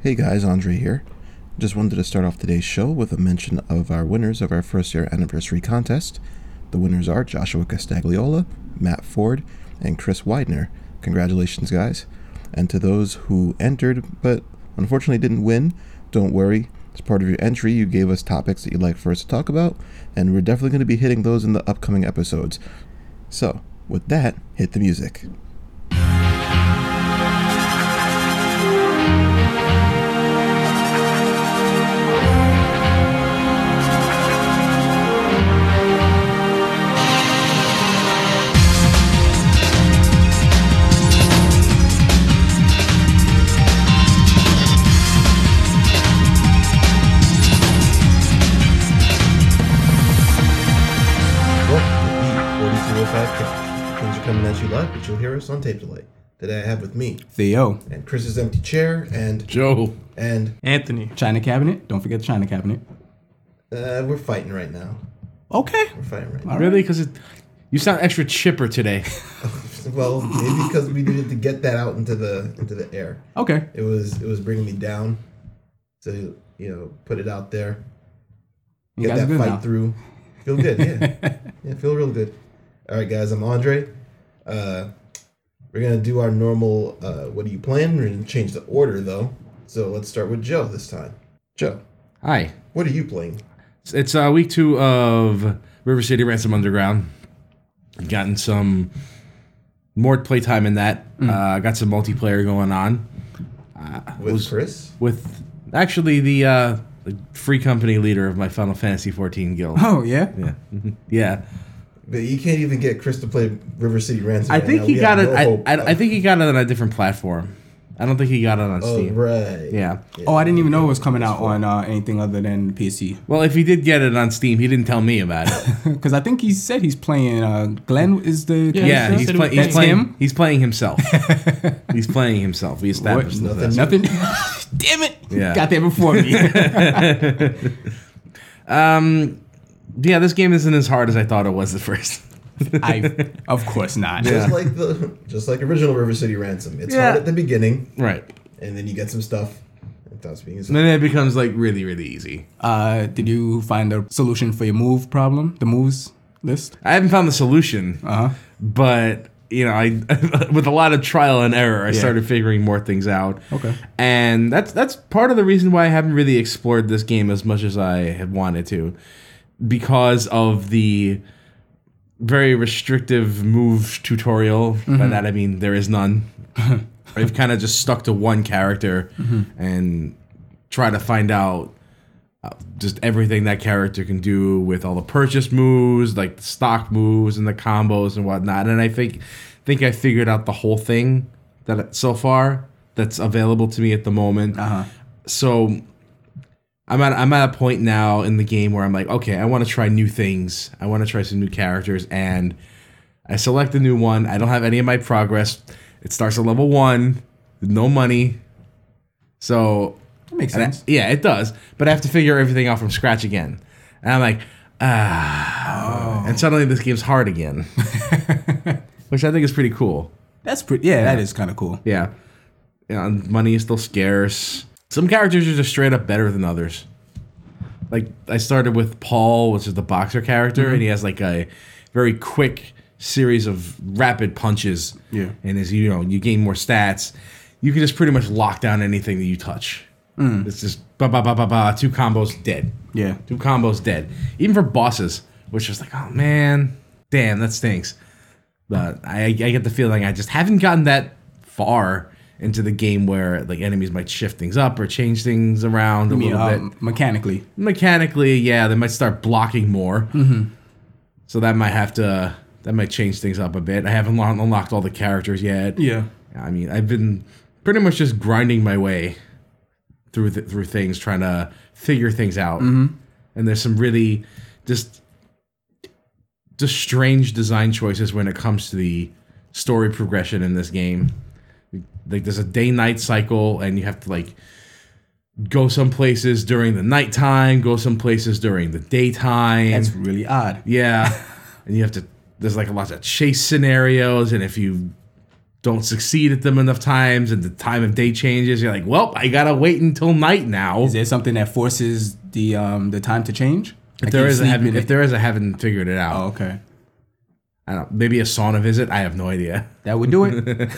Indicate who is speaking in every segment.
Speaker 1: Hey guys, Andre here. Just wanted to start off today's show with a mention of our winners of our first year anniversary contest. The winners are Joshua Castagliola, Matt Ford, and Chris Widener. Congratulations, guys. And to those who entered but unfortunately didn't win, don't worry. As part of your entry, you gave us topics that you'd like for us to talk about, and we're definitely going to be hitting those in the upcoming episodes. So, with that, hit the music. E oh Things are coming at you live, but you'll hear us on tape delay. Today I have with me
Speaker 2: Theo,
Speaker 1: and Chris's empty chair and
Speaker 3: Joe.
Speaker 1: and
Speaker 3: Anthony.
Speaker 2: China cabinet. Don't forget the China cabinet.
Speaker 1: uh, we're fighting right now.
Speaker 2: Okay.
Speaker 1: We're fighting right now.
Speaker 2: All
Speaker 3: Really? Because it, you sound extra chipper today.
Speaker 1: Well, maybe because we needed to get that out into the into the air.
Speaker 2: Okay.
Speaker 1: It was it was bringing me down to you know put it out there,
Speaker 2: You
Speaker 1: get
Speaker 2: guys
Speaker 1: that
Speaker 2: good
Speaker 1: fight
Speaker 2: now.
Speaker 1: through. Feel good, yeah, yeah, feel real good. All right, guys, I'm Andre. Uh, we're gonna do our normal. Uh, what are you playing? We're gonna change the order though. So let's start with Joe this time. Joe,
Speaker 3: Hi.
Speaker 1: what are you playing?
Speaker 3: It's, it's uh, week two of River City Ransom Underground. I've gotten some more playtime in that. Uh, I got some multiplayer going on
Speaker 1: with Chris.
Speaker 3: with actually the, uh, the free company leader of my Final Fantasy 14 guild.
Speaker 2: Oh yeah.
Speaker 3: Yeah. yeah.
Speaker 1: But you can't even get Chris to play River City Ransom.
Speaker 3: I
Speaker 1: right
Speaker 3: think
Speaker 1: now.
Speaker 3: he
Speaker 1: We
Speaker 3: got
Speaker 1: have
Speaker 3: it.
Speaker 1: no
Speaker 3: I,
Speaker 1: hope.
Speaker 3: I, I think he got it on a different platform. I don't think he got it on
Speaker 1: Oh,
Speaker 3: Steam.
Speaker 1: right.
Speaker 3: Yeah.
Speaker 2: Oh, I didn't even know it was coming out on uh, anything other than PC.
Speaker 3: Well, if he did get it on Steam, he didn't tell me about it.
Speaker 2: Because I think he said he's playing. Uh, Glenn is the
Speaker 3: Yeah,
Speaker 2: character?
Speaker 3: he's, play, he's
Speaker 2: That's
Speaker 3: playing.
Speaker 2: him.
Speaker 3: He's playing himself. he's playing himself. We established
Speaker 2: What?
Speaker 3: that.
Speaker 2: Nothing. Damn it!
Speaker 3: Yeah.
Speaker 2: Got there before me.
Speaker 3: Yeah, this game isn't as hard as I thought it was at first.
Speaker 2: I, of course not.
Speaker 1: Just like the just like original River City Ransom. It's
Speaker 3: Yeah.
Speaker 1: hard at the beginning,
Speaker 3: right.
Speaker 1: and then you get some stuff. It stops being
Speaker 3: And then it becomes like really, really easy.
Speaker 2: Uh, did you find a solution for your move problem? The moves list.
Speaker 3: I haven't found the solution,
Speaker 2: Uh.
Speaker 3: uh-huh. but you know, I with a lot of trial and error, I started figuring more things out.
Speaker 2: Okay.
Speaker 3: and that's that's part of the reason why I haven't really explored this game as much as I had wanted to, because of the very restrictive move tutorial. By that I mean there is none. I've kind of just stuck to one character and try to find out just everything that character can do with all the purchase moves, like the stock moves and the combos and whatnot. And I think think I figured out the whole thing that so far that's available to me at the moment.
Speaker 2: Uh huh.
Speaker 3: So I'm at I'm at a point now in the game where I'm like, okay, I want to try new things. I want to try some new characters, and I select a new one. I don't have any of my progress. It starts at level one, no money. So
Speaker 2: That makes
Speaker 3: and I-
Speaker 2: sense.
Speaker 3: yeah, it does. But I have to figure everything out from scratch again. And I'm like,
Speaker 2: Oh.
Speaker 3: ah. And suddenly this game's hard again, which I think is pretty cool.
Speaker 2: That's pretty. Yeah, that is kind of cool.
Speaker 3: Yeah. yeah. and Money is still scarce. Some characters are just straight up better than others. Like I started with Paul, which is the boxer character, and he has like a very quick series of rapid punches.
Speaker 2: Yeah.
Speaker 3: And as you know, you gain more stats. You can just pretty much lock down anything that you touch. It's just ba ba ba ba ba two combos dead.
Speaker 2: Yeah.
Speaker 3: Two combos dead. Even for bosses, which is like, oh man, damn, that stinks. But I, I get the feeling I just haven't gotten that far into the game where like enemies might shift things up or change things around a
Speaker 2: I mean,
Speaker 3: little
Speaker 2: um,
Speaker 3: bit.
Speaker 2: mechanically.
Speaker 3: Mechanically, yeah, they might start blocking more. Mm-hmm. So that might have to that might change things up a bit. I haven't lo- unlocked all the characters yet.
Speaker 2: Yeah.
Speaker 3: I mean, I've been pretty much just grinding my way through th- through things, trying to figure things out. And there's some really just just strange design choices when it comes to the story progression in this game. Like there's a day night cycle, and you have to like go some places during the nighttime, go some places during the daytime.
Speaker 2: That's really odd.
Speaker 3: Yeah. and you have to there's like lots of chase scenarios and if you don't succeed at them enough times and the time of day changes, you're like, well, I gotta wait until night now.
Speaker 2: Is there something that forces the um the time to change?
Speaker 3: If there is, I haven't. If there is, I haven't figured it out.
Speaker 2: oh, okay,
Speaker 3: I don't. Maybe a sauna visit. I have no idea.
Speaker 2: that would do it.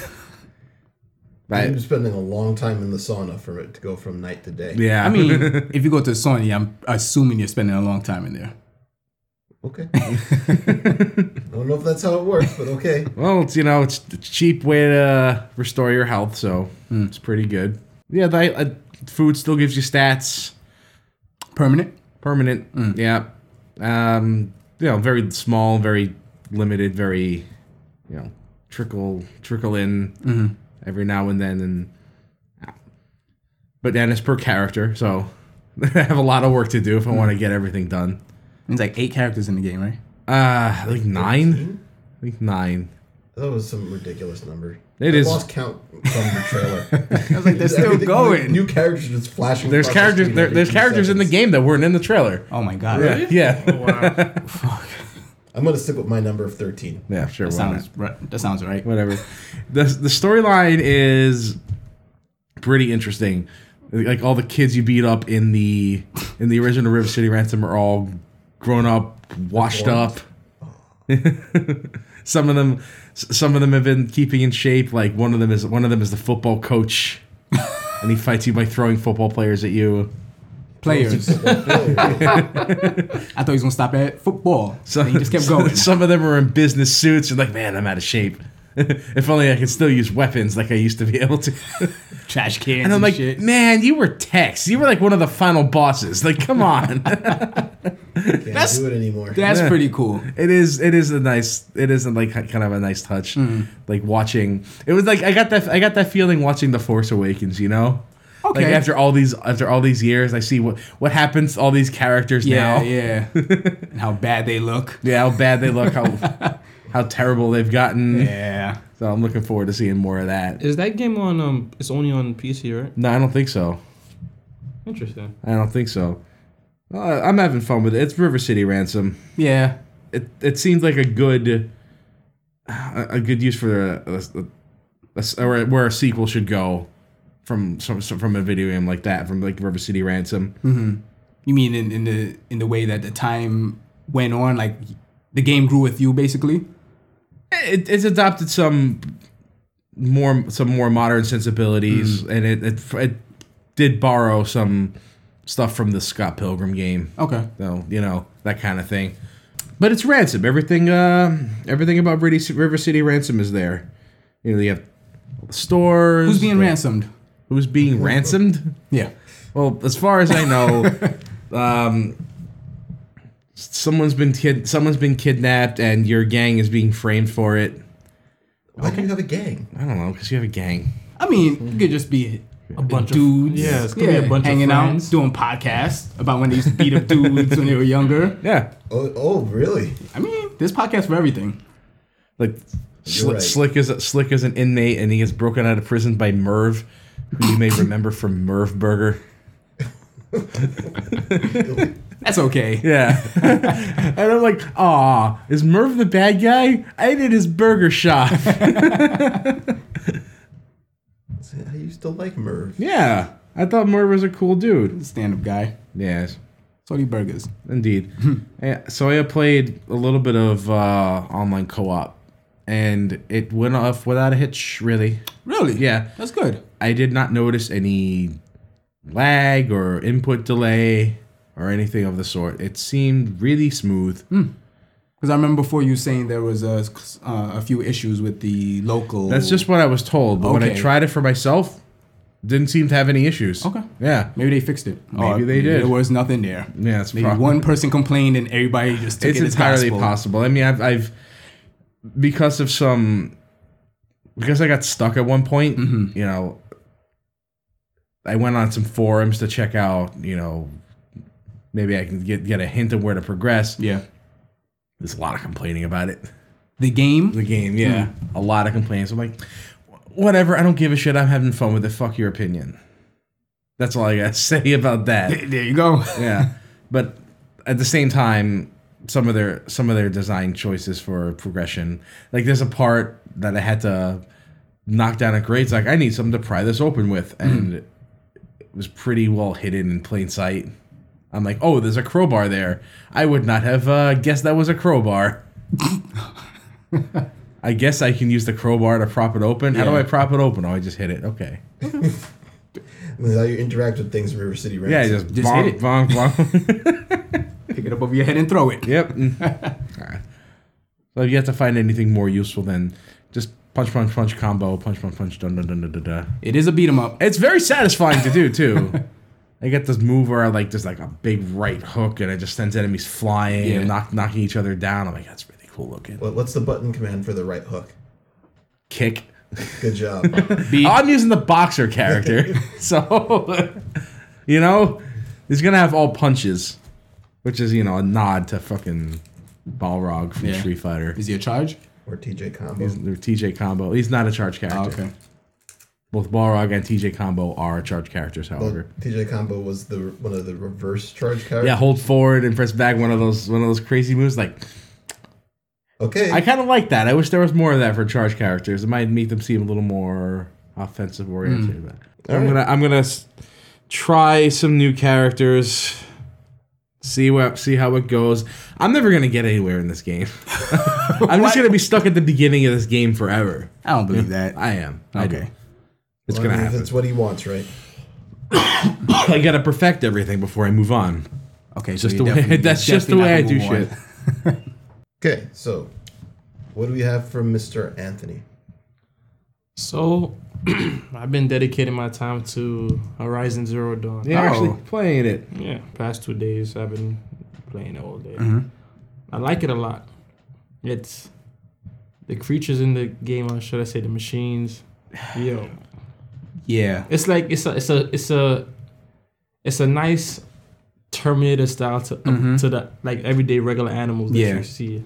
Speaker 3: But
Speaker 1: I'm spending a long time in the sauna for it to go from night to day.
Speaker 3: yeah,
Speaker 2: I mean, if you go to Sony, I'm assuming you're spending a long time in there.
Speaker 1: Okay. I don't know if that's how it works, but okay.
Speaker 3: well, it's you know, it's a cheap way to restore your health, so it's pretty good. Yeah, the uh, food still gives you stats,
Speaker 2: Permanent.
Speaker 3: permanent.
Speaker 2: Mm.
Speaker 3: Yeah, um, you know, very small, very limited, very you know, trickle trickle in
Speaker 2: Mm-hmm.
Speaker 3: every now and then, and but then it's per character, so I have a lot of work to do if I
Speaker 2: Mm.
Speaker 3: want to get everything done.
Speaker 2: It's like eight characters in the game, right?
Speaker 3: Uh, like nine,
Speaker 1: 13?
Speaker 3: I think nine.
Speaker 1: That was some ridiculous number.
Speaker 3: It
Speaker 1: I
Speaker 3: is-
Speaker 1: lost count from the trailer.
Speaker 2: I was like, they're still
Speaker 1: Everything-
Speaker 2: going.
Speaker 1: New characters just flashing.
Speaker 3: There's
Speaker 1: across the
Speaker 3: characters.
Speaker 1: screen
Speaker 3: There,
Speaker 1: every
Speaker 3: there's
Speaker 1: few
Speaker 3: characters in the
Speaker 1: seconds. Oh,
Speaker 3: game that weren't in the trailer.
Speaker 2: oh my god,
Speaker 3: Yeah.
Speaker 4: wow.
Speaker 1: I'm gonna stick with my number of 13.
Speaker 3: Yeah. Sure.
Speaker 2: that
Speaker 3: why not?
Speaker 2: sounds right. That sounds right.
Speaker 3: Whatever. the The storyline is pretty interesting. Like all the kids you beat up in the in the original River City Ransom are all grown up, washed up. some of them, s- some of them have been keeping in shape. Like one of them is one of them is the football coach, and he fights you by throwing football players at you.
Speaker 2: Players. I thought he was gonna stop at football. So he just kept going.
Speaker 3: Some of them are in business suits and like, man, I'm out of shape. if only I could still use weapons like I used to be able to.
Speaker 2: Trash cans
Speaker 3: and
Speaker 2: and,
Speaker 3: I'm like,
Speaker 2: shit.
Speaker 3: man, you were Tex. You were like one of the final bosses. Like, come on.
Speaker 1: Can't do it anymore.
Speaker 2: That's pretty cool.
Speaker 3: it is. It is a nice. It is a, like kind of a nice touch.
Speaker 2: Hmm.
Speaker 3: Like watching. It was like I got that. I got that feeling watching The Force Awakens. You know.
Speaker 2: Okay.
Speaker 3: Like after all these after all these years, I see what what happens to all these characters
Speaker 2: Yeah,
Speaker 3: now.
Speaker 2: yeah. and how bad they look.
Speaker 3: Yeah, how bad they look, how how terrible they've gotten.
Speaker 2: Yeah.
Speaker 3: So I'm looking forward to seeing more of that.
Speaker 4: Is that game on? Um, it's only on PC, right?
Speaker 3: No, I don't think so.
Speaker 4: Interesting.
Speaker 3: I don't think so. Uh, I'm having fun with it. It's River City Ransom.
Speaker 2: Yeah.
Speaker 3: It it seems like a good a, a good use for a, a- a- a s- or where a sequel should go from some some- from a video game like that from like River City Ransom.
Speaker 2: You mean in, in the in the way that the time went on, like the game grew with you basically?
Speaker 3: It, it's adopted some more some more modern sensibilities,
Speaker 2: Mm.
Speaker 3: and it, it it did borrow some stuff from the Scott Pilgrim game.
Speaker 2: Okay.
Speaker 3: So you know that kind of thing. But it's ransom. Everything, uh, everything about Brady River City ransom is there. You know, you have stores.
Speaker 2: Who's being
Speaker 3: the-
Speaker 2: ransomed?
Speaker 3: Who's being ransomed?
Speaker 2: Yeah.
Speaker 3: Well, as far as I know, um, s- someone's been kid, someone's been kidnapped, and your gang is being framed for it.
Speaker 1: Why do you have a gang?
Speaker 3: I don't know because you have a gang.
Speaker 2: I mean, it could just be a
Speaker 4: bunch of-
Speaker 2: dudes.
Speaker 4: yeah, it's gonna be a bunch of
Speaker 2: hanging out,
Speaker 4: friends.
Speaker 2: doing podcasts about when they used to beat up dudes when they were younger.
Speaker 3: Yeah,
Speaker 1: Oh, oh really?
Speaker 2: I mean, this podcast for everything.
Speaker 3: like Sli-
Speaker 1: right.
Speaker 3: Slick is Slick is an inmate, and he gets broken out of prison by Merv, who you may remember from Merv Burger.
Speaker 2: That's okay.
Speaker 3: Yeah. and I'm like, aw, is Merv the bad guy? I did his burger shop.
Speaker 1: I used to like Merv.
Speaker 3: yeah. I thought Merv was a cool dude.
Speaker 2: Stand up guy.
Speaker 3: Yes,
Speaker 2: Sony burgers.
Speaker 3: indeed. Eh, so I played a little bit of uh, online co op, and it went off without a hitch, really.
Speaker 2: Really?
Speaker 3: Yeah.
Speaker 2: That's good.
Speaker 3: I did not notice any lag or input delay or anything of the sort. It seemed really smooth.
Speaker 2: Hmm. Because I remember before you saying there was a, uh, a few issues with the local.
Speaker 3: That's just what I was told, but when I
Speaker 2: Okay.
Speaker 3: tried it for myself, didn't seem to have any issues.
Speaker 2: Okay.
Speaker 3: Yeah.
Speaker 2: Maybe they fixed it. Or
Speaker 3: they did.
Speaker 2: There was nothing there.
Speaker 3: Yeah, it's
Speaker 2: Maybe
Speaker 3: prob-
Speaker 2: one person complained and everybody just took
Speaker 3: it's
Speaker 2: it
Speaker 3: entirely
Speaker 2: as gospel.
Speaker 3: possible. I mean, I've, I've because of some because I got stuck at one point.
Speaker 2: Mm-hmm.
Speaker 3: You know, I went on some forums to check out. You know, maybe I can get get a hint of where to progress.
Speaker 2: Yeah.
Speaker 3: There's a lot of complaining about it.
Speaker 2: The game.
Speaker 3: The game, yeah,
Speaker 2: Mm-hmm.
Speaker 3: a lot of complaints. I'm like, whatever. I don't give a shit. I'm having fun with it. Fuck your opinion. That's all I gotta say about that.
Speaker 2: There you go.
Speaker 3: yeah but at the same time some of their some of their design choices for progression like there's a part that i had to knocked down at greats. Like I need something to pry this open with,
Speaker 2: Hmm.
Speaker 3: and it was pretty well hidden in plain sight. I'm like, oh, there's a crowbar there. I would not have uh, guessed that was a crowbar. I guess I can use the crowbar to prop it open. How do
Speaker 2: Yeah.
Speaker 3: I prop it open? Oh, I just hit it. Okay.
Speaker 1: That's how you interact with things in River City Ranch.
Speaker 3: Yeah, I just,
Speaker 2: Just
Speaker 3: bonk,
Speaker 2: hit it.
Speaker 3: bonk, bonk.
Speaker 2: Pick it up over your head and throw it.
Speaker 3: yep. Mm. so if you have to find anything more useful than just punch, punch, punch combo, punch, punch, punch, dun, dun, dun, dun, dun, dun.
Speaker 2: It is a beat 'em up.
Speaker 3: It's very satisfying to do too. I get this move where I like just like a big right hook and it just sends enemies flying
Speaker 2: Yeah.
Speaker 3: and knock, knocking each other down. I'm like, that's really cool looking.
Speaker 1: What, what's the button command for the right hook?
Speaker 3: Kick.
Speaker 1: Good job. Bob.
Speaker 2: Beat.
Speaker 3: Oh, I'm using the boxer character, so you know he's gonna have all punches, which is you know a nod to fucking Balrog from
Speaker 2: Yeah.
Speaker 3: Street Fighter.
Speaker 2: Is he a charge?
Speaker 1: or TJ combo.
Speaker 3: He's the TJ combo. He's not a charge character.
Speaker 2: Oh, okay.
Speaker 3: Both Balrog and TJ combo are charge characters,
Speaker 1: Well,
Speaker 3: however.
Speaker 1: TJ combo was the one of the reverse charge
Speaker 2: uh,
Speaker 1: characters.
Speaker 3: Yeah, hold forward and press back. One of those one of those crazy moves. Like
Speaker 1: Okay.
Speaker 3: I kind of like that. I wish there was more of that for charge characters. It might make them seem a little more offensive oriented.
Speaker 2: Hmm.
Speaker 3: But I'm
Speaker 1: Alright.
Speaker 3: gonna I'm gonna s- try some new characters. See what see how it goes. I'm never gonna get anywhere in this game. I'm just gonna be stuck at the beginning of this game forever.
Speaker 2: I don't believe that.
Speaker 3: I am. I do.
Speaker 2: Okay.
Speaker 3: It's
Speaker 1: Well, I
Speaker 3: gonna
Speaker 1: mean, if
Speaker 3: happen.
Speaker 1: It's what he wants, right?
Speaker 3: I gotta perfect everything before I move on.
Speaker 2: Okay, so
Speaker 3: Just
Speaker 2: you're
Speaker 3: the way-
Speaker 2: definitely-
Speaker 3: that's
Speaker 2: you're
Speaker 3: just the
Speaker 2: definitely
Speaker 3: way I
Speaker 2: not
Speaker 3: do
Speaker 2: gonna
Speaker 3: shit.
Speaker 2: move
Speaker 1: Okay, so what do we have from Mr. Anthony?
Speaker 4: So, I've been dedicating my time to Horizon Zero Dawn.
Speaker 3: Yeah,
Speaker 2: Oh.
Speaker 3: actually playing it.
Speaker 4: Yeah, past two days I've been playing it all day.
Speaker 2: Mhm.
Speaker 4: I like it a lot. It's the creatures in the game, or should I say the machines? Yo,
Speaker 2: on. Yeah.
Speaker 4: it's like it's a it's a it's a it's a nice Terminator style to to the like everyday regular animals that
Speaker 2: Yeah.
Speaker 4: you see.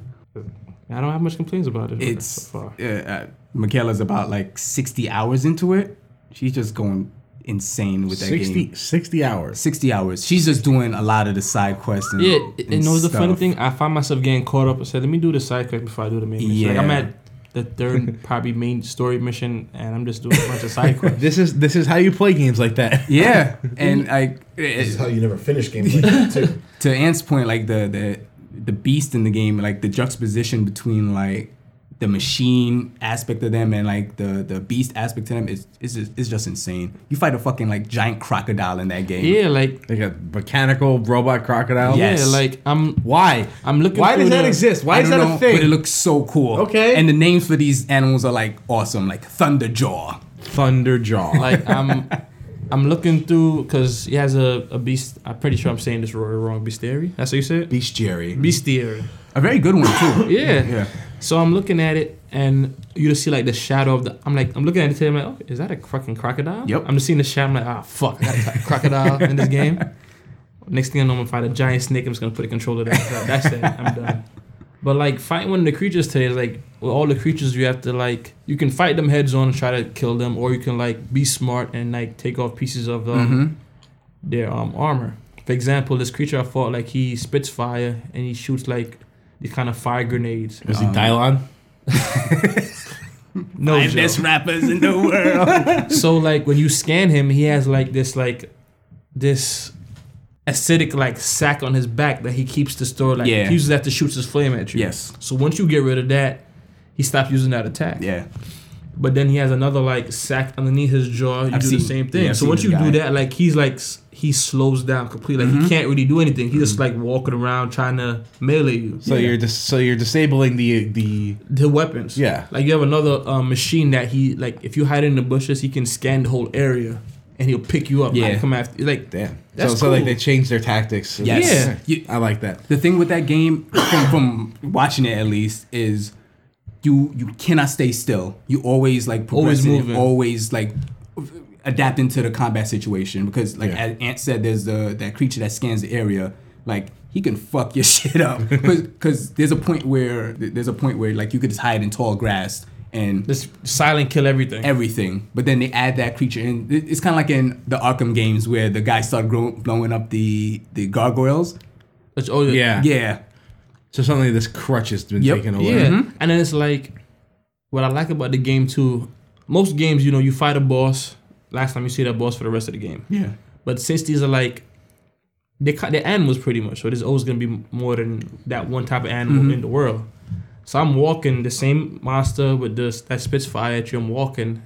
Speaker 4: I don't have much complaints about it.
Speaker 2: It's
Speaker 4: so far.
Speaker 2: uh, uh, Michaela's about like 60 hours into it. She's just going insane with that
Speaker 3: 60,
Speaker 2: game.
Speaker 3: 60 hours.
Speaker 2: 60 hours. She's just doing a lot of the side quests. And,
Speaker 4: Yeah, and, and was the funny
Speaker 2: stuff.
Speaker 4: thing, I find myself getting caught up. I said, let me do the side quest before I do the main mission. Like I'm
Speaker 2: Yeah.
Speaker 4: at the third probably main story mission, and I'm just doing a bunch of side quests.
Speaker 3: This is this is how you play games like that.
Speaker 2: Yeah, and like eh,
Speaker 1: This is how you never finish games like that, too.
Speaker 2: to Ant's point, like the the the beast in the game, like the juxtaposition between like the machine aspect of them and like the the beast aspect to them is is just, is just insane. You fight a fucking like giant crocodile in that game.
Speaker 4: Yeah, like
Speaker 3: Like a mechanical robot crocodile.
Speaker 4: yeah,
Speaker 2: Yes.
Speaker 4: like I'm
Speaker 3: Why?
Speaker 4: I'm looking.
Speaker 3: Why does
Speaker 4: through
Speaker 3: that
Speaker 4: the-
Speaker 3: exist?
Speaker 2: I
Speaker 3: Why is
Speaker 2: don't
Speaker 3: that
Speaker 2: know,
Speaker 3: a thing?
Speaker 2: But it looks so cool.
Speaker 3: Okay.
Speaker 2: And the names for these animals are like awesome, like Thunderjaw.
Speaker 3: Thunderjaw.
Speaker 4: Like I'm I'm looking through because he has a, a beast. I'm pretty sure I'm saying this wrong. wrong bestiary. That's how you say it.
Speaker 2: Beast Jerry.
Speaker 4: Bestiary.
Speaker 2: A very good one too.
Speaker 4: Yeah.
Speaker 2: Yeah.
Speaker 4: So I'm looking at it, and you just see like the shadow of the. I'm like, I'm looking at it, and I'm like, oh, is that a fucking crocodile?
Speaker 2: Yep.
Speaker 4: I'm just seeing the shadow. I'm like, ah, fuck, I got a t- crocodile in this game. Next thing I know, I'm gonna fight a giant snake. I'm just gonna put a controller there. So That's it. I'm done. But like fighting one of the creatures today is like with all the creatures you have to like you can fight them heads on and try to kill them, or you can like be smart and like take off pieces of um, them
Speaker 2: Mm-hmm.
Speaker 4: their um armor. For example, this creature I fought, like he spits fire and he shoots like these kind of fire grenades. Um,
Speaker 3: was he Dylon?
Speaker 4: No
Speaker 2: Five best
Speaker 4: joke.
Speaker 2: rappers in the world.
Speaker 4: So like when you scan him, he has like this like this acidic like sack on his back that he keeps to store. Like
Speaker 2: Yeah.
Speaker 4: he uses that to shoot his flame at you.
Speaker 2: Yes.
Speaker 4: So once you get rid of that, he stops using that attack.
Speaker 2: yeah.
Speaker 4: But then he has another like sack underneath his jaw. You
Speaker 2: I've
Speaker 4: do the
Speaker 2: seen-
Speaker 4: same thing.
Speaker 2: yeah, I've
Speaker 4: so
Speaker 2: seen
Speaker 4: once
Speaker 2: this
Speaker 4: you do
Speaker 2: guy.
Speaker 4: that, like he's like s- he slows down completely. Like he can't really do anything. He's just like walking around trying to melee you.
Speaker 3: So you're dis- so you're disabling the the
Speaker 4: the weapons.
Speaker 3: Yeah.
Speaker 4: Like you have another um, machine that he like if you hide in the bushes, he can scan the whole area and he'll pick you up. Yeah.
Speaker 2: Yeah.
Speaker 4: come after like
Speaker 3: damn.
Speaker 4: That's
Speaker 3: so so like
Speaker 4: cool.
Speaker 3: they changed their tactics.
Speaker 2: Yes.
Speaker 4: Yeah.
Speaker 2: You-
Speaker 3: I like that.
Speaker 2: the thing with that game from, from watching it at least is you you cannot stay still you always like
Speaker 4: Always
Speaker 2: progressing,
Speaker 4: moving.
Speaker 2: always like adapting to the combat situation because like
Speaker 3: Yeah.
Speaker 2: as ant said there's the that creature that scans the area like he can fuck your shit up because there's a point where there's a point where like you could just hide in tall grass and
Speaker 4: just silent kill everything.
Speaker 2: everything. But then they add that creature in. It- It's kind of like in the Arkham games where the guy started grow, blowing up the the gargoyles.
Speaker 4: Which, oh
Speaker 3: Yeah.
Speaker 2: Yeah,
Speaker 3: So suddenly this crutch has been
Speaker 2: Yep.
Speaker 3: taken
Speaker 4: yeah.
Speaker 3: away.
Speaker 4: And then it's like what I like about the game too. most games, you know, you fight a boss. Last time you see that boss for the rest of the game.
Speaker 2: Yeah.
Speaker 4: But since these are like, they cut the animals pretty much, so there's always gonna be more than that one type of animal
Speaker 2: Mm-hmm.
Speaker 4: in the world. So I'm walking the same monster with this that spits fire at you. I'm walking.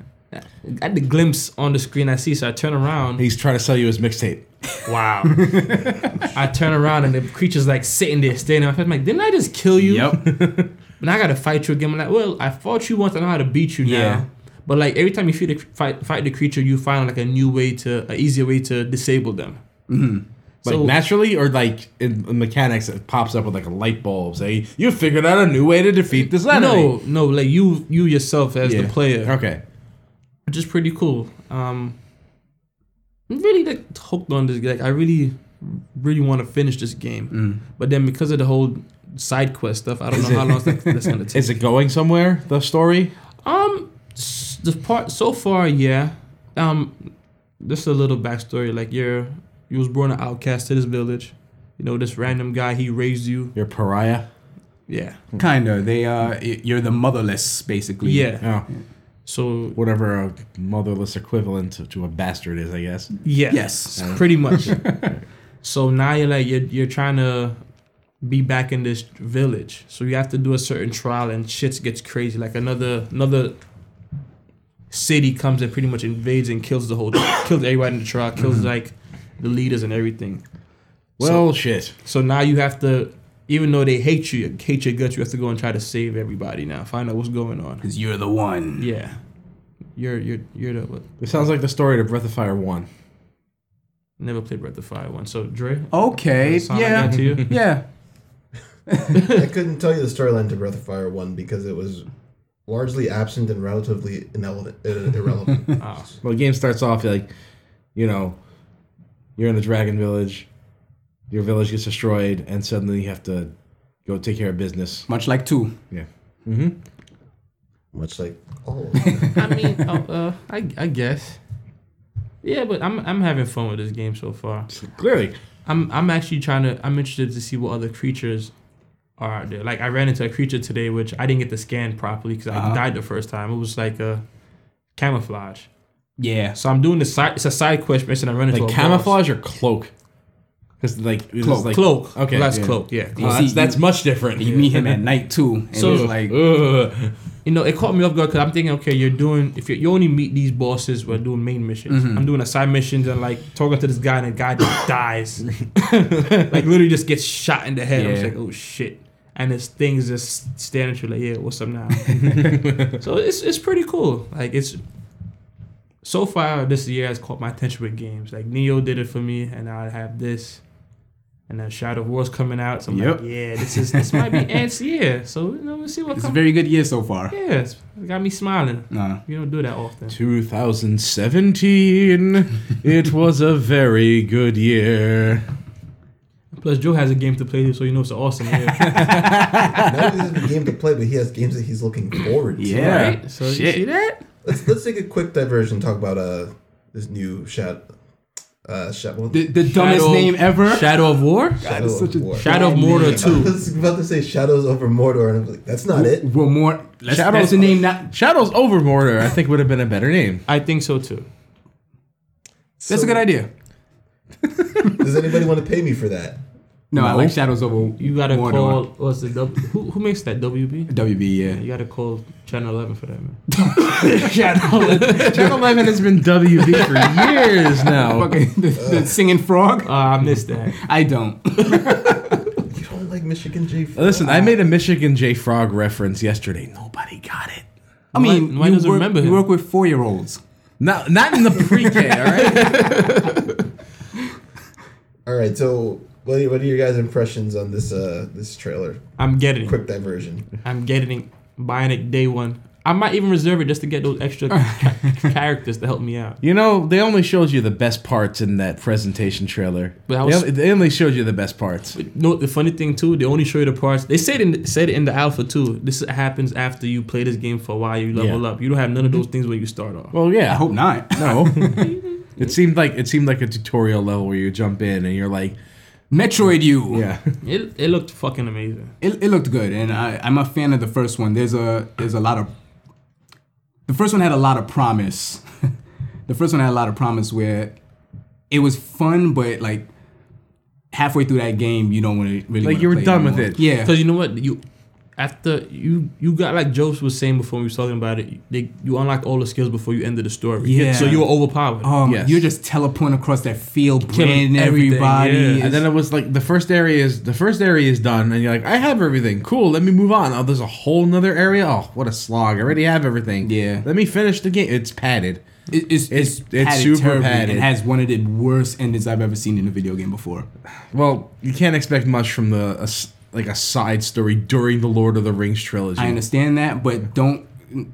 Speaker 4: At the glimpse on the screen, I see. So I turn around.
Speaker 3: He's trying to sell you his mixtape.
Speaker 4: Wow. I turn around and the creature's like sitting there staring at me. I'm like, didn't I just kill you?
Speaker 2: Yep.
Speaker 4: And I gotta fight you again. I'm like, well, I fought you once. I know how to beat you
Speaker 2: Yeah.
Speaker 4: now. But like every time you feed the, fight fight the creature, you find like a new way to, an easier way to disable them.
Speaker 2: Mm-hmm.
Speaker 3: Like
Speaker 4: So-
Speaker 3: naturally, or like in, in mechanics, it pops up with like a light bulb saying you figured out a new way to defeat this enemy.
Speaker 4: No, no, like you you yourself as
Speaker 3: Yeah.
Speaker 4: the player,
Speaker 3: Okay.
Speaker 4: which is pretty cool. Um, I'm really like hooked on this. Like I really, really want to finish this game, but then because of the whole side quest stuff, I don't know how long that's, that's gonna take.
Speaker 3: Is it going somewhere? The story?
Speaker 4: Um, s- the part so far, yeah. Um, just a little backstory. Like you're, you was born an outcast to this village. You know, this random guy he raised you.
Speaker 3: Your pariah?
Speaker 4: Yeah,
Speaker 2: Kinda. They uh, y- you're the motherless basically.
Speaker 4: yeah.
Speaker 3: Oh,
Speaker 4: So
Speaker 3: whatever a motherless equivalent to, to a bastard is, I guess.
Speaker 4: yeah,
Speaker 2: Yes.
Speaker 4: pretty much. so now you're like you're you're trying to be back in this village. So you have to do a certain trial, and shit gets crazy. Like another another city comes and pretty much invades and kills the whole kills everybody in the trial, kills
Speaker 3: Mm-hmm.
Speaker 4: like the leaders and everything.
Speaker 3: Well, shit.
Speaker 4: So now you have to, even though they hate you, hate your guts, you have to go and try to save everybody now. Find out what's going on.
Speaker 2: Cause you're the one.
Speaker 4: Yeah, you're you're you're the what?
Speaker 3: It sounds like the story to Breath of Fire One.
Speaker 4: Never played Breath of Fire one. So Dre,
Speaker 2: Okay.
Speaker 4: Does it sound like
Speaker 2: yeah.
Speaker 4: that to you?
Speaker 2: yeah.
Speaker 1: I couldn't tell you the storyline to Breath of Fire one because it was largely absent and relatively inele- uh, irrelevant.
Speaker 3: Well, the game starts off like, you know, you're in the dragon village, your village gets destroyed, and suddenly you have to go take care of business.
Speaker 2: Much like two.
Speaker 3: Yeah.
Speaker 1: Much like oh,
Speaker 4: I mean, oh, uh, I I guess. Yeah, but I'm I'm having fun with this game so far.
Speaker 3: Clearly.
Speaker 4: I'm I'm actually trying to. I'm interested to see what other creatures are out there. Like I ran into a creature today, which I didn't get to scan properly because I died the first time. It was like a camouflage.
Speaker 2: Yeah.
Speaker 4: So I'm doing the side. It's a side quest mission. I run into
Speaker 3: Like
Speaker 4: a boss.
Speaker 3: camouflage or cloak? Because like it was
Speaker 2: Cloak.
Speaker 3: like-
Speaker 4: cloak.
Speaker 3: Okay,
Speaker 4: Okay, that's
Speaker 3: yeah.
Speaker 4: cloak. Yeah,
Speaker 3: Oh,
Speaker 4: cloak.
Speaker 2: You
Speaker 3: that's,
Speaker 2: see-
Speaker 3: that's much different.
Speaker 2: You meet him at night too, and
Speaker 4: So-
Speaker 2: so, it's like
Speaker 3: Ugh.
Speaker 4: You know, it caught me off guard because I'm thinking, okay, you're doing if you're, you only meet these bosses when doing main missions.
Speaker 2: Mm-hmm.
Speaker 4: I'm doing a side missions and like talking to this guy, and the guy just dies, like literally just gets shot in the head. I was
Speaker 2: Yeah.
Speaker 4: like, oh shit. And this thing's just staring at you like, yeah, what's up now? so it's it's pretty cool. Like it's so far this year has caught my attention with games. Like Neo did it for me, and now I have this, and then Shadow of War's coming out. So I'm
Speaker 2: Yep.
Speaker 4: like, yeah, this is this might be Ant's year. So you know, we'll see what
Speaker 2: it's a
Speaker 4: comes.
Speaker 2: very good year so far.
Speaker 4: Yeah, it's it got me smiling.
Speaker 2: Nah.
Speaker 4: You don't do that often.
Speaker 3: 2017. it was a very good year.
Speaker 4: Plus, Joe has a game to play, so you know it's an awesome year.
Speaker 1: not only does he have a game to play, but he has games that he's looking forward to.
Speaker 2: Yeah.
Speaker 4: Right? So you see that?
Speaker 1: Let's let's take a quick diversion. and Talk about uh this new shot. Uh, shot. Well,
Speaker 2: The, the dumbest
Speaker 4: Shadow-
Speaker 2: name ever.
Speaker 4: Shadow of War?
Speaker 1: Shadow
Speaker 2: it's such a-
Speaker 1: War.
Speaker 4: Shadow of Mordor
Speaker 1: I
Speaker 4: 2.
Speaker 1: was about to say Shadows over Mordor, and I was like, that's not it.
Speaker 2: Well, more. Let's, that's the name. Not.
Speaker 3: Shadows over Mordor. I think would have been a better name.
Speaker 4: I think so too.
Speaker 2: That's
Speaker 1: So-
Speaker 2: a good idea.
Speaker 1: Does anybody want to pay me for that?
Speaker 2: No, I
Speaker 3: No.
Speaker 2: like Shadows over.
Speaker 4: You gotta
Speaker 2: Mordor.
Speaker 4: call. What's the w, who, who makes that? WB? You
Speaker 2: WB.
Speaker 4: gotta call Channel 11 for that, man.
Speaker 2: Yeah. Shadow.
Speaker 3: Channel 11 has been WB for years now.
Speaker 2: Fucking the, the singing frog.
Speaker 4: Uh, I missed that.
Speaker 2: I don't.
Speaker 1: You don't like Michigan J.
Speaker 3: Listen, I made a Michigan J Frog reference yesterday. Nobody got it.
Speaker 2: I
Speaker 4: Why-
Speaker 2: mean,
Speaker 4: why
Speaker 2: you
Speaker 4: doesn't
Speaker 2: work,
Speaker 4: remember
Speaker 2: you
Speaker 4: him?
Speaker 2: work with four year olds.
Speaker 3: Not not in the pre-K. all right.
Speaker 1: All right, so what are, what are your guys' impressions on this uh this trailer?
Speaker 4: I'm getting it.
Speaker 1: Quick diversion.
Speaker 4: I'm getting it. Buying it day one. I might even reserve it just to get those extra ca- characters to help me out.
Speaker 3: You know, they only showed you the best parts in that presentation trailer.
Speaker 4: But I was-
Speaker 3: they, they only showed you the best parts.
Speaker 4: No, the funny thing too, they only show you the parts. They said in said in the alpha too. This happens after you play this game for a while. You level
Speaker 3: Yeah.
Speaker 4: up. You don't have none of those things where you start off.
Speaker 3: Well, yeah.
Speaker 2: I hope not.
Speaker 3: No. it seemed like it seemed like a tutorial level where you jump in and you're like,
Speaker 2: Metroid U.
Speaker 3: yeah.
Speaker 4: It, it looked fucking amazing.
Speaker 2: It, it looked good, and I, I'm a fan of the first one. There's a there's a lot of the the first one had a lot of promise. the first one had a lot of promise where it was fun, but like halfway through that game, you don't want to really
Speaker 3: Like,
Speaker 2: wanna
Speaker 3: you were
Speaker 2: play
Speaker 3: done with
Speaker 2: anymore.
Speaker 3: it.
Speaker 2: Yeah,
Speaker 4: Because you know what you. After you, you got like Jobs was saying before we was talking about it. They, you unlocked all the skills before you ended the story.
Speaker 2: Yeah.
Speaker 4: So you were overpowered.
Speaker 2: Um,
Speaker 3: Yes.
Speaker 2: You're just teleporting across that field,
Speaker 4: Killing
Speaker 2: killing
Speaker 4: everything,
Speaker 2: everybody.
Speaker 4: yeah.
Speaker 2: It's-
Speaker 3: And then it was like the first area is the first area is done, and you're like, I have everything. Cool, let me move on. Oh, there's a whole nother area. Oh, what a slog! I already have everything.
Speaker 2: Yeah.
Speaker 3: let me finish the game. It's padded.
Speaker 2: it- it's, it's,
Speaker 3: it's- it's
Speaker 2: padded
Speaker 3: super
Speaker 2: terribly
Speaker 3: padded.
Speaker 2: and has one of the worst endings I've ever seen in a video game before.
Speaker 3: Well, you can't expect much from the a s like a side story during the Lord of the Rings trilogy.
Speaker 2: I understand that, but don't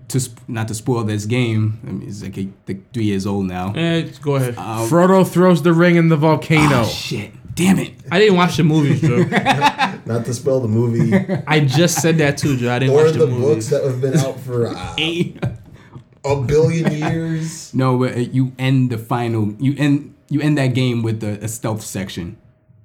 Speaker 2: to sp- not to spoil this game. I mean, it's like, a, like three years old now.
Speaker 4: Eh, just go ahead.
Speaker 2: Uh,
Speaker 3: Frodo throws the ring in the volcano.
Speaker 2: oh, shit! Damn it!
Speaker 4: I didn't watch the movies, Joe.
Speaker 1: Not to spell the movie
Speaker 4: I just said that too, Joe. I didn't
Speaker 1: or
Speaker 4: watch the,
Speaker 1: the books
Speaker 4: movies.
Speaker 1: that have been out for uh, a billion years.
Speaker 2: no, but uh, you end the final. You end you end that game with a, a stealth section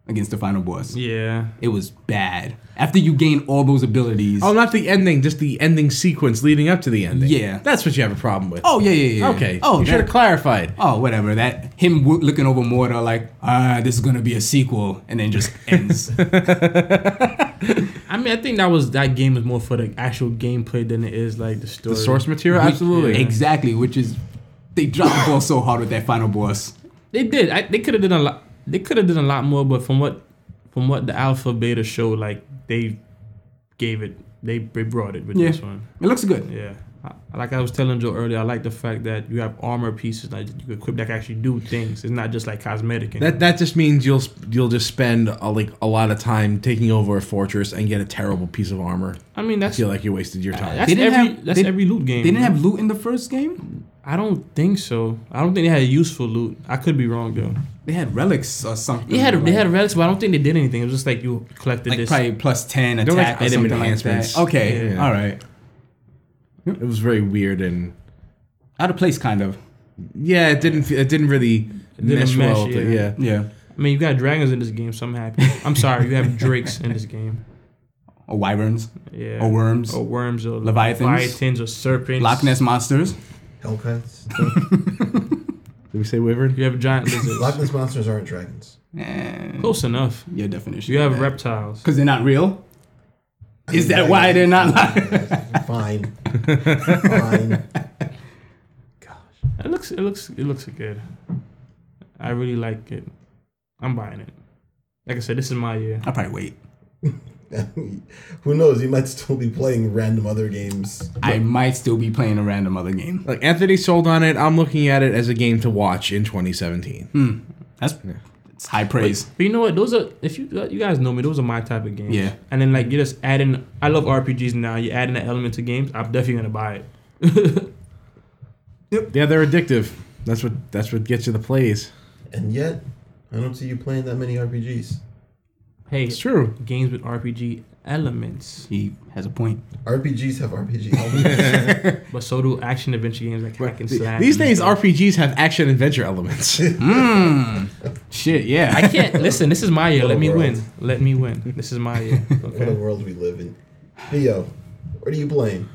Speaker 2: against the final boss.
Speaker 4: yeah.
Speaker 2: It was bad. After you gain all those abilities.
Speaker 3: Oh, not the ending, just the ending sequence leading up to the ending.
Speaker 2: Yeah.
Speaker 3: that's what you have a problem with.
Speaker 2: Oh, yeah, yeah, yeah.
Speaker 3: okay.
Speaker 2: Oh,
Speaker 3: you should have
Speaker 2: that-
Speaker 3: clarified.
Speaker 2: oh, whatever. That him w- looking over Mortar like, ah, this is gonna be a sequel, and then just ends.
Speaker 4: I mean, I think that was that game is more for the actual gameplay than it is like the story.
Speaker 3: The source material,
Speaker 2: Which-
Speaker 3: absolutely.
Speaker 2: Exactly, which is they dropped the ball so hard with that final boss.
Speaker 4: They did. I, they could have done a lot. They could have done a lot more, but from what from what the alpha beta showed, like they gave it. They, they brought it with
Speaker 2: Yeah.
Speaker 4: this one.
Speaker 2: It looks good.
Speaker 4: Yeah. I, like I was telling Joe earlier, I like the fact that you have armor pieces that you can equip that can actually do things. It's not just like cosmetic.
Speaker 3: That that just means you'll sp- you'll just spend a, like a lot of time taking over a fortress and get a terrible piece of armor.
Speaker 4: I mean, that's
Speaker 3: Feel like you wasted your time.
Speaker 4: that's
Speaker 2: They didn't
Speaker 4: every
Speaker 2: have-
Speaker 4: that's
Speaker 2: they-
Speaker 4: every loot game.
Speaker 2: They didn't have loot in the first game.
Speaker 4: I don't think so. I don't think they had useful loot. I could be wrong though.
Speaker 2: They had relics or something.
Speaker 4: They had they
Speaker 2: like-
Speaker 4: had relics, but I don't think they did anything. It was just like you collected
Speaker 2: like
Speaker 4: this.
Speaker 2: probably plus ten
Speaker 3: They're like
Speaker 2: attack or
Speaker 3: item
Speaker 2: something like
Speaker 3: enhancements.
Speaker 2: that. Okay,
Speaker 3: Yeah.
Speaker 2: all right.
Speaker 3: It was very weird and
Speaker 2: Out of place, kind of.
Speaker 3: yeah, it didn't fe- it didn't really
Speaker 4: didn't
Speaker 3: mesh,
Speaker 4: mesh,
Speaker 3: well. with it,
Speaker 4: yeah.
Speaker 3: yeah.
Speaker 2: Yeah,
Speaker 4: I mean, you got dragons in this game, so I'm happy. I'm sorry, you have drakes in this game.
Speaker 2: or wyverns,
Speaker 4: Yeah.
Speaker 2: or worms,
Speaker 4: Or Oh, worms or
Speaker 2: Leviathans.
Speaker 4: Leviathans or serpents.
Speaker 2: Loch Ness monsters.
Speaker 1: Hellcats.
Speaker 3: Did we say wyvern?
Speaker 4: You have giant lizards.
Speaker 1: Loch Ness monsters aren't dragons.
Speaker 2: Eh,
Speaker 4: Close enough.
Speaker 2: Your definition.
Speaker 4: You have reptiles.
Speaker 2: because they're not real.
Speaker 1: I
Speaker 2: Is
Speaker 1: mean,
Speaker 2: that why they're not?
Speaker 1: Fine. Fine.
Speaker 4: It looks it looks it looks good. I really like it. I'm buying it. Like I said, this is my year.
Speaker 2: I'll probably wait.
Speaker 1: Who knows? You might still be playing random other games.
Speaker 2: I might still be playing a random other game.
Speaker 3: Like Anthony sold on it. I'm looking at it as a game to watch in 2017.
Speaker 2: That's it's high praise.
Speaker 4: But you know what? Those are if you uh, you guys know me. Those are my type of games.
Speaker 2: Yeah.
Speaker 4: And then like you just adding. I love RPGs now. You're adding that element to games. I'm definitely gonna buy it.
Speaker 3: Yeah, they're addictive. That's what that's what gets you the plays.
Speaker 1: And yet, I don't see you playing that many RPGs.
Speaker 4: hey,
Speaker 3: It's true.
Speaker 4: games with RPG elements,
Speaker 2: He has a point.
Speaker 1: RPGs have RPG elements.
Speaker 4: but so do action adventure games like hack and slash.
Speaker 3: These
Speaker 4: and
Speaker 3: days,
Speaker 4: stuff.
Speaker 3: RPGs have action adventure elements.
Speaker 2: Mm. Shit, yeah.
Speaker 4: I can't listen. This is my year.
Speaker 1: What a
Speaker 4: Let me
Speaker 1: world.
Speaker 4: win. Let me win. This is my year.
Speaker 1: what a
Speaker 4: Okay.
Speaker 1: world we live in. Theo, what are you playing?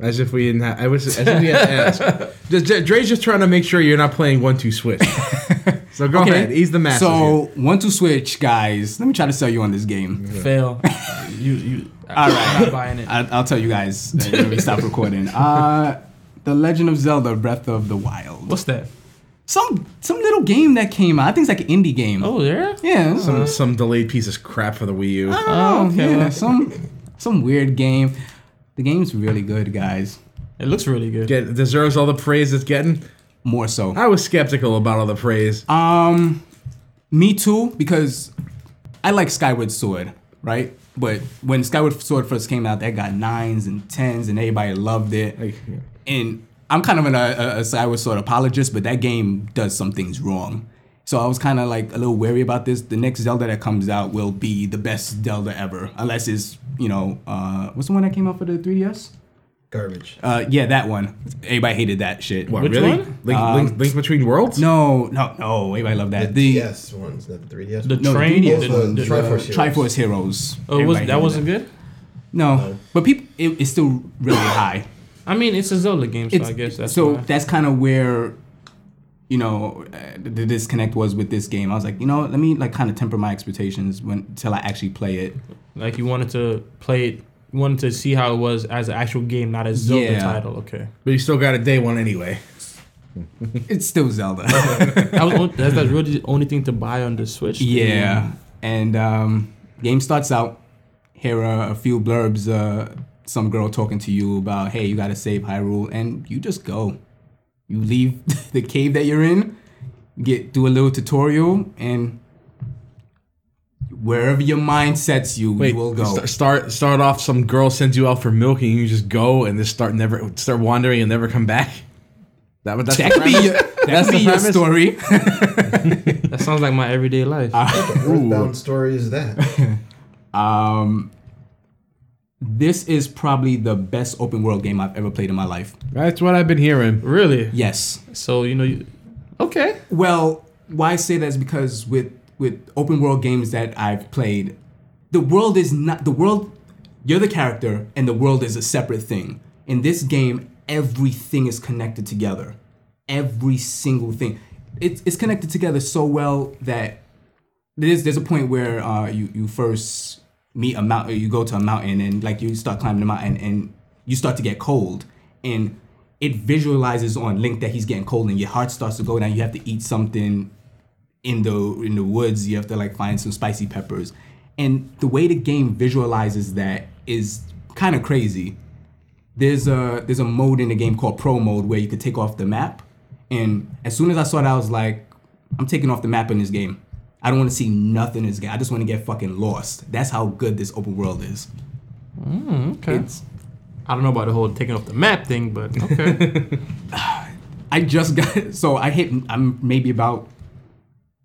Speaker 3: As if we didn't have. I was. As if we had to ask. Just, just, Dre's just trying to make sure you're not playing one two switch. So go ahead. He's the master.
Speaker 2: So one to switch, guys. Let me try to sell you on this game.
Speaker 4: Fail. You you.
Speaker 2: All
Speaker 4: I'm
Speaker 2: right,
Speaker 4: not buying it.
Speaker 2: I, I'll tell you guys uh, when we stop recording. Uh, the Legend of Zelda: Breath of the Wild.
Speaker 4: What's that?
Speaker 2: some some little game that came out? I think it's like an indie game.
Speaker 4: Oh, yeah.
Speaker 2: yeah. it's-
Speaker 3: some some delayed piece of crap for the Wii U.
Speaker 2: I don't know,
Speaker 4: Oh, okay,
Speaker 2: yeah,
Speaker 4: well.
Speaker 2: some some weird game. The game's really good, guys.
Speaker 4: It looks really good.
Speaker 3: Get deserves all the praise it's getting.
Speaker 2: More so.
Speaker 3: I was skeptical about all the praise.
Speaker 2: Um, me too, because I like Skyward Sword, right? But when Skyward Sword first came out, that got nines and tens, and everybody loved it.
Speaker 3: Like, yeah.
Speaker 2: And I'm kind of an, a, a Skyward Sword apologist, but that game does some things wrong. So I was kind of like a little wary about this. The next Zelda that comes out will be the best Zelda ever, unless it's you know uh, what's the one that came out for the 3DS?
Speaker 1: Garbage.
Speaker 2: Uh, yeah, that one. Everybody hated that shit.
Speaker 3: What
Speaker 4: Which
Speaker 3: really?
Speaker 4: one?
Speaker 3: Link,
Speaker 2: Um,
Speaker 3: link, link between worlds?
Speaker 2: No, no, no. Everybody loved that. The
Speaker 1: DS E ones, not the 3DS.
Speaker 4: The
Speaker 1: ones.
Speaker 2: no, the
Speaker 4: train.
Speaker 2: DDS
Speaker 4: the-
Speaker 1: was the
Speaker 4: the-
Speaker 1: Triforce
Speaker 2: Heroes.
Speaker 1: Heroes.
Speaker 2: Triforce Heroes.
Speaker 4: Oh, it was
Speaker 2: Everybody
Speaker 4: that Oh.
Speaker 2: hated
Speaker 4: wasn't good.
Speaker 2: No,
Speaker 1: No.
Speaker 2: but people, it, it's still really high.
Speaker 4: I mean, it's a Zelda game, so
Speaker 2: It's-
Speaker 4: I guess that's
Speaker 2: so
Speaker 4: why.
Speaker 2: that's kind of where you know uh, the disconnect was with this game. I was like, you know, let me like kind of temper my expectations when until I actually play it.
Speaker 4: Like you wanted to play it, you wanted to see how it was as an actual game, not as Zelda
Speaker 2: Yeah.
Speaker 4: title. Okay,
Speaker 3: But you still got a day one anyway.
Speaker 2: It's still Zelda.
Speaker 4: that was on- that's, that's really the only thing to buy on the Switch.
Speaker 3: Mm.
Speaker 2: yeah, and um, game starts out. Here are a few blurbs. Uh, some girl talking to you about, hey, you gotta save Hyrule, and you just go. You leave the cave that you're in, get do a little tutorial, and wherever your mind sets you, you will go.
Speaker 3: st- start start off. Some girl sends you out for milk, and you just go and just start never start wandering and never come back. That would that's the
Speaker 2: that could be
Speaker 3: premise?
Speaker 2: your, that could be your
Speaker 3: premise?
Speaker 2: story.
Speaker 4: that sounds like my everyday life.
Speaker 2: Uh,
Speaker 1: Earthbound story is that?
Speaker 2: Um, this is probably the best open world game I've ever played in my life.
Speaker 3: That's what I've been hearing.
Speaker 4: really?
Speaker 2: Yes.
Speaker 4: So you know, you, okay.
Speaker 2: Well, why I say that is because with with open world games that I've played, the world is not the world. You're the character, and the world is a separate thing. In this game, everything is connected together. Every single thing, it's it's connected together so well that there's there's a point where uh you you first meet a mountain, you go to a mountain, and like you start climbing the mountain, and you start to get cold, and it visualizes on Link that he's getting cold, and your heart starts to go down. You have to eat something in the in the woods. You have to like find some spicy peppers, and the way the game visualizes that is kind of crazy. There's a there's a mode in the game called Pro Mode where you could take off the map, and as soon as I saw that, I was like, I'm taking off the map in this game. I don't want to see nothing in this game. I just want to get fucking lost. That's how good this open world is.
Speaker 4: Okay.
Speaker 2: It's
Speaker 4: I don't know about the whole taking off the map thing, but okay.
Speaker 2: I just got so I hit I'm maybe about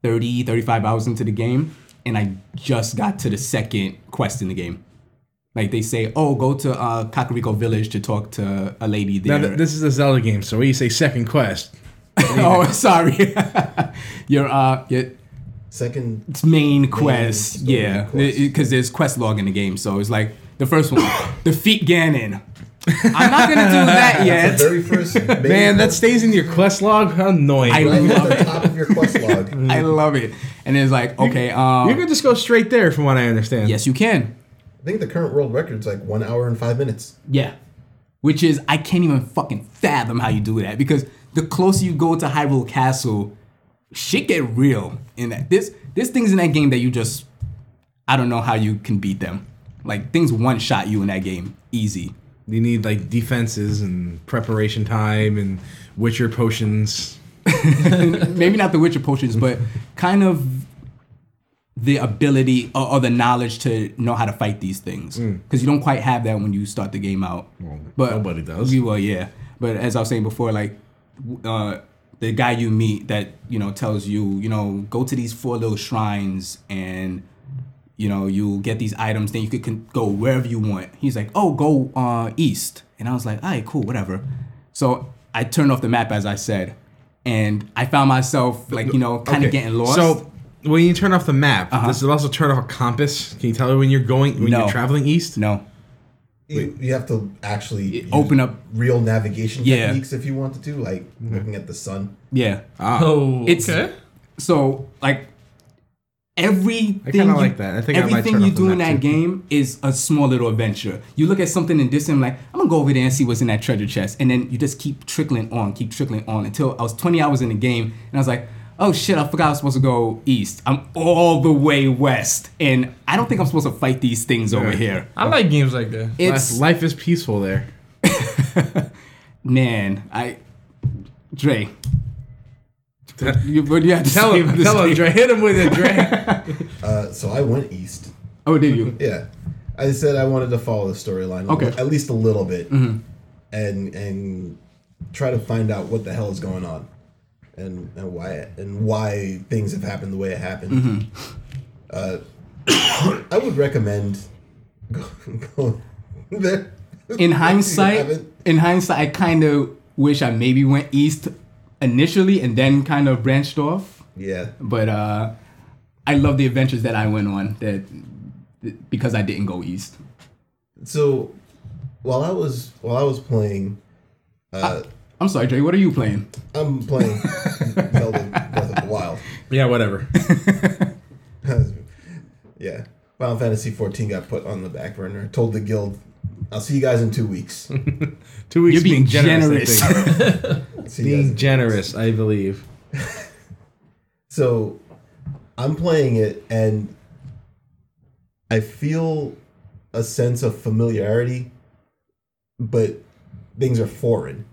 Speaker 2: 30 35 hours into the game and I just got to the second quest in the game. Like they say, "Oh, go to uh Kakariko village to talk to a lady
Speaker 3: Now
Speaker 2: there."
Speaker 3: th- this is a Zelda game, so when you say second quest,
Speaker 2: oh, sorry. your uh your
Speaker 1: Second
Speaker 2: it's main quest.
Speaker 1: story
Speaker 2: yeah.
Speaker 1: quest.
Speaker 2: Because there's quest log in the game, so it's like the first one, defeat Ganon. I'm not going to do that
Speaker 1: The
Speaker 2: yet.
Speaker 1: very first main
Speaker 3: man, that
Speaker 1: quest-
Speaker 3: stays in your quest log. How annoying!
Speaker 2: I
Speaker 1: right
Speaker 2: love
Speaker 1: at the
Speaker 2: it.
Speaker 1: top of your quest log.
Speaker 2: I love it. And it's like, okay, um
Speaker 3: you can just go straight there, from what I understand.
Speaker 2: Yes, you can.
Speaker 1: I think the current world record's like one hour and five minutes.
Speaker 2: Yeah. Which is I can't even fucking fathom how you do that because the closer you go to Hyrule Castle, shit get real in that. This this things in that game that you just I don't know how you can beat them. Like things one shot you in that game easy.
Speaker 3: You need like defenses and preparation time and Witcher potions.
Speaker 2: Maybe not the Witcher potions, but kind of the ability or, or the knowledge to know how to fight these things
Speaker 3: Mm.
Speaker 2: because you don't quite have that when you start the game out. but
Speaker 3: nobody does.
Speaker 2: You well, yeah. But as I was saying before, like w- uh, the guy you meet that you know tells you, you know, go to these four little shrines and you know you'll get these items. Then you could con- go wherever you want. He's like, oh, go uh, east, and I was like, all right, cool, whatever. So I turned off the map as I said, and I found myself like you know kind of
Speaker 3: Okay,
Speaker 2: getting lost. Uh-huh.
Speaker 3: So when you turn off the map, does it also turn off a compass? Can you tell me when you're going when
Speaker 2: No.
Speaker 3: you're traveling east?
Speaker 2: no.
Speaker 1: You, you have to actually use
Speaker 2: open up-
Speaker 1: real navigation
Speaker 2: Yeah. Mm-hmm.
Speaker 1: techniques if you wanted to, like looking at the sun.
Speaker 2: Yeah.
Speaker 4: oh,
Speaker 2: It's-
Speaker 4: okay.
Speaker 2: So like everything
Speaker 3: kinda
Speaker 2: you-
Speaker 3: like that. I think I might
Speaker 2: everything
Speaker 3: turn
Speaker 2: you
Speaker 3: off the
Speaker 2: do in
Speaker 3: map
Speaker 2: that
Speaker 3: too.
Speaker 2: game is a small little adventure. You look at something in this and like, I'm gonna go over there and see what's in that treasure chest, and then you just keep trickling on, keep trickling on until I was 20 hours in the game and I was like, oh shit, I forgot I was supposed to go east. I'm all the way west, and I don't think I'm supposed to fight these things over here.
Speaker 4: I like games like that.
Speaker 2: It's
Speaker 3: life, life is peaceful there.
Speaker 2: man, I Dre. You, what do you have to
Speaker 3: Tell
Speaker 2: say
Speaker 3: him,
Speaker 2: about this
Speaker 3: tell him,
Speaker 2: game?
Speaker 3: Dre. Hit him with it, Dre.
Speaker 1: Uh, so I went east.
Speaker 2: Oh, did you?
Speaker 1: Yeah, I said I wanted to follow the storyline
Speaker 2: Okay. Mm-hmm.
Speaker 1: at least a little bit, and and try to find out what the hell is going on, and and why and why things have happened the way it happened.
Speaker 2: Mm-hmm.
Speaker 1: Uh, I would recommend go, go there.
Speaker 2: in
Speaker 1: You
Speaker 2: hindsight,
Speaker 1: haven't-
Speaker 2: in hindsight, I kind of wish I maybe went east initially and then kind of branched off.
Speaker 1: yeah,
Speaker 2: But uh, I love the adventures that I went on that because I didn't go east.
Speaker 1: So while I was while I was playing, Uh,
Speaker 2: I'm sorry, Dre. What are you playing?
Speaker 1: I'm playing Zelda Breath of the Wild.
Speaker 3: Yeah, whatever.
Speaker 1: yeah. Final Fantasy 14 got put on the back burner. Told the guild, I'll see you guys in two weeks.
Speaker 3: Two weeks
Speaker 2: You're being
Speaker 3: I think.
Speaker 1: See you guys
Speaker 3: being
Speaker 1: in-
Speaker 3: generous, I believe.
Speaker 1: So I'm playing it and I feel a sense of familiarity, but things are foreign.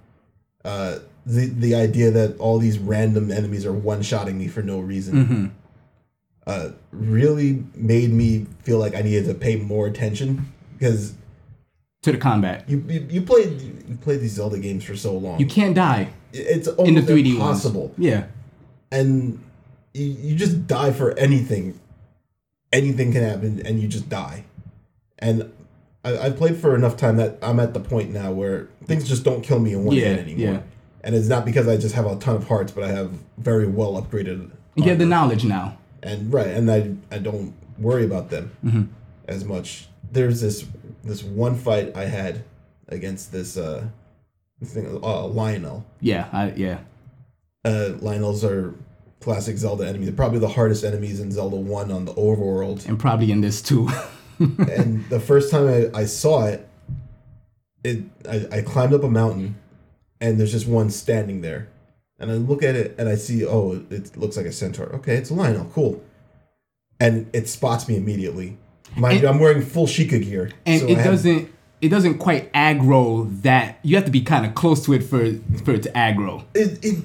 Speaker 1: Uh, the the idea that all these random enemies are one shotting me for no reason uh, really made me feel like I needed to pay more attention because
Speaker 2: To the combat.
Speaker 1: you you, you played you played these Zelda games for so long.
Speaker 2: You can't die
Speaker 1: it's
Speaker 2: in the
Speaker 1: almost
Speaker 2: 3D ones.
Speaker 1: impossible
Speaker 2: Yeah.
Speaker 1: and you, you just die for anything. Anything can happen, and you just die. And I, I've played for enough time that I'm at the point now where things just don't kill me in one
Speaker 2: Yeah,
Speaker 1: hit anymore.
Speaker 2: yeah.
Speaker 1: And it's not because I just have a ton of hearts, but I have very well upgraded.
Speaker 2: You have the
Speaker 1: armor.
Speaker 2: knowledge now.
Speaker 1: and right, and I I don't worry about them as much. There's this this one fight I had against this uh this thing uh, Lionel
Speaker 2: Yeah. I, yeah.
Speaker 1: uh, Lionels are classic Zelda enemies. They're probably the hardest enemies in Zelda 1 on the overworld.
Speaker 2: And probably in this too.
Speaker 1: and the first time I, I saw it, it I, I climbed up a mountain and there's just one standing there. And I look at it and I see, oh, it- it looks like a centaur. Okay, it's a Lionel. Cool. And it spots me immediately. Mind you, I'm wearing full Sheikah gear.
Speaker 2: and
Speaker 1: so I
Speaker 2: it
Speaker 1: have-
Speaker 2: doesn't it doesn't quite aggro that you have to be kind of close to it for for it to aggro.
Speaker 1: it, it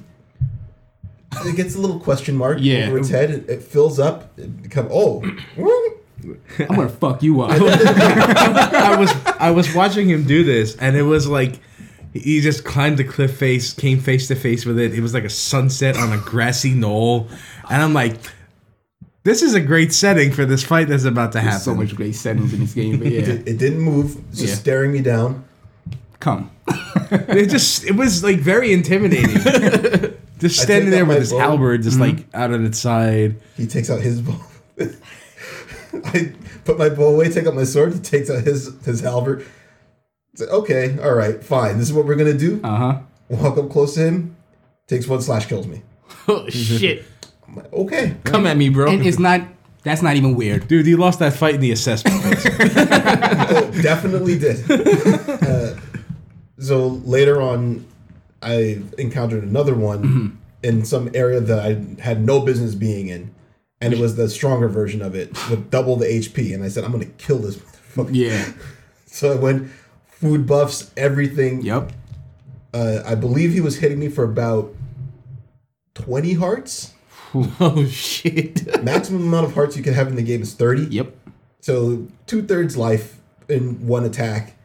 Speaker 1: it gets a little question mark
Speaker 2: Yeah.
Speaker 1: over its head. It, it fills up. It become oh,
Speaker 2: I'm gonna fuck you up.
Speaker 3: I was I was watching him do this, and it was like he just climbed the cliff face, came face to face with it. It was like a sunset on a grassy knoll, and I'm like, this is a great setting for this fight that's about to happen.
Speaker 2: so much great settings in this game, but yeah,
Speaker 1: It didn't move. It's just
Speaker 2: Yeah.
Speaker 1: staring me down.
Speaker 2: come.
Speaker 3: it just it was like very intimidating. just standing
Speaker 1: that
Speaker 3: there with
Speaker 1: my Mm-hmm.
Speaker 3: his
Speaker 1: bow-
Speaker 3: halberd just like out on its side.
Speaker 1: He takes out his bow. I put my bow away, take out my sword. He takes out his his halberd. It's like, okay, all right, fine. This is what we're gonna do.
Speaker 2: Uh
Speaker 1: Walk up close to him. Takes one slash, kills me.
Speaker 4: Oh shit!
Speaker 1: I'm like, okay,
Speaker 4: Come at me, bro.
Speaker 2: huh. And it's not. That's not even weird.
Speaker 3: Dude, you lost that fight in the assessment. phase.
Speaker 1: Oh, definitely did. uh, so later on, I encountered another one
Speaker 2: Mm-hmm.
Speaker 1: in some area that I had no business being in, and it was the stronger version of it with double the HP. And I said, I'm gonna kill this. Motherfucker.
Speaker 2: Yeah.
Speaker 1: So I went food buffs, everything.
Speaker 2: Yep.
Speaker 1: Uh, I believe he was hitting me for about 20 hearts.
Speaker 4: Oh shit!
Speaker 1: Maximum amount of hearts you can have in the game is 30.
Speaker 2: Yep.
Speaker 1: So two thirds life in one attack.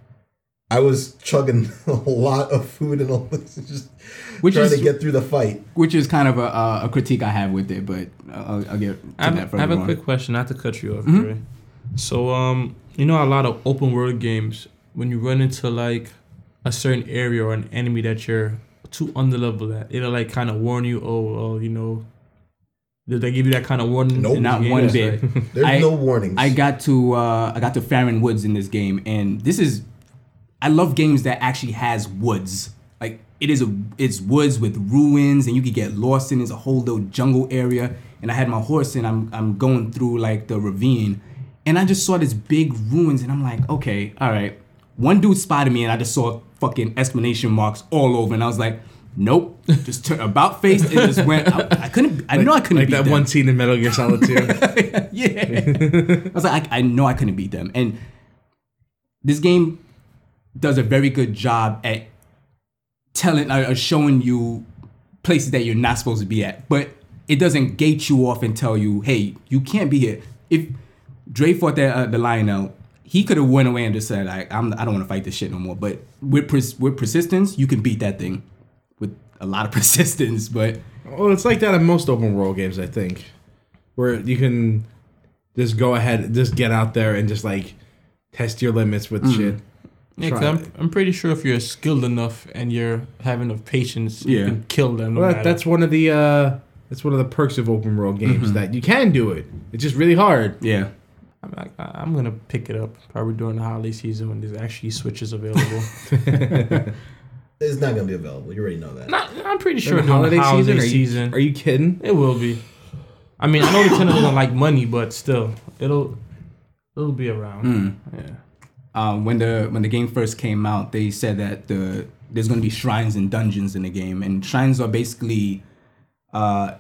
Speaker 1: I was chugging a lot of food and all this, just
Speaker 2: Which
Speaker 1: trying
Speaker 2: is-
Speaker 1: to get through the fight.
Speaker 2: Which is kind of a, uh, a critique I have with it, but I'll, I'll get to
Speaker 4: I have,
Speaker 2: that
Speaker 4: I
Speaker 2: further
Speaker 4: have a
Speaker 2: on.
Speaker 4: quick question. Not to cut you
Speaker 3: Mm-hmm.
Speaker 4: off, Dre. So, um, you know, a lot of open world games, when you run into like a certain area or an enemy that you're too underleveled at, it'll like kind of warn you. Oh, well, you know, did they give you that kind of warning?
Speaker 1: Nope.
Speaker 4: in
Speaker 2: Not
Speaker 4: the game?
Speaker 2: one
Speaker 4: It's
Speaker 2: bit.
Speaker 4: like-
Speaker 1: There's
Speaker 2: I-
Speaker 1: no warnings.
Speaker 2: I got to uh, I got to Farron Woods in this game, and this is I love games that actually has woods. Like it is a it's woods with ruins, and you could get lost in. It's a whole little jungle area, and I had my horse, and I'm I'm going through like the ravine, and I just saw this big ruins, and I'm like, okay, all right. One dude spotted me, and I just saw fucking exclamation marks all over, and I was like. Nope, just turn about face and just went. I, I couldn't. I know I couldn't
Speaker 3: like
Speaker 2: beat
Speaker 3: that
Speaker 2: them
Speaker 3: one scene in Metal Gear Solid 2.
Speaker 2: yeah. I was like, I, I know I couldn't beat them. And this game does a very good job at telling or or showing you places that you're not supposed to be at. But it doesn't gate you off and tell you, hey, you can't be here. If Dre fought that, uh, the Lionel, he could have went away and just said, like, I'm, I don't want to fight this shit no more. But with, pers- with persistence, you can beat that thing with a lot of persistence. But
Speaker 3: Well, it's like that in most open world games, I think, where you can just go ahead, just get out there and just like test your limits with shit.
Speaker 4: Yeah, 'cause
Speaker 3: Try
Speaker 4: I'm, I'm pretty sure if you're skilled enough and you're having enough patience, you
Speaker 2: Yeah.
Speaker 4: can kill them. No
Speaker 3: Well, that,
Speaker 4: matter.
Speaker 3: that's one of the uh, that's one of the perks of open world games that you can do it. It's just really hard.
Speaker 2: yeah.
Speaker 4: I'm, like, I- I'm gonna pick it up probably during the holiday season when there's actually switches available.
Speaker 1: It's not gonna be available. You already know that.
Speaker 4: Not, I'm pretty sure during holiday, holiday
Speaker 3: Are you-
Speaker 4: season,
Speaker 3: Are you kidding?
Speaker 4: it will be. I mean, I know Nintendo doesn't like money, but still, it'll it'll be around. Yeah.
Speaker 2: um, when the when the game first came out, they said that the there's going to be shrines and dungeons in the game, and shrines are basically uh,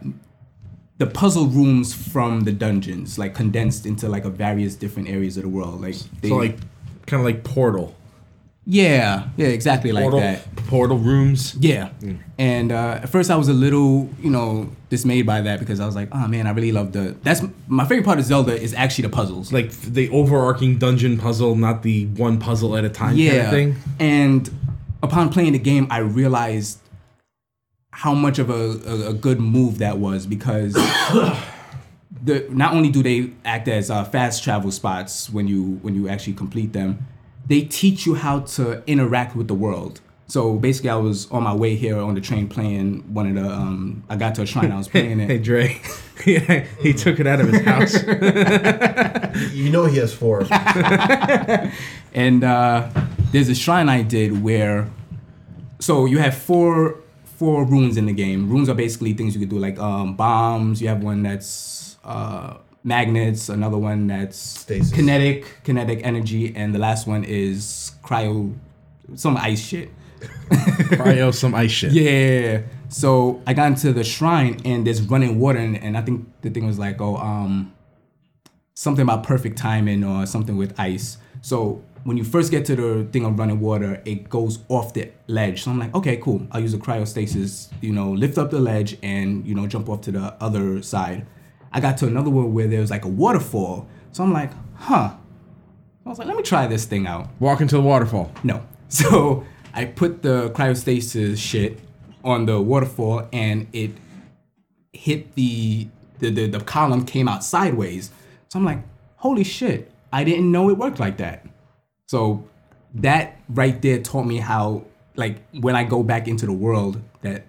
Speaker 2: the puzzle rooms from the dungeons, like condensed into like a various different areas of the world. Like they,
Speaker 3: So like, kind of like Portal.
Speaker 2: yeah, yeah, exactly like
Speaker 3: Portal, Mm.
Speaker 2: that.
Speaker 3: Portal rooms.
Speaker 2: Yeah. And uh, at first, I was a little, you know, dismayed by that because I was like, oh man, I really love the. That's my favorite part of Zelda is actually the puzzles.
Speaker 3: Like the overarching dungeon puzzle, not the one puzzle at a time kind of thing.
Speaker 2: And upon playing the game, I realized how much of a, a, a good move that was because the not only do they act as uh, fast travel spots when you when you actually complete them, they teach you how to interact with the world. So basically, I was on my way here on the train playing one of the. Um, I got to a shrine. I was playing
Speaker 3: Hey
Speaker 2: it.
Speaker 3: Dre, yeah, he took it out of his house.
Speaker 1: You know he has four.
Speaker 2: and uh, there's a shrine I did where, so you have four four runes in the game. Runes are basically things you could do like um, bombs. You have one that's uh, magnets. Another one that's
Speaker 1: Stasis.
Speaker 2: kinetic kinetic energy, and the last one is cryo, some ice shit.
Speaker 3: Cryo, some ice shit.
Speaker 2: Yeah. So I got into the shrine and there's running water and, and I think the thing was like, oh, um, something about perfect timing or something with ice. So when you first get to the thing of running water, it goes off the ledge. So I'm like, okay, cool. I'll use a cryostasis, you know, lift up the ledge and, you know, jump off to the other side. I got to another one where there was like a waterfall. So I'm like, huh. I was like, let me try this thing out.
Speaker 3: Walk into the waterfall.
Speaker 2: No. So I put the cryostasis shit on the waterfall and it hit the the, the the column came out sideways. So I'm like, holy shit, I didn't know it worked like that. So that right there taught me how like when I go back into the world that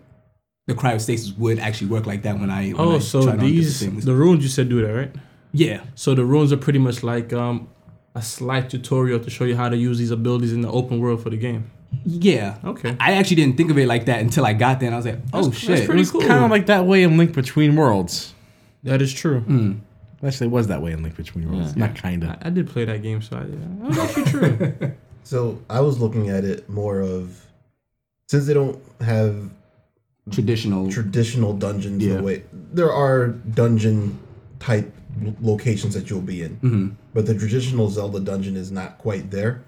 Speaker 2: the cryostasis would actually work like that when I when
Speaker 4: Oh,
Speaker 2: I
Speaker 4: so
Speaker 2: tried on different
Speaker 4: these
Speaker 2: things.
Speaker 4: the runes you said do that, right?
Speaker 2: yeah
Speaker 4: So the runes are pretty much like um a slight tutorial to show you how to use these abilities in the open world for the game.
Speaker 2: yeah
Speaker 4: Okay.
Speaker 2: I actually didn't think of it like that until I got there and I was like oh shit
Speaker 4: that's
Speaker 3: It
Speaker 4: pretty
Speaker 3: was
Speaker 4: cool.
Speaker 3: kind of like that way in Link Between Worlds.
Speaker 4: That is true.
Speaker 2: Hmm.
Speaker 3: Actually, it was that way in Link Between Worlds.
Speaker 4: Yeah. Uh,
Speaker 3: Not kinda.
Speaker 4: I, I did play that game, so I, yeah, that was actually true.
Speaker 1: so I was looking at it more of since they don't have
Speaker 2: traditional
Speaker 1: traditional dungeons
Speaker 2: Yeah.
Speaker 1: the way there are dungeon type l- locations that you'll be in but the traditional zelda dungeon is not quite there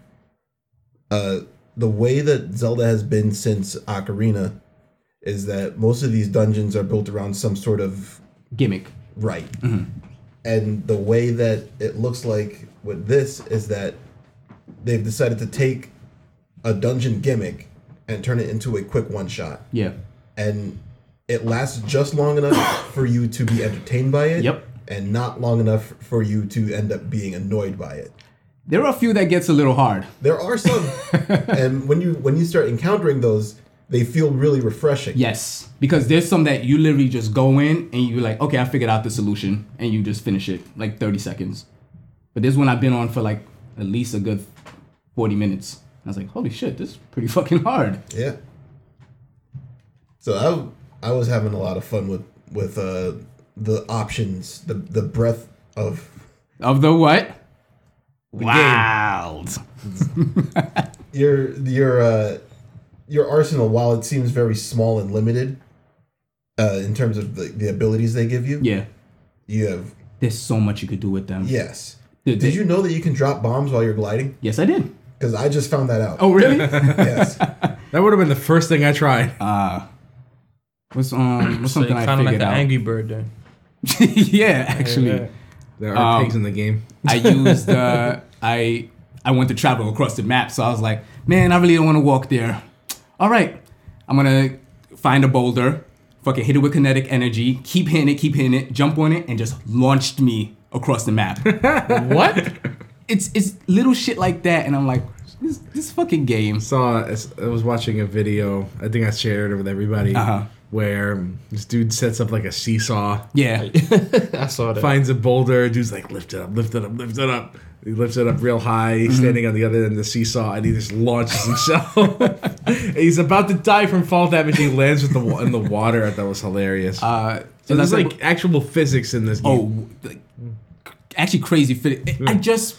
Speaker 1: uh the way that zelda has been since ocarina is that most of these dungeons are built around some sort of
Speaker 2: gimmick
Speaker 1: right and the way that it looks like with this is that they've decided to take a dungeon gimmick and turn it into a quick one shot
Speaker 2: yeah
Speaker 1: and it lasts just long enough for you to be entertained by it.
Speaker 2: Yep.
Speaker 1: And not long enough for you to end up being annoyed by it.
Speaker 2: There are a few that gets a little hard.
Speaker 1: There are some, and when you when you start encountering those, they feel really refreshing.
Speaker 2: Yes, because there's some that you literally just go in and you're like, okay, I figured out the solution, and you just finish it like 30 seconds. But there's one I've been on for like at least a good 40 minutes. I was like, holy shit, this is pretty fucking hard.
Speaker 1: Yeah. So I I was having a lot of fun with with uh, the options, the the breadth of
Speaker 2: Of the what? Wild.
Speaker 1: your your uh, your arsenal. While it seems very small and limited, uh, in terms of the, the abilities they give you,
Speaker 2: Yeah,
Speaker 1: you have
Speaker 2: there's so much you could do with them.
Speaker 1: yes.
Speaker 2: The- the-
Speaker 1: Did you know that you can drop bombs while you're gliding?
Speaker 2: Yes, I did.
Speaker 1: Because I just found that out.
Speaker 2: Oh, really?
Speaker 1: yes.
Speaker 3: That would have been the first thing I tried.
Speaker 2: what's um, what's
Speaker 4: so
Speaker 2: something
Speaker 4: kind
Speaker 2: I
Speaker 4: of like
Speaker 2: figured
Speaker 4: the
Speaker 2: out?
Speaker 4: Angry Bird then.
Speaker 2: yeah, actually.
Speaker 4: Yeah.
Speaker 3: there are
Speaker 2: um,
Speaker 3: pigs in the game.
Speaker 2: I used uh, I I went to travel across the map, so I was like, man, I really don't want to walk there. All right, I'm gonna find a boulder, fucking hit it with kinetic energy, keep hitting it, keep hitting it, jump on it, and just launched me across the map.
Speaker 4: What?
Speaker 2: it's it's little shit like that, and I'm like, this this fucking game.
Speaker 3: saw I was watching a video. I think I shared it with everybody
Speaker 2: Uh-huh.
Speaker 3: where this dude sets up like a seesaw,
Speaker 2: Yeah,
Speaker 4: I saw that.
Speaker 3: finds a boulder. Dude's like, lift it up, lift it up, lift it up. He lifts it up real high, he's standing on the other end of the seesaw, and he just launches himself. and He's about to die from fall damage. He lands with the wa- in the water. That was hilarious.
Speaker 2: Uh,
Speaker 3: so
Speaker 2: and
Speaker 3: there's
Speaker 2: that's
Speaker 3: like actual physics in this game.
Speaker 2: Oh, like, actually, crazy fit. I just.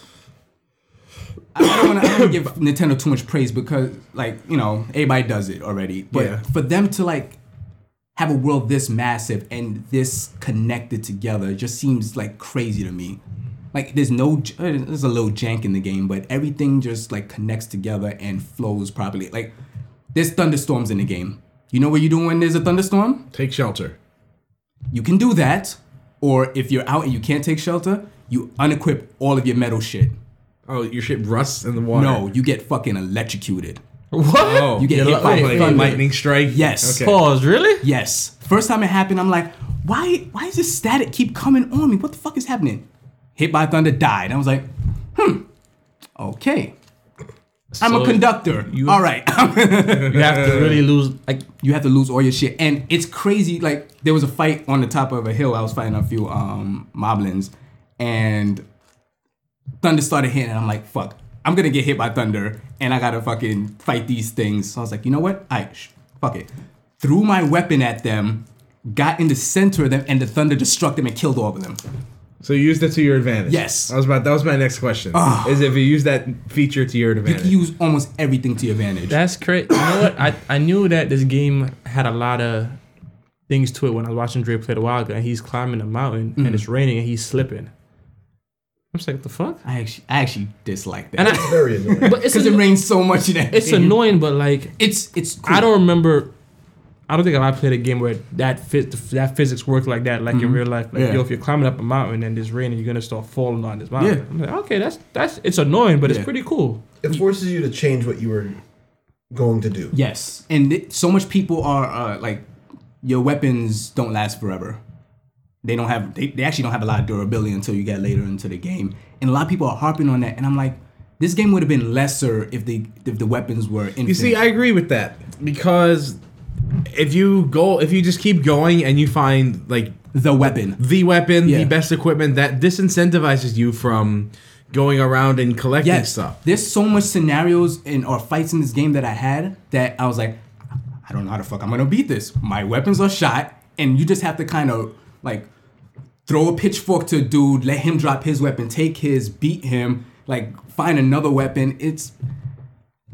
Speaker 2: I don't want to give Nintendo too much praise because, like, you know, everybody does it already. But
Speaker 3: Yeah.
Speaker 2: for them to, like, have a world this massive and this connected together just seems, like, crazy to me. Like, there's no, j- uh, there's a little jank in the game, but everything just, like, connects together and flows properly. Like, there's thunderstorms in the game. You know what you do when there's a thunderstorm?
Speaker 3: Take shelter.
Speaker 2: you can do that, or if you're out and you can't take shelter, you unequip all of your metal shit.
Speaker 3: Oh, your shit rusts in the water.
Speaker 2: No, you get fucking electrocuted.
Speaker 4: What?
Speaker 3: Oh,
Speaker 2: You get
Speaker 3: yeah,
Speaker 2: hit
Speaker 3: li-
Speaker 2: by a
Speaker 3: oh, like
Speaker 2: thunder.
Speaker 3: lightning strike.
Speaker 2: Yes. Oh.
Speaker 3: Okay.
Speaker 4: Pause. Really?
Speaker 2: Yes. First time it happened, I'm like, why? Why is this static keep coming on me? What the fuck is happening? Hit by thunder, died. I was like, hmm, okay. I'm
Speaker 4: So
Speaker 2: a conductor.
Speaker 4: you-
Speaker 2: all right.
Speaker 4: You have to really lose. Like
Speaker 2: you have to lose all your shit. And it's crazy. Like there was a fight on the top of a hill. I was fighting a few um moblins, and thunder started hitting. And I'm like, fuck, I'm gonna get hit by thunder, and I gotta fucking fight these things. So I was like, you know what? I sh- fuck it. Threw my weapon at them, got in the center of them, and the thunder just struck them and killed all of them.
Speaker 3: So you used it to your advantage.
Speaker 2: Yes. Ah.
Speaker 3: That was my that was my next question. Is if you use that feature to your
Speaker 2: You
Speaker 3: advantage.
Speaker 2: can use almost everything to your advantage.
Speaker 4: that's crazy. You know what? I I knew that this game had a lot of things to it when I was watching Dre play the Wild Guy. He's climbing a mountain and it's raining and he's slipping. I'm just like, what the fuck?
Speaker 2: I actually, I actually dislike
Speaker 4: And
Speaker 2: that
Speaker 4: I,
Speaker 1: Very annoying.
Speaker 4: but it's
Speaker 2: because it
Speaker 4: an,
Speaker 2: rains so much that
Speaker 4: it's annoying, but like
Speaker 2: it's it's. Cool.
Speaker 4: I don't remember. I don't think I played a game where that fit that physics worked like that, like in real life. Like
Speaker 2: Yeah.
Speaker 4: yo, if you're climbing up a mountain and it's raining, you're gonna start falling on this mountain.
Speaker 2: Yeah.
Speaker 4: I'm like, okay, that's that's it's annoying, but
Speaker 2: Yeah.
Speaker 4: it's pretty cool.
Speaker 1: It forces you to change what you were going to do.
Speaker 2: Yes, and th- so much people are uh, like, your weapons don't last forever. They don't have. They, they actually don't have a lot of durability until you get later into the game. And a lot of people are harping on that, and I'm like, this game would have been lesser if the if the weapons were infinite.
Speaker 3: You see, I agree with that because if you go, if you just keep going and you find like
Speaker 2: the weapon.
Speaker 3: the weapon,
Speaker 2: Yeah.
Speaker 3: the best equipment, that disincentivizes you from going around and collecting
Speaker 2: Yes,
Speaker 3: stuff.
Speaker 2: there's so much scenarios and or fights in this game that I had that I was like, I don't know how the fuck I'm gonna beat this. My weapons are shot, and you just have to kind of like throw a pitchfork to a dude, let him drop his weapon, take his, beat him, like find another weapon. It's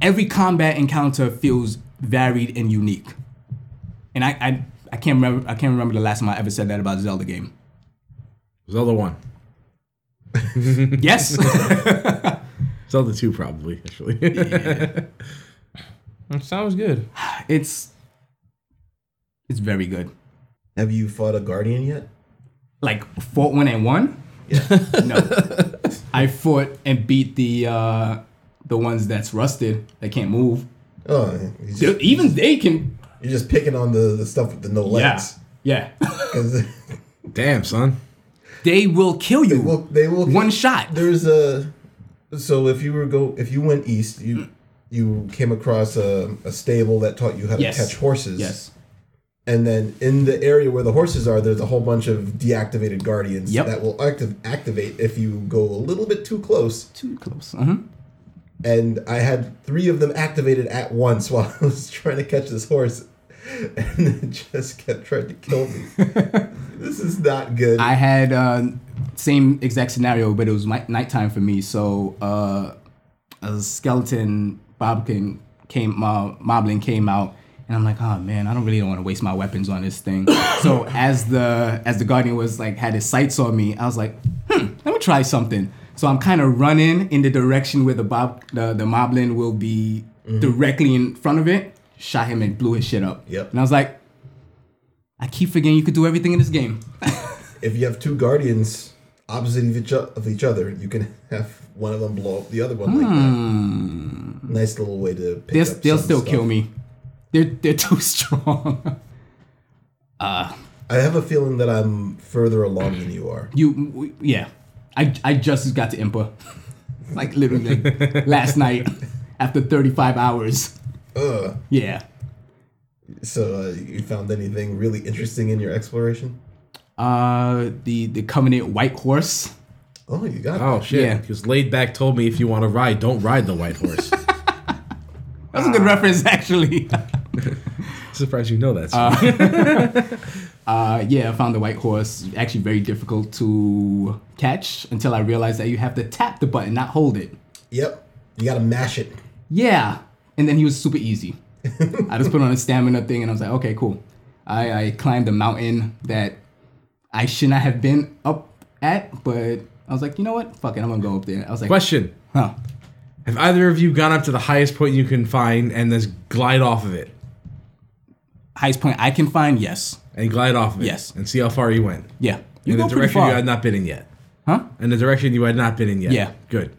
Speaker 2: every combat encounter feels varied and unique. And I I, I can't remember I can't remember the last time I ever said that about a Zelda game.
Speaker 3: Zelda one,
Speaker 2: Yes.
Speaker 3: Zelda two, probably actually.
Speaker 4: It sounds good.
Speaker 2: it's it's very good.
Speaker 1: Have you fought a guardian yet?
Speaker 2: like fought one and won? Yeah. no. I fought and beat the uh the ones that's rusted that can't move.
Speaker 1: Oh, you're just,
Speaker 2: Dude, even they can
Speaker 1: you're just picking on the, the stuff with the no legs.
Speaker 2: Yeah. Yeah.
Speaker 1: 'Cause
Speaker 3: Damn, son.
Speaker 2: they will kill you.
Speaker 1: they will, they will
Speaker 2: One shot.
Speaker 1: There's a so if you were go if you went east, you you came across a, a stable that taught you how to
Speaker 2: Yes.
Speaker 1: catch horses.
Speaker 2: Yes.
Speaker 1: And then in the area where the horses are, there's a whole bunch of deactivated guardians
Speaker 2: Yep.
Speaker 1: that will active, activate if you go a little bit too close.
Speaker 2: Too close. Uh-huh.
Speaker 1: And I had three of them activated at once while I was trying to catch this horse. And it just kept trying to kill me. this is not good.
Speaker 2: I had uh, same exact scenario, but it was night- nighttime for me. So uh, a skeleton bobkin came, uh, moblin came out, and I'm like, oh man, I don't really don't want to waste my weapons on this thing. so as the as the guardian was like had his sights on me, I was like, hmm, let me try something. So I'm kind of running in the direction where the bob the, the moblin will be
Speaker 1: Mm-hmm.
Speaker 2: directly in front of it. Shot him and blew his shit up.
Speaker 1: Yep.
Speaker 2: And I was like, I keep forgetting you could do everything in this game.
Speaker 1: if you have two guardians opposite of each, o- of each other, you can have one of them blow up the other one. Like that. Nice little way to pick
Speaker 2: Hmm. They'll,
Speaker 1: up
Speaker 2: they'll
Speaker 1: some
Speaker 2: still
Speaker 1: stuff.
Speaker 2: kill me. They're they're too strong.
Speaker 1: I have a feeling that I'm further along than you are.
Speaker 2: you w- yeah. I, I just got to Impa. like literally like, last night after 35 hours.
Speaker 1: Ugh.
Speaker 2: Yeah.
Speaker 1: So uh, you found anything really interesting in your exploration?
Speaker 2: Uh the the Covenant White Horse.
Speaker 1: Oh, you got
Speaker 3: Oh shit.
Speaker 2: Yeah.
Speaker 3: Because laid back told me if you want to ride, don't ride the white horse.
Speaker 2: That's a
Speaker 1: Ah.
Speaker 2: good reference, actually.
Speaker 3: Surprised you know that.
Speaker 2: Uh, yeah, I found the white horse actually very difficult to catch until I realized that you have to tap the button, not hold it.
Speaker 1: Yep. You gotta mash it.
Speaker 2: Yeah, and then he was super easy. I just put on a stamina thing, and I was like, okay, cool. I, I climbed a mountain that I should not have been up at, but I was like, you know what? Fuck it, I'm gonna go up there. I was like,
Speaker 3: Question:
Speaker 2: huh?
Speaker 3: Have either of you gone up to the highest point you can find and just glide off of it?
Speaker 2: Highest point I can find, yes,
Speaker 3: And glide off of it.
Speaker 2: Yes.
Speaker 3: And see how far you went.
Speaker 2: yeah. You
Speaker 3: in
Speaker 2: go
Speaker 3: the
Speaker 2: pretty
Speaker 3: direction you
Speaker 2: far,
Speaker 3: had not been in yet.
Speaker 2: huh?
Speaker 3: In the direction you had not been in yet.
Speaker 2: Yeah.
Speaker 3: Good.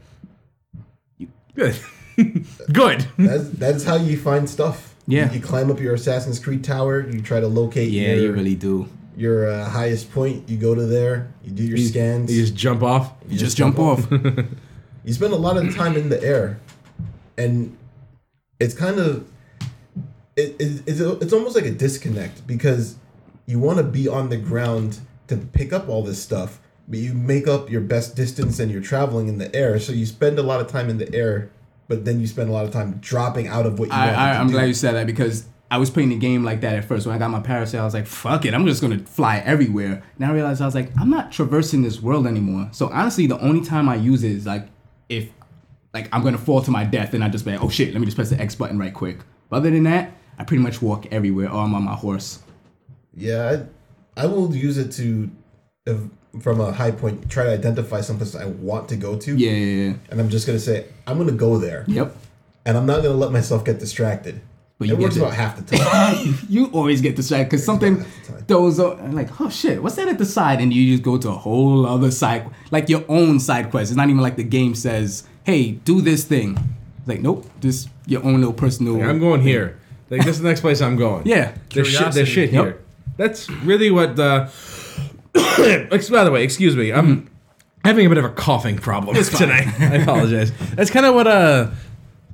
Speaker 3: Good. Good.
Speaker 1: That's that's how you find stuff.
Speaker 2: Yeah.
Speaker 1: You, you climb up your Assassin's Creed tower. You try to locate
Speaker 2: Yeah,
Speaker 1: your
Speaker 2: you really do.
Speaker 1: your uh, highest point. You go to there. You do your scans.
Speaker 3: You just jump off.
Speaker 2: You just jump off.
Speaker 1: you spend a lot of time in the air and it's kind of it, it, it's, it's almost like a disconnect because you want to be on the ground to pick up all this stuff but you make up your best distance and you're traveling in the air so you spend a lot of time in the air but then you spend a lot of time dropping out of what you
Speaker 2: I,
Speaker 1: want
Speaker 2: I,
Speaker 1: to
Speaker 2: I'm
Speaker 1: do.
Speaker 2: glad you said that because I was playing the game like that at first. When I got my parasail, I was like, fuck it, I'm just gonna fly everywhere. And I realized I was like, I'm not traversing this world anymore. So honestly, the only time I use it is like if like I'm gonna fall to my death and I just be like, oh shit, let me just press the X button right quick. But other than that, I pretty much walk everywhere or I'm on my horse.
Speaker 1: yeah I, I will use it to if, from a high point try to identify someplace i want to go to
Speaker 2: Yeah, yeah, yeah.
Speaker 1: and i'm just going to say i'm going to go there
Speaker 2: Yep.
Speaker 1: and I'm not gonna let myself get distracted.
Speaker 2: But you
Speaker 1: it works
Speaker 2: get to-
Speaker 1: about half the time.
Speaker 2: You always get distracted because something
Speaker 1: that's tight.
Speaker 2: throws up, and like, oh shit, what's that at the side? And you just go to a whole other side, like your own side quest. It's not even like the game says, hey, do this thing. It's like, nope, this your own little personal.
Speaker 3: I'm going here. Like this is the next place I'm going.
Speaker 2: Yeah.
Speaker 3: There's shit.
Speaker 4: Curiosity.
Speaker 3: There's shit
Speaker 2: Yep.
Speaker 3: here. That's really what the. Ex- By the way, excuse me. I'm
Speaker 2: Mm-hmm.
Speaker 3: having a bit of a coughing problem tonight. I apologize. That's kind of what uh,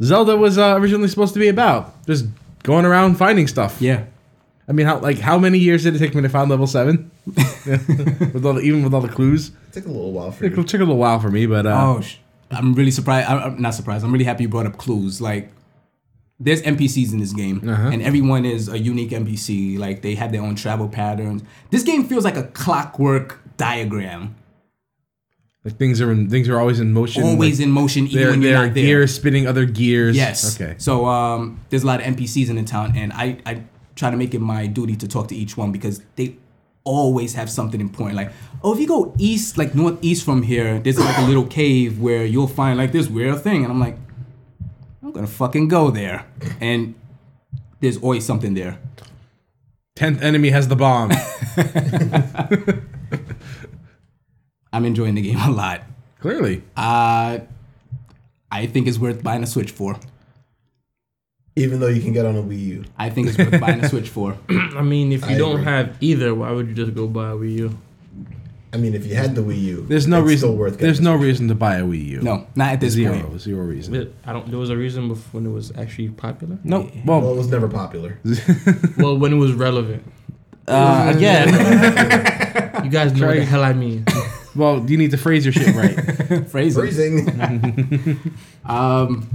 Speaker 3: Zelda was uh, originally supposed to be about. Just going around finding stuff.
Speaker 2: Yeah.
Speaker 3: I mean, how like how many years did it take me to find level seven? with all the, even with all the clues,
Speaker 1: it took a little while for
Speaker 3: it
Speaker 1: you.
Speaker 3: took a little while for me, but uh,
Speaker 2: Oh, sh- I'm really surprised. I, I'm not surprised. I'm really happy you brought up clues. Like, there's NPCs in this game,
Speaker 3: Uh-huh.
Speaker 2: and everyone is a unique NPC. Like, they have their own travel patterns. This game feels like a clockwork diagram,
Speaker 3: like things are in, things are always in motion.
Speaker 2: always
Speaker 3: like,
Speaker 2: in motion, even
Speaker 3: There,
Speaker 2: when you're
Speaker 3: there are
Speaker 2: not there.
Speaker 3: gears spinning other gears.
Speaker 2: Yes.
Speaker 3: Okay.
Speaker 2: So um, there's a lot of NPCs in the town, and I, I try to make it my duty to talk to each one because they always have something important. Like, oh, if you go east, like northeast from here, there's like a little cave where you'll find like this weird thing, and I'm like, I'm gonna fucking go there, and there's always something there.
Speaker 3: Tenth enemy has the bomb.
Speaker 2: I'm enjoying the game a lot.
Speaker 3: Clearly.
Speaker 1: Ah,
Speaker 2: Uh, I think it's worth buying a Switch for.
Speaker 1: Even though you can get on a Wii U.
Speaker 2: I think it's worth buying a Switch for.
Speaker 4: I mean, if you
Speaker 1: I
Speaker 4: don't
Speaker 1: agree.
Speaker 4: have either, why would you just go buy a Wii U?
Speaker 1: I mean, if you had the Wii U,
Speaker 3: There's no
Speaker 1: it's
Speaker 3: reason.
Speaker 1: Still worth
Speaker 3: there's
Speaker 1: getting.
Speaker 3: no reason to buy a Wii U.
Speaker 2: No, not at this
Speaker 3: Zero.
Speaker 2: point.
Speaker 3: Zero reason.
Speaker 4: But I don't. There was a reason bef- when it was actually popular.
Speaker 3: No.
Speaker 1: Well, it
Speaker 3: Well,
Speaker 1: was never popular.
Speaker 4: well, when it was relevant.
Speaker 2: Uh, again,
Speaker 4: You guys know what the
Speaker 3: Crazy.
Speaker 4: hell I mean. Oh,
Speaker 3: well, you need to phrase your shit right.
Speaker 2: Fraser.
Speaker 1: Freezing.
Speaker 2: Um,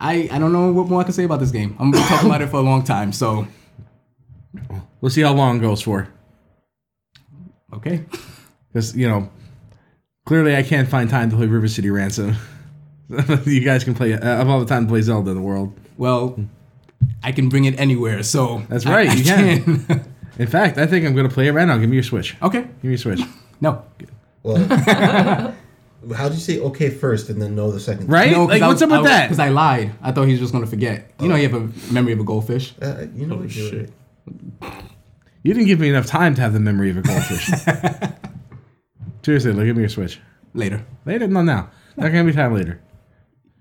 Speaker 2: I I don't know what more I can say about this game. I'm gonna talk about it for a long time. So
Speaker 3: we'll see how long it goes for.
Speaker 2: okay,
Speaker 3: Because you know, clearly I can't find time to play River City Ransom. you guys can play. I have all the time to play Zelda in the world.
Speaker 2: well, I can bring it anywhere. So
Speaker 3: That's
Speaker 2: I-
Speaker 3: right,
Speaker 2: I
Speaker 3: you can. In fact, I think I'm gonna play it right now. Give me your Switch.
Speaker 2: okay,
Speaker 3: Give me your Switch.
Speaker 2: no,
Speaker 1: well, how'd you say okay first and then no the second?
Speaker 3: Right? like, what's up with
Speaker 2: Because I
Speaker 3: that?
Speaker 2: lied. I thought he was just gonna forget. You know, you have a memory of a goldfish.
Speaker 1: Uh, you know what you're
Speaker 4: shit.
Speaker 1: right.
Speaker 3: you didn't give me enough time to have the memory of a goldfish. Seriously, like, give me your Switch.
Speaker 2: Later,
Speaker 3: Later, not now. Not gonna be time later.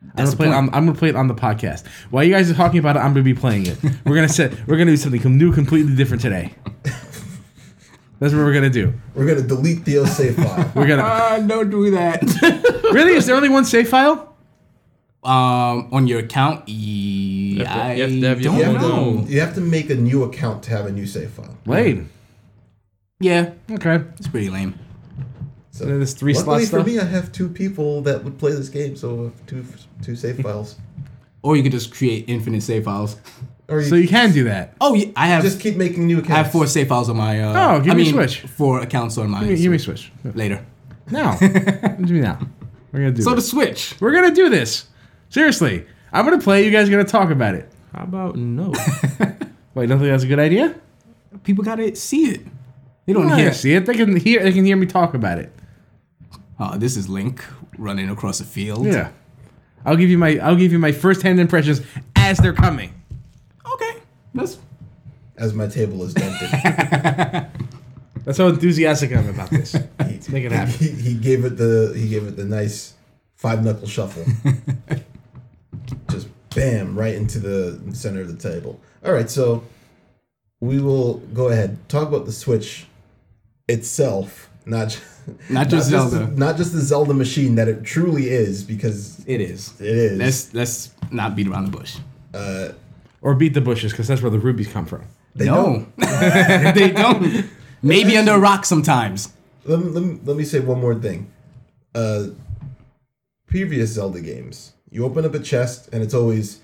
Speaker 3: I'm
Speaker 2: That's
Speaker 3: gonna, play it
Speaker 2: the
Speaker 3: on,
Speaker 2: point.
Speaker 3: I'm gonna play it on the podcast. While you guys are talking about it, I'm gonna be playing it. We're gonna set. We're gonna do something com- new, completely different today. That's what we're gonna do.
Speaker 1: We're gonna delete Theo's save file.
Speaker 3: We're gonna.
Speaker 2: Ah, don't do that.
Speaker 3: Really? Is there only one save file?
Speaker 2: um, on your account,
Speaker 4: have to-
Speaker 2: yeah,
Speaker 4: you have
Speaker 2: I
Speaker 4: to have your
Speaker 1: You
Speaker 2: don't
Speaker 1: have,
Speaker 4: own.
Speaker 2: know.
Speaker 4: no.
Speaker 1: to, you have to make a new account to have a new save file.
Speaker 3: Blade.
Speaker 2: Yeah,
Speaker 3: Okay.
Speaker 2: it's pretty lame.
Speaker 1: So
Speaker 3: There's three
Speaker 1: luckily
Speaker 3: slots
Speaker 1: for
Speaker 3: though.
Speaker 1: uh, me, I have two people that would play this game, so I have two two save files.
Speaker 2: or you could just create infinite save files.
Speaker 1: Or you,
Speaker 3: So you can do that.
Speaker 2: Oh, yeah, I have
Speaker 1: just keep making new accounts.
Speaker 2: I have four save files on my. Uh,
Speaker 3: Oh, give
Speaker 2: I
Speaker 3: me
Speaker 2: mean,
Speaker 3: Switch.
Speaker 2: Four accounts on my.
Speaker 3: Give me, give me Switch.
Speaker 2: later.
Speaker 3: No. Give me now. We're gonna do
Speaker 2: So the
Speaker 3: this.
Speaker 2: Switch.
Speaker 3: We're gonna do this. Seriously. I'm gonna play, you guys are gonna talk about it.
Speaker 4: How about no?
Speaker 3: Wait, you don't think that's a good idea?
Speaker 2: People gotta see it. They don't
Speaker 3: Yeah,
Speaker 2: hear.
Speaker 3: see it? They can hear they can hear me talk about it.
Speaker 2: Oh, this is Link running across a field.
Speaker 3: Yeah. I'll give you my I'll give you my first hand impressions as they're coming.
Speaker 2: Okay. That's
Speaker 1: as my table is dented.
Speaker 3: That's how enthusiastic I am about this.
Speaker 1: He-
Speaker 3: Make it happen.
Speaker 1: He, he gave it the he gave it the nice five knuckle shuffle. Just bam, right into the center of the table. All right, so we will go ahead talk about the Switch itself, not ju-
Speaker 2: Not just Zelda.
Speaker 1: the, not just the Zelda machine that it truly is, because
Speaker 2: it is.
Speaker 1: it is.
Speaker 2: Let's let's not beat around the bush.
Speaker 3: Or beat the bushes, because that's where the rubies come from.
Speaker 1: They
Speaker 2: no, they don't. Maybe under a rock sometimes.
Speaker 1: let, me- let, me- let me say one more thing. Uh, previous Zelda games, you open up a chest and it's always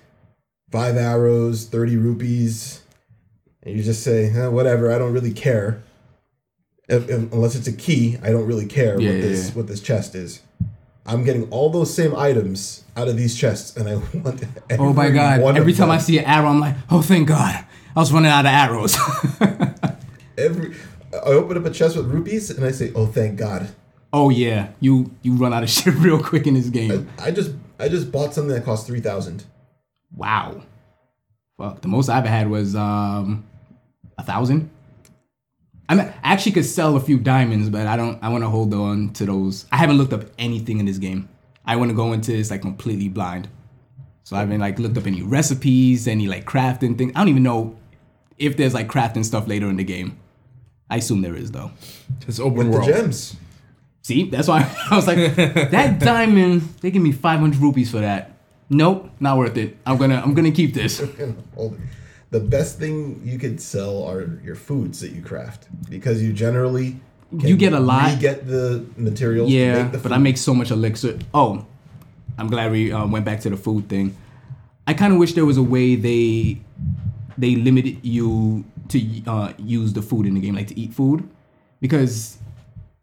Speaker 1: five arrows, 30 rupees, and you just say, eh, whatever, I don't really care. If, if- unless it's a key, I don't really care
Speaker 2: Yeah,
Speaker 1: what,
Speaker 2: yeah,
Speaker 1: this,
Speaker 2: yeah.
Speaker 1: what this chest is. I'm getting all those same items out of these chests, and I want.
Speaker 2: Oh my
Speaker 1: every
Speaker 2: god!
Speaker 1: one
Speaker 2: Every
Speaker 1: of
Speaker 2: time
Speaker 1: them.
Speaker 2: I see an arrow, I'm like, oh thank God, I was running out of arrows.
Speaker 1: every, I open up a chest with rupees, and I say, "Oh, thank God,
Speaker 2: oh yeah, you you run out of shit real quick in this game.
Speaker 1: I just I just bought something that cost three thousand.
Speaker 2: Wow. Fuck. The most I ever had was um a thousand. I mean, I actually could sell a few diamonds, but I don't. I want to hold on to those. I haven't looked up anything in this game. I want to go into this like completely blind. So I haven't like looked up any recipes, any like crafting thing. I don't even know if there's like crafting stuff later in the game. I assume there is though.
Speaker 3: It's open
Speaker 1: With
Speaker 3: world.
Speaker 1: the gems.
Speaker 2: See, that's why I was like, that diamond. They give me 500 rupees for that. Nope, not worth it. I'm gonna. I'm gonna keep this.
Speaker 1: Hold it. The best thing you could sell are your foods that you craft because you generally can
Speaker 2: You get a lot.
Speaker 1: Get the materials. to
Speaker 2: Yeah,
Speaker 1: make the
Speaker 2: but
Speaker 1: food.
Speaker 2: I make so much elixir. Oh, I'm glad we uh, went back to the food thing. I kind of wish there was a way they they limited you to uh, use the food in the game, like to eat food, because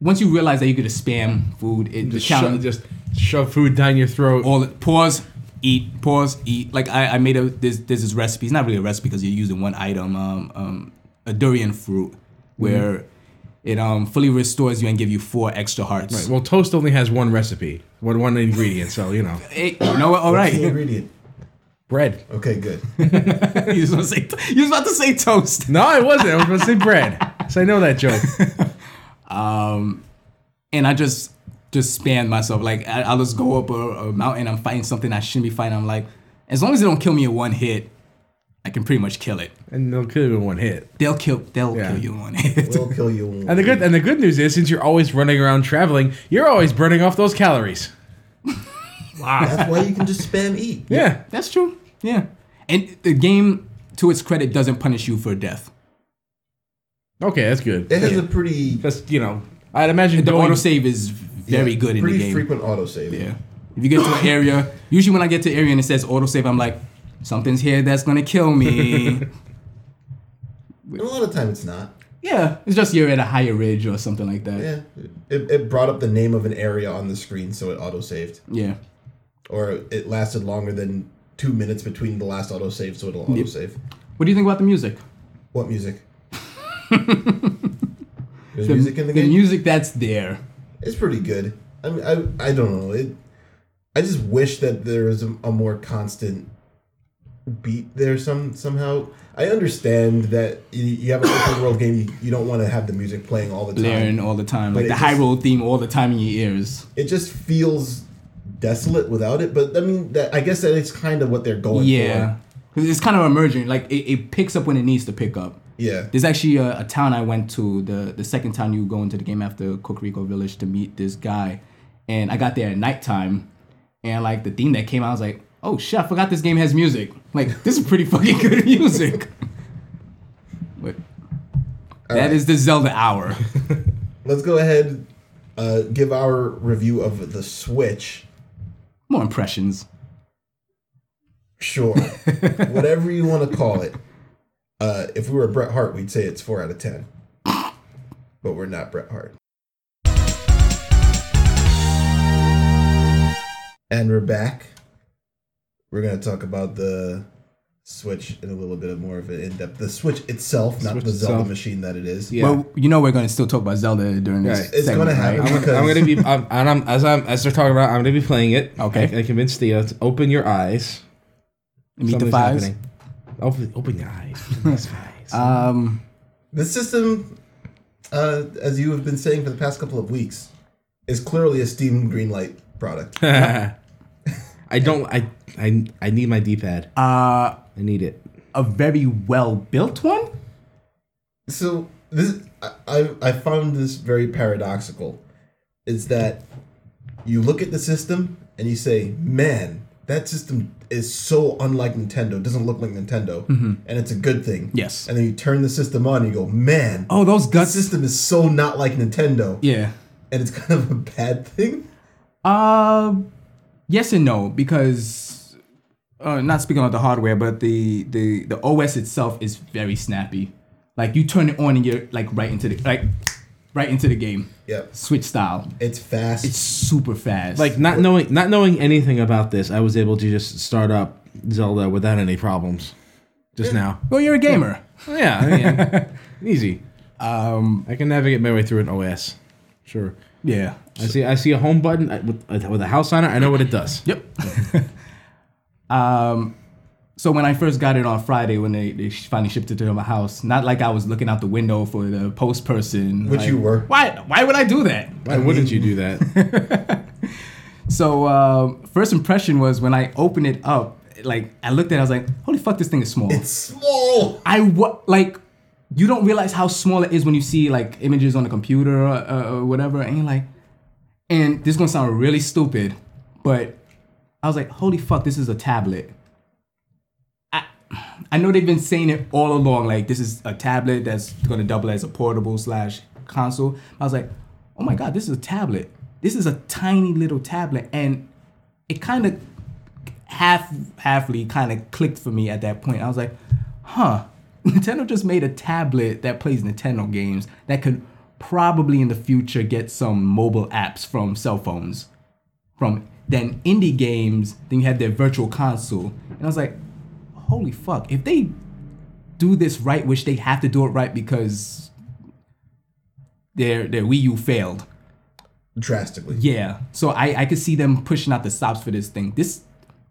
Speaker 2: once you realize that you could just spam food, it the
Speaker 3: Just, sho-
Speaker 2: challenge
Speaker 3: just shove food down your throat.
Speaker 2: all pause, eat, pause, eat. Like I, I made a this this is recipe. It's not really a recipe because you're using one item, um, um, a durian fruit, where
Speaker 3: Mm-hmm.
Speaker 2: it um fully restores you and give you four extra hearts.
Speaker 3: Right, Well, toast only has one recipe, one one ingredient, so you know,
Speaker 2: Hey, you know what? All
Speaker 1: What's
Speaker 2: right.
Speaker 1: the
Speaker 2: you
Speaker 1: ingredient.
Speaker 3: bread.
Speaker 1: Okay, good.
Speaker 2: was about to say you was about to say toast.
Speaker 3: No, it wasn't. I was going to say bread. So I know that joke.
Speaker 2: And I just just spanned myself. Like I, I'll just go up a, a mountain. I'm fighting something I shouldn't be fighting. I'm like, as long as they don't kill me in one hit, I can pretty much kill it.
Speaker 3: And they'll kill you in one hit.
Speaker 2: They'll kill. They'll
Speaker 3: Yeah.
Speaker 2: kill you in one hit.
Speaker 1: We'll kill you. when we
Speaker 3: And the good
Speaker 1: leave.
Speaker 3: and the good news is, since you're always running around traveling, you're always burning off those calories.
Speaker 4: wow.
Speaker 1: That's why you can just spam eat.
Speaker 3: Yeah.
Speaker 2: That's true. Yeah. And the game, to its credit, doesn't punish you for death.
Speaker 3: Okay, that's good.
Speaker 1: It has a pretty
Speaker 3: That's you know, I'd imagine
Speaker 2: The
Speaker 3: going,
Speaker 2: autosave is very
Speaker 1: yeah,
Speaker 2: good in
Speaker 1: pretty
Speaker 2: the game.
Speaker 1: frequent autosave.
Speaker 2: Yeah. If you get to an area, usually when I get to an area and it says autosave, I'm like, something's here that's gonna kill me.
Speaker 1: And a lot of time it's not.
Speaker 2: yeah, it's just you're at a higher ridge or something like that. Yeah.
Speaker 1: Yeah, it, it brought up the name of an area on the screen, so it autosaved, or it lasted longer than two minutes between the last autosave, so it'll autosave.
Speaker 2: What do you think about the music?
Speaker 1: What music? There's music in the game.
Speaker 2: music that's there.
Speaker 1: it's pretty good. I mean, I I don't know. It. I just wish that there was a, a more constant beat there some somehow. I understand that you, you have an open world game. You, you don't want to have the music playing all the time.
Speaker 2: Blaring all the time. Like
Speaker 1: But
Speaker 2: the
Speaker 1: it just-
Speaker 2: Hyrule theme all the time in your ears.
Speaker 1: It just feels desolate without it. But I mean, that, I guess that is kind of what they're going
Speaker 2: Yeah.
Speaker 1: for.
Speaker 2: 'Cause it's kind of emergent. Like it, it picks up when it needs to pick up.
Speaker 1: Yeah.
Speaker 2: There's actually a, a town I went to the the second time you go into the game after Cocorico Village to meet this guy, and I got there at nighttime, and like the theme that came out I was like, oh shit, I forgot this game has music. Like this is pretty fucking good music. but that is
Speaker 1: right.
Speaker 2: the Zelda hour.
Speaker 1: Let's go ahead. Uh, give our review of the Switch.
Speaker 2: More impressions.
Speaker 1: sure, whatever you want to call it. Uh, if we were Bret Hart, we'd say it's four out of ten, but we're not Bret Hart. And we're back. We're gonna talk about the Switch in a little bit of more of an in depth. The Switch itself, not
Speaker 3: Switch
Speaker 1: the Zelda
Speaker 3: itself.
Speaker 1: machine that it is.
Speaker 3: Yeah.
Speaker 2: Well, you know we're gonna still talk about Zelda during this.
Speaker 3: Right.
Speaker 1: It's
Speaker 2: segment,
Speaker 1: gonna happen.
Speaker 2: right?
Speaker 3: I'm, I'm gonna be I'm, and I'm as I'm as they're talking about. it, I'm gonna be playing it.
Speaker 2: Okay.
Speaker 3: I, I convinced Theo to open your eyes.
Speaker 2: Meet the
Speaker 3: Something's
Speaker 2: fives.
Speaker 3: happening. Open, open your eyes. Open these eyes.
Speaker 2: Um,
Speaker 1: The system, uh, as you have been saying for the past couple of weeks, is clearly a Steam Greenlight product.
Speaker 3: I don't. I I I need my D-pad.
Speaker 2: uh,
Speaker 3: I need it.
Speaker 2: a very well built one.
Speaker 1: so this, I, I I found this very paradoxical, is that you look at the system and you say, man, that system is so unlike Nintendo. It doesn't look like Nintendo,
Speaker 3: Mm-hmm.
Speaker 1: and it's a good thing.
Speaker 2: Yes.
Speaker 1: And then you turn the system on and you go, man,
Speaker 2: Oh, those
Speaker 1: that
Speaker 2: guts.
Speaker 1: system is so not like Nintendo,
Speaker 2: yeah.
Speaker 1: and it's kind of a bad thing.
Speaker 2: Uh, yes and no because uh, not speaking about the hardware, but the the the OS itself is very snappy. Like you turn it on and you're like right into the like right into the game.
Speaker 1: Yep.
Speaker 2: Switch style.
Speaker 1: It's fast.
Speaker 2: It's super fast.
Speaker 3: Like not knowing not knowing anything about this, I was able to just start up Zelda without any problems. Just now.
Speaker 2: well, Oh, you're a gamer.
Speaker 3: Yeah, I mean, easy.
Speaker 2: Um,
Speaker 3: I can navigate my way through an OS. Sure.
Speaker 2: yeah.
Speaker 3: I see. I see a home button uh, with uh, with a house on it. I know what it does.
Speaker 2: Yep. um, so when I first got it on Friday, when they, they finally shipped it to my house, not like I was looking out the window for the post person.
Speaker 1: Which
Speaker 2: like,
Speaker 1: you were.
Speaker 2: Why? Why would I do that?
Speaker 3: Why wouldn't you do that?
Speaker 2: So um, first impression was when I opened it up, like I looked at, it, I was like, "Holy fuck, this thing is small."
Speaker 1: It's small.
Speaker 2: I what like you don't realize how small it is when you see like images on a computer or, uh, or whatever, and you're like, and this is gonna sound really stupid, but I was like, holy fuck, this is a tablet. I I know they've been saying it all along, like this is a tablet that's gonna double as a portable slash console. I was like, oh my god, this is a tablet. This is a tiny little tablet, and it kind of half halfly kind of clicked for me at that point. I was like, huh, Nintendo just made a tablet that plays Nintendo games that could probably in the future get some mobile apps from cell phones. From then indie games, then you had their virtual console. And I was like, holy fuck, if they do this right, which they have to do it right because their their Wii U failed.
Speaker 1: Drastically.
Speaker 2: Yeah. So I I could see them pushing out the stops for this thing. This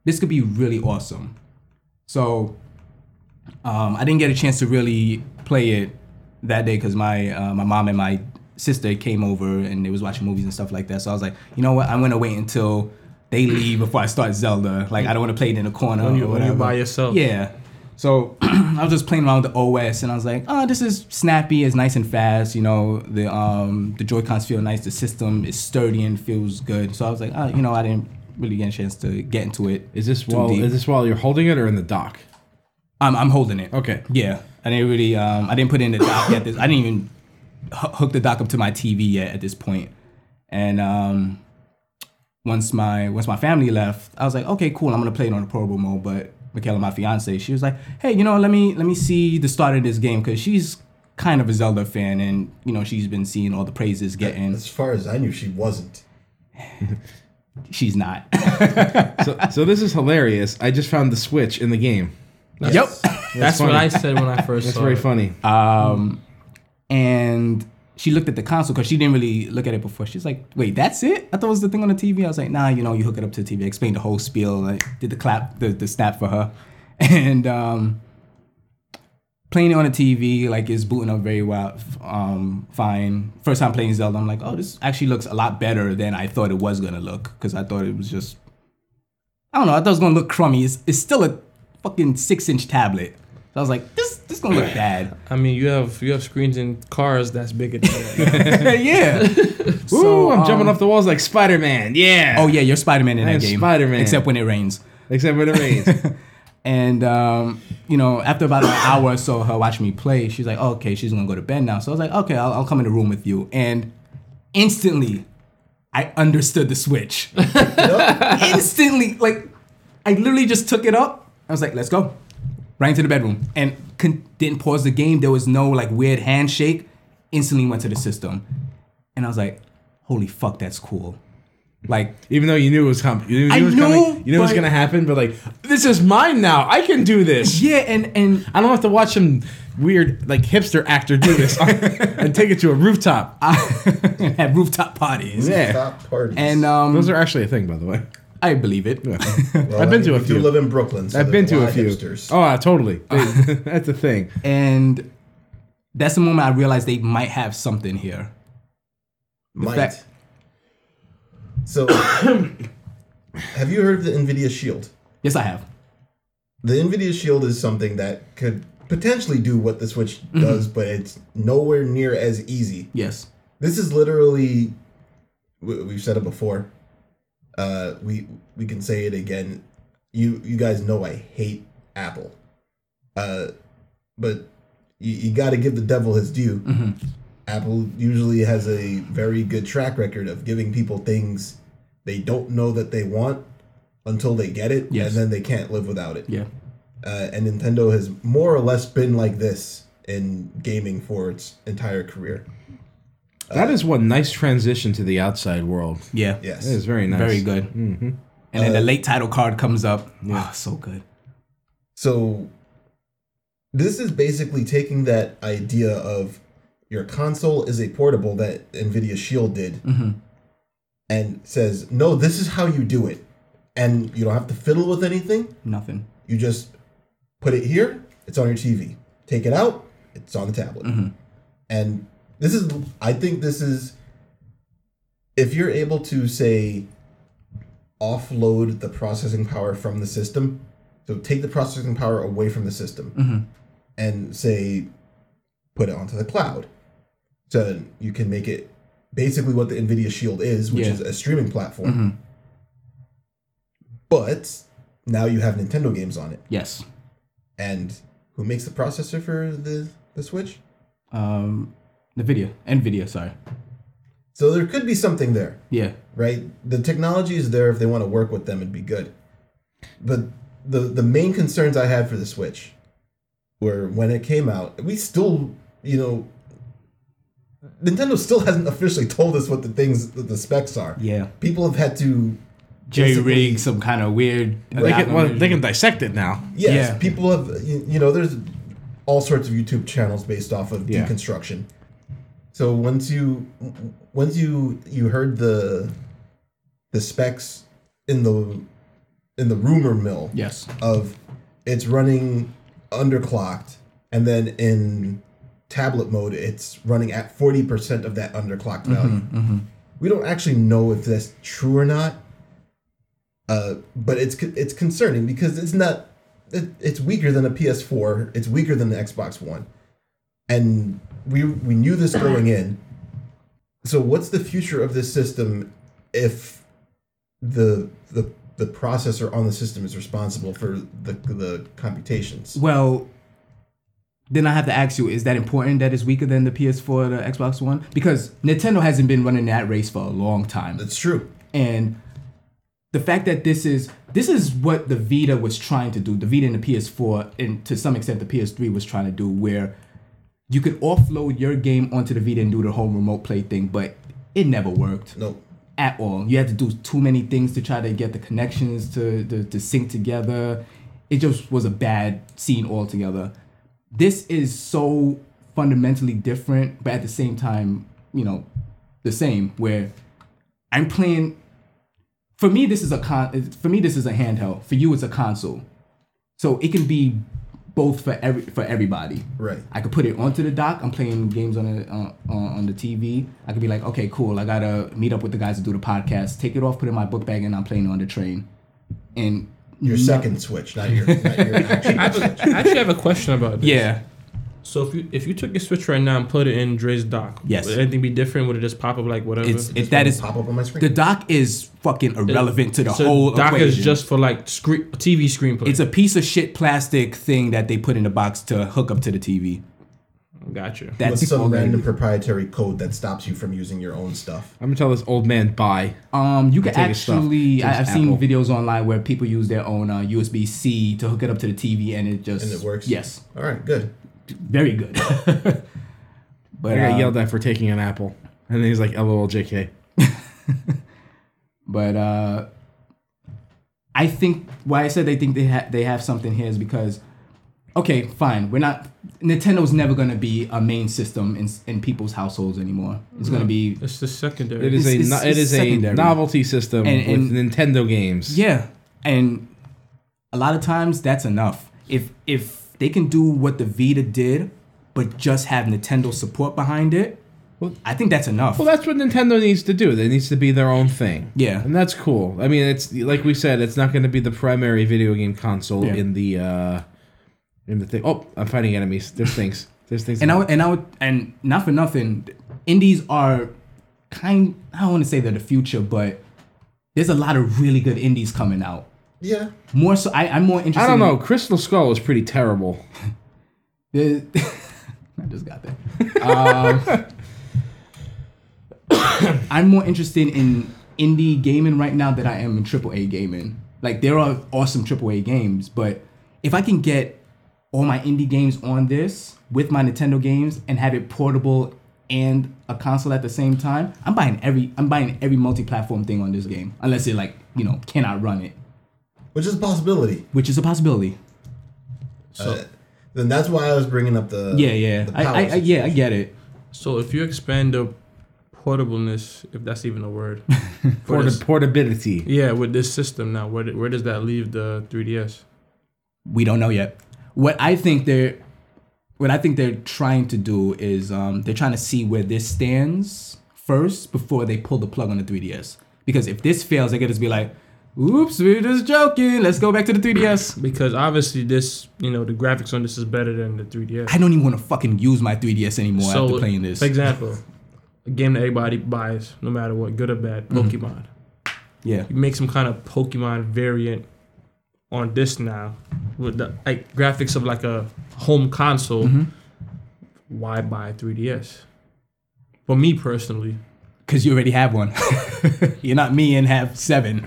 Speaker 2: this could be really awesome. So um, I didn't get a chance to really play it that day because my uh, my mom and my sister came over and they was watching movies and stuff like that. So I was like, you know what? I'm gonna wait until they leave before I start Zelda. Like I don't want to play it in the corner
Speaker 4: When you-
Speaker 2: or
Speaker 4: when you're
Speaker 2: whatever.
Speaker 4: by yourself.
Speaker 2: Yeah. So I was just playing around with the OS and I was like, oh, this is snappy, it's nice and fast. You know, the um the Joy Cons feel nice, the system is sturdy and feels good. So I was like, oh, you know, I didn't really get a chance to get into it.
Speaker 3: Is this
Speaker 2: too
Speaker 3: while
Speaker 2: deep.
Speaker 3: is this while you're holding it or in the dock?
Speaker 2: I'm, I'm holding it.
Speaker 3: Okay.
Speaker 2: Yeah, I didn't really. Um, I didn't put in the dock yet. This, I didn't even h- hook the dock up to my TV yet at this point. And um, once my once my family left, I was like, okay, cool. I'm gonna play it on the portable mode. But Michaela, my fiance, she was like, hey, you know, let me let me see the start of this game because she's kind of a Zelda fan, and you know, she's been seeing all the praises getting.
Speaker 1: As far as I knew, she wasn't.
Speaker 2: She's not.
Speaker 3: So, so this is hilarious. I just found the switch in the game.
Speaker 2: yep.
Speaker 4: That's what
Speaker 3: funny.
Speaker 4: I said when I first
Speaker 3: That's
Speaker 4: saw
Speaker 3: very
Speaker 4: it.
Speaker 3: funny.
Speaker 2: Uh, and she looked at the console because she didn't really look at it before. She's like, "Wait, that's it? I thought it was the thing on the TV." I was like, "Nah, you know, you hook it up to the TV." I explained the whole spiel. Like, did the clap, the, the snap for her, and um, playing it on the TV like it's booting up very well, f- um, fine. First time playing Zelda, I'm like, "Oh, this actually looks a lot better than I thought it was gonna look," because I thought it was just, I don't know, I thought it was gonna look crummy. It's, it's still a fucking six inch tablet. So I was like, "This this gonna look bad."
Speaker 4: I mean, you have you have screens in cars that's bigger than that.
Speaker 2: yeah.
Speaker 3: Ooh,
Speaker 2: so,
Speaker 3: I'm jumping
Speaker 2: um,
Speaker 3: off the walls like Spider Man. Yeah.
Speaker 2: Oh yeah, you're Spider Man in
Speaker 3: I
Speaker 2: that
Speaker 3: am
Speaker 2: game.
Speaker 3: Spider-Man.
Speaker 2: except when it rains.
Speaker 3: Except when it rains.
Speaker 2: And um, you know, after about an hour or so, her watching me play, she's like, "Okay, she's gonna go to bed now." So I was like, "Okay, I'll, I'll come in the room with you." And instantly, I understood the Switch. instantly, like I literally just took it up, I was like, let's go. Right into the bedroom. And con- didn't pause the game. There was no like weird handshake. Instantly went to the system. And I was like, holy fuck, that's cool. Like,
Speaker 3: Even though you knew it was coming, you knew,
Speaker 2: I
Speaker 3: it was
Speaker 2: knew,
Speaker 3: coming, you knew it was
Speaker 2: but-
Speaker 3: gonna happen. But like, this is mine now. I can do this.
Speaker 2: yeah, and and
Speaker 3: I don't have to watch some weird like hipster actor do this and take it to a rooftop.
Speaker 2: Uh, I have rooftop parties.
Speaker 3: Yeah. uh,
Speaker 1: Top parties.
Speaker 2: And um
Speaker 3: Those are actually a thing, by the way.
Speaker 2: I believe it.
Speaker 1: Well,
Speaker 3: I've been to a
Speaker 1: we
Speaker 3: few.
Speaker 1: Do live in Brooklyn. so
Speaker 3: I've been
Speaker 1: there's
Speaker 3: to a
Speaker 1: lot of
Speaker 3: few.
Speaker 1: Hipsters.
Speaker 3: Oh, uh, totally. That's a thing.
Speaker 2: And that's the moment I realized they might have something here.
Speaker 1: Might.
Speaker 2: fact-
Speaker 1: So, have you heard of the NVIDIA Shield?
Speaker 2: Yes, I have.
Speaker 1: The NVIDIA Shield is something that could potentially do what the Switch does, but it's nowhere near as easy.
Speaker 2: Yes.
Speaker 1: This is literally, we- we've said it before. Uh, we we can say it again. You you guys know I hate Apple, uh, but you, you got to give the devil his due.
Speaker 2: Mm-hmm.
Speaker 1: Apple usually has a very good track record of giving people things they don't know that they want until they get it,
Speaker 2: Yes.
Speaker 1: and then they can't live without it
Speaker 2: Yeah.
Speaker 1: uh, and Nintendo has more or less been like this in gaming for its entire career.
Speaker 3: That is one nice transition to the outside world.
Speaker 2: Yeah.
Speaker 1: Yes,
Speaker 3: That is very nice. Mm-hmm. Uh,
Speaker 2: Very good. And then the late title card comes up. Oh, so good.
Speaker 1: So this is basically taking that idea of your console is a portable that Nvidia Shield did, and says, "No, this is how you do it, and you don't have to fiddle with anything.
Speaker 2: Nothing.
Speaker 1: You just put it here. It's on your TV. Take it out. It's on the tablet. And this is, I think, this is if you're able to say offload the processing power from the system, so take the processing power away from the system, and say put it onto the cloud, so that you can make it basically what the Nvidia Shield is, which
Speaker 2: Yeah.
Speaker 1: is a streaming platform. But now you have Nintendo games on it.
Speaker 2: Yes.
Speaker 1: And who makes the processor for the, the Switch?
Speaker 2: Um, Nvidia. Nvidia. Sorry.
Speaker 1: So there could be something there,
Speaker 2: Yeah.
Speaker 1: right? The technology is there if they want to work with them, it'd be good. But the the main concerns I had for the Switch were when it came out, we still, you know, Nintendo still hasn't officially told us what the things that the specs are.
Speaker 2: Yeah.
Speaker 1: People have had to
Speaker 2: Jerry
Speaker 1: Basically-
Speaker 2: rig some kind of weird.
Speaker 3: They can, well, they can dissect it now.
Speaker 1: yes,
Speaker 2: Yeah.
Speaker 1: people have you, you know there's all sorts of YouTube channels based off of
Speaker 3: Yeah.
Speaker 1: deconstruction. So once you once you you heard the the specs in the in the rumor mill
Speaker 2: Yes.
Speaker 1: of it's running underclocked and then in tablet mode it's running at 40% of that underclocked value. We don't actually know if that's true or not. Uh, but it's co- it's concerning because it's not it, it's weaker than a PS4, it's weaker than the Xbox One. And we we knew this going in. So what's the future of this system if the the the processor on the system is responsible for the the computations.
Speaker 2: Well, then I have to ask you: Is that important that it's weaker than the PS4 or the Xbox One? Because Nintendo hasn't been running that race for a long time.
Speaker 1: That's true.
Speaker 2: and the fact that this is this is what the Vita was trying to do, the Vita and the PS4, and to some extent the PS3 was trying to do, where you could offload your game onto the Vita and do the whole remote play thing, but it never worked
Speaker 1: No,
Speaker 2: at all. You had to do too many things to try to get the connections to to, to sync together. It just was a bad scene altogether. This is so fundamentally different, but at the same time, you know, the same. Where I'm playing. For me, this is a con. For me, this is a handheld. For you, it's a console. So it can be both for every for everybody.
Speaker 1: Right.
Speaker 2: I could put it onto the dock. I'm playing games on the uh, on on the TV. I could be like, okay, cool. I gotta meet up with the guys to do the podcast. Take it off, put it in my book bag, and I'm playing on the train. And
Speaker 1: your second switch, not your, not your
Speaker 4: I,
Speaker 1: actual
Speaker 4: have
Speaker 1: switch.
Speaker 4: a, I actually have a question about this.
Speaker 2: yeah,
Speaker 4: So if you if you took your switch right now and put it in Dre's dock,
Speaker 2: Yes.
Speaker 4: would anything be different? Would it just pop up like whatever?
Speaker 2: it's it, that is
Speaker 1: pop up on my screen.
Speaker 2: the dock is fucking irrelevant to the
Speaker 4: so
Speaker 2: whole
Speaker 4: dock
Speaker 2: equation.
Speaker 4: is just for like screen TV screenplay.
Speaker 2: it's a piece of shit plastic thing that they put in the box to hook up to the TV.
Speaker 4: Gotcha.
Speaker 2: That's
Speaker 1: with some
Speaker 2: all they
Speaker 1: random
Speaker 2: do.
Speaker 1: proprietary code that stops you from using your own stuff.
Speaker 3: I'm gonna tell this old man bye.
Speaker 2: Um, you can
Speaker 3: take his stuff.
Speaker 2: actually.
Speaker 3: Take
Speaker 2: I,
Speaker 3: his
Speaker 2: I've seen
Speaker 3: Apple.
Speaker 2: videos online where people use their own uh, USB C to hook it up to the TV, and it just
Speaker 1: And it works?
Speaker 2: Yes,
Speaker 1: All right, good.
Speaker 2: very good.
Speaker 3: I
Speaker 2: but
Speaker 3: got
Speaker 2: uh,
Speaker 3: yelled at for taking an apple, and then he's like, "LOL, JK."
Speaker 2: but uh, I think why I said they think they have they have something here is because okay, fine, we're not Nintendo's never gonna be a main system in in people's households anymore. It's gonna be
Speaker 4: It's the secondary.
Speaker 3: It is
Speaker 2: It's-
Speaker 3: a
Speaker 2: it's-
Speaker 3: no- it
Speaker 2: it's
Speaker 3: is a
Speaker 2: secondary.
Speaker 3: novelty system
Speaker 2: And-
Speaker 3: with Nintendo games.
Speaker 2: Yeah, and a lot of times that's enough. If if they can do what the Vita did, but just have Nintendo support behind it, I think that's enough.
Speaker 3: Well, that's what Nintendo needs to do. They needs to be their own thing.
Speaker 2: Yeah.
Speaker 3: and that's cool. I mean, it's like we said, it's not going to be the primary video game console
Speaker 2: Yeah.
Speaker 3: in the uh in the thing. Oh, I'm fighting enemies. There's things. There's things.
Speaker 2: and I would, and I would, and not for nothing, indies are kind. I don't want to say they're the future, but there's a lot of really good indies coming out.
Speaker 1: Yeah.
Speaker 2: More so, I, I'm more interested.
Speaker 3: I don't
Speaker 2: in-
Speaker 3: know. Crystal Skull is pretty terrible.
Speaker 2: The- I just got that. Um, I'm more interested in indie gaming right now than I am in AAA gaming. Like there are awesome AAA games, but if I can get all my indie games on this with my Nintendo games and have it portable and a console at the same time, I'm buying every I'm buying every multi-platform thing on this game unless it like, you know, cannot run it,
Speaker 1: Which is a possibility.
Speaker 2: which is a possibility.
Speaker 4: so,
Speaker 1: Uh, then that's why I was bringing up the
Speaker 2: Yeah, yeah.
Speaker 1: the
Speaker 2: I,
Speaker 1: power
Speaker 2: I, I yeah, I
Speaker 1: situation.
Speaker 2: get it.
Speaker 4: so if you expand the portableness, if that's even a word, for
Speaker 3: Porta-
Speaker 4: this-
Speaker 3: portability.
Speaker 4: yeah, with this system now, where where does that leave the 3DS?
Speaker 2: We don't know yet. What I think they're what I think they're trying to do is um, they're trying to see where this stands first before they pull the plug on the 3DS. Because if this fails, they could just be like, "Oops, we we're just joking. Let's go back to the 3DS."
Speaker 4: Because obviously this, you know, the graphics on this is better than the 3DS.
Speaker 2: I don't even want to fucking use my 3DS anymore after playing this.
Speaker 4: for example, a game that everybody buys, no matter what, good or bad,
Speaker 3: Mm-hmm.
Speaker 4: Pokemon.
Speaker 2: yeah,
Speaker 4: You make some kind of Pokemon variant on this now with the like graphics of like a home console. Why buy 3DS? For me personally,
Speaker 2: because you already have one. You're not me and have seven.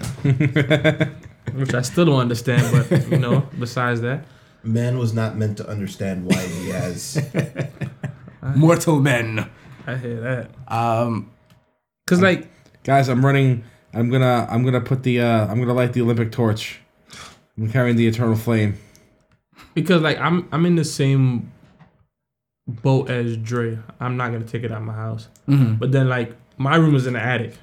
Speaker 4: which I still don't understand, but you know, besides that,
Speaker 1: man was not meant to understand why he has
Speaker 2: Mortal men.
Speaker 4: I hear that.
Speaker 2: Um,
Speaker 4: Cause like
Speaker 3: Guys, I'm running. I'm gonna. I'm gonna put the. uh I'm gonna light the Olympic torch. I'm carrying the eternal flame.
Speaker 4: because like I'm I'm in the same boat as Dre. I'm not gonna take it out of my house.
Speaker 2: mm-hmm.
Speaker 4: But then like my room is in the attic.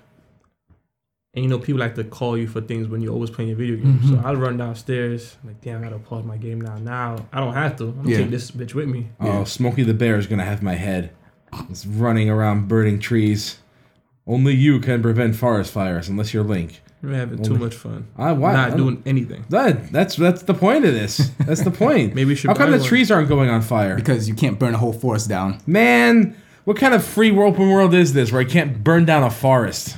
Speaker 4: And you know, people like to call you for things when you're always playing your video game.
Speaker 3: Mm-hmm.
Speaker 4: So I run downstairs, like, damn, I gotta pause my game now. Now I don't have to. I'm gonna
Speaker 2: Yeah.
Speaker 4: take this bitch with me.
Speaker 3: Oh, Smokey the Bear is gonna have my head. It's running around burning trees. Only you can prevent forest fires unless you're Link.
Speaker 4: We're having too much fun.
Speaker 3: I- why-
Speaker 4: Not
Speaker 3: I don't-
Speaker 4: doing anything.
Speaker 3: That that's that's the point of this. That's the point.
Speaker 4: Maybe we should
Speaker 3: How come
Speaker 4: buy
Speaker 3: the
Speaker 4: one.
Speaker 3: trees aren't going on fire?
Speaker 2: because you can't burn a whole forest down.
Speaker 3: Man, what kind of free open world is this where I can't burn down a forest?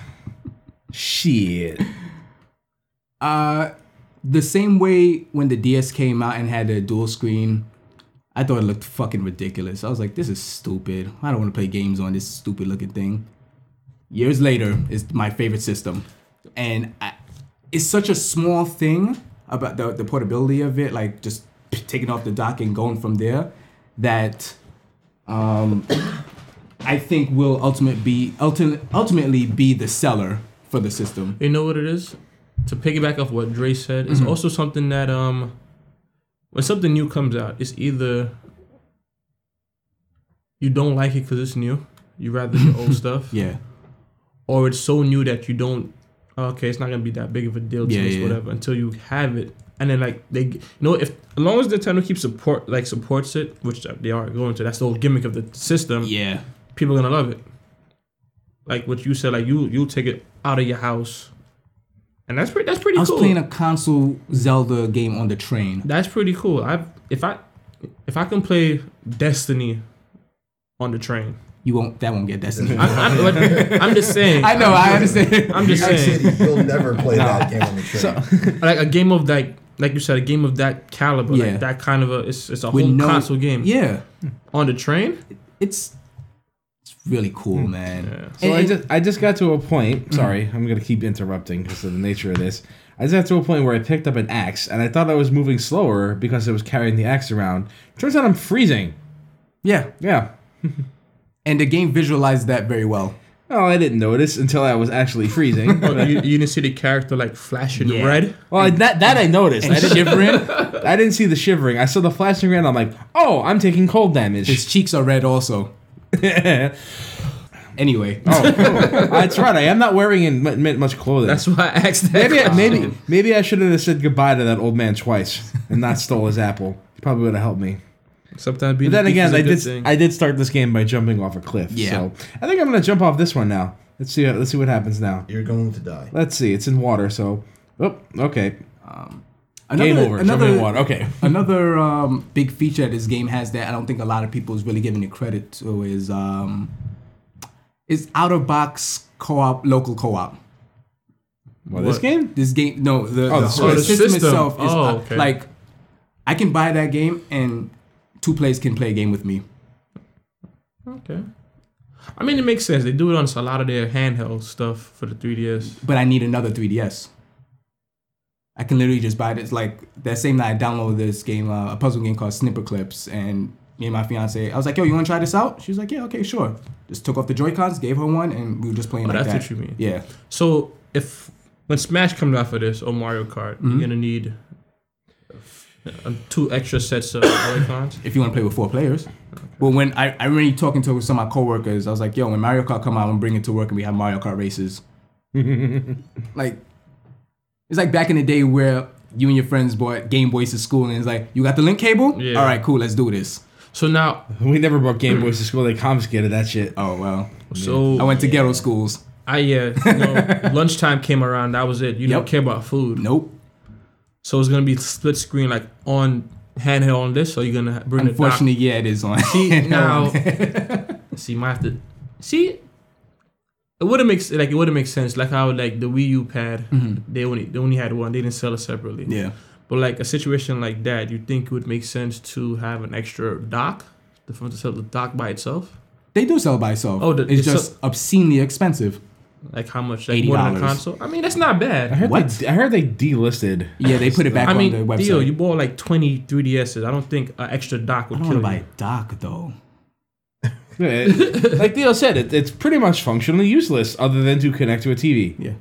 Speaker 3: Shit.
Speaker 2: Uh, the same way when the DS came out and had a dual screen, I thought it looked fucking ridiculous. I was like, this is stupid. I don't want to play games on this stupid looking thing. Years later, it's my favorite system. And I, it's such a small thing about the, the portability of it, like just p- taking off the dock and going from there, that um, I think will ultimate be, ulti- ultimately be the seller for the system.
Speaker 4: You know what it is? To piggyback off what Dre said,
Speaker 3: Mm-hmm.
Speaker 4: it's also something that um when something new comes out, it's either you don't like it because it's new, you rather the old stuff,
Speaker 2: Yeah.
Speaker 4: or it's so new that you don't. Okay, it's not gonna be that big of a deal to
Speaker 2: Yeah,
Speaker 4: us,
Speaker 2: yeah.
Speaker 4: whatever. Until you have it, and then like they, you know, if as long as Nintendo keeps support like supports it, which they are going to, that's the whole gimmick of the system.
Speaker 2: Yeah.
Speaker 4: people are gonna love it. Like what you said, like you you take it out of your house, and that's pretty that's pretty
Speaker 2: I was
Speaker 4: cool.
Speaker 2: playing a console Zelda game on the train.
Speaker 4: that's pretty cool. I if I if I can play Destiny on the train,
Speaker 2: You won't. That won't get Destiny.
Speaker 4: I, I'm, like, I'm just saying.
Speaker 2: I know. I understand.
Speaker 4: I'm just
Speaker 1: New York
Speaker 4: saying,
Speaker 1: City, you'll never play that game on the train.
Speaker 4: like a game of that, like you said, a game of that caliber,
Speaker 2: Yeah.
Speaker 4: like that kind of a, it's it's a
Speaker 2: With
Speaker 4: whole
Speaker 2: no-
Speaker 4: console game
Speaker 2: Yeah.
Speaker 4: on the train.
Speaker 2: it's it's really cool,
Speaker 4: Hmm.
Speaker 2: man.
Speaker 3: So
Speaker 2: And-
Speaker 3: I
Speaker 2: and-
Speaker 3: just I just got to a point. Sorry, I'm gonna keep interrupting because of the nature of this. I just got to a point where I picked up an axe and I thought I was moving slower because I was carrying the axe around. Turns out I'm freezing.
Speaker 2: yeah,
Speaker 3: Yeah.
Speaker 2: and the game visualized that very well.
Speaker 3: Well, I didn't notice until I was actually freezing.
Speaker 4: Oh, you, you didn't see the character like flashing
Speaker 2: Yeah.
Speaker 4: red.
Speaker 3: well, I, that that I noticed. I didn't,
Speaker 2: shivering,
Speaker 3: I didn't see the shivering. I saw the flashing red. I'm like, oh, I'm taking cold damage.
Speaker 2: his cheeks are red also.
Speaker 3: oh,
Speaker 2: Anyway,
Speaker 3: oh, that's right. I am not wearing in mu- mu- much clothing.
Speaker 4: That's why I asked that.
Speaker 3: maybe, maybe, maybe I should have said goodbye to that old man twice and not stole his apple. Probably would have helped me.
Speaker 4: Sometimes being
Speaker 3: But then
Speaker 4: the thief
Speaker 3: again,
Speaker 4: is a
Speaker 3: I
Speaker 4: good
Speaker 3: did
Speaker 4: thing.
Speaker 3: I did start this game by jumping off a cliff.
Speaker 2: Yeah.
Speaker 3: So I think I'm gonna jump off this one now. Let's see. Let's see what happens now.
Speaker 1: You're going to die.
Speaker 3: Let's see. It's in water. So, oh, okay.
Speaker 2: another,
Speaker 3: Game over. Another,
Speaker 2: Another,
Speaker 3: in water. Okay.
Speaker 2: another um, big feature that this game has that I don't think a lot of people is really giving it credit to is um, is out of box co-op, local co-op.
Speaker 3: Well, this game.
Speaker 2: This game, no, the,
Speaker 3: Oh,
Speaker 2: the,
Speaker 3: the
Speaker 2: whole system,
Speaker 4: system. Oh, the system.
Speaker 2: itself is
Speaker 4: Oh,
Speaker 2: uh,
Speaker 4: okay.
Speaker 2: like I can buy that game and two players can play a game with me.
Speaker 4: Okay. I mean, it makes sense. They do it on a lot of their handheld stuff for the 3DS.
Speaker 2: but I need another 3DS. I can literally just buy this like that same night I downloaded this game, uh, a puzzle game called Snipper Clips, and me and my fiance, I was like, "Yo, you want to try this out?" She was like, "Yeah, okay, sure." Just took off the Joy Cons, gave her one, and we were just playing
Speaker 4: Oh,
Speaker 2: like
Speaker 4: that's
Speaker 2: that.
Speaker 4: what you mean.
Speaker 2: Yeah,
Speaker 4: So if when Smash comes out for this or Mario Kart,
Speaker 3: Mm-hmm.
Speaker 4: you're gonna need uh, two extra sets of Joy-Cons.
Speaker 2: if you want to play with four players. But when I, I remember talking to some of my coworkers, I was like, "Yo, when Mario Kart come out, I'm gonna bring it to work and we have Mario Kart races." like, it's like back in the day where you and your friends bought Game Boys to school, and it's like, "You got the link cable?
Speaker 4: Yeah.
Speaker 2: All right, cool, let's do this."
Speaker 4: So now,
Speaker 3: We never brought Game Boys to school. They confiscated that shit.
Speaker 2: Oh well.
Speaker 4: so
Speaker 2: I went to ghetto schools.
Speaker 4: I yeah, you know, lunchtime came around. That was it. You
Speaker 2: Yep.
Speaker 4: don't care about food.
Speaker 2: Nope.
Speaker 4: So it's gonna be split screen like on handheld on this. So you're gonna ha- bring the dock.
Speaker 2: Unfortunately, yeah, it is on.
Speaker 4: See now, see my have to see. It would have makes like it would have make sense like how like the Wii U pad they only they only had one they didn't sell it separately
Speaker 2: Mm-hmm. yeah.
Speaker 4: But like a situation like that, you think it would make sense to have an extra dock, the phone to sell the dock by itself?
Speaker 2: They do sell by itself.
Speaker 4: Oh, the-
Speaker 2: it's
Speaker 4: it's
Speaker 2: just obscenely expensive.
Speaker 4: Like how much? Like
Speaker 2: $80.
Speaker 4: more than a console? I mean, that's not
Speaker 3: I
Speaker 4: bad.
Speaker 3: heard
Speaker 2: What?
Speaker 3: They, I heard they delisted.
Speaker 2: Yeah, they put it back
Speaker 4: I
Speaker 2: on
Speaker 4: mean,
Speaker 2: the website.
Speaker 4: Theo, you bought like 20 3DSs. I don't think an extra dock
Speaker 2: I
Speaker 4: would
Speaker 2: don't want to
Speaker 4: kill
Speaker 2: buy
Speaker 4: you.
Speaker 2: a dock though.
Speaker 3: Yeah, it- like Theo said, it, it's pretty much functionally useless other than to connect to a TV.
Speaker 2: Yeah.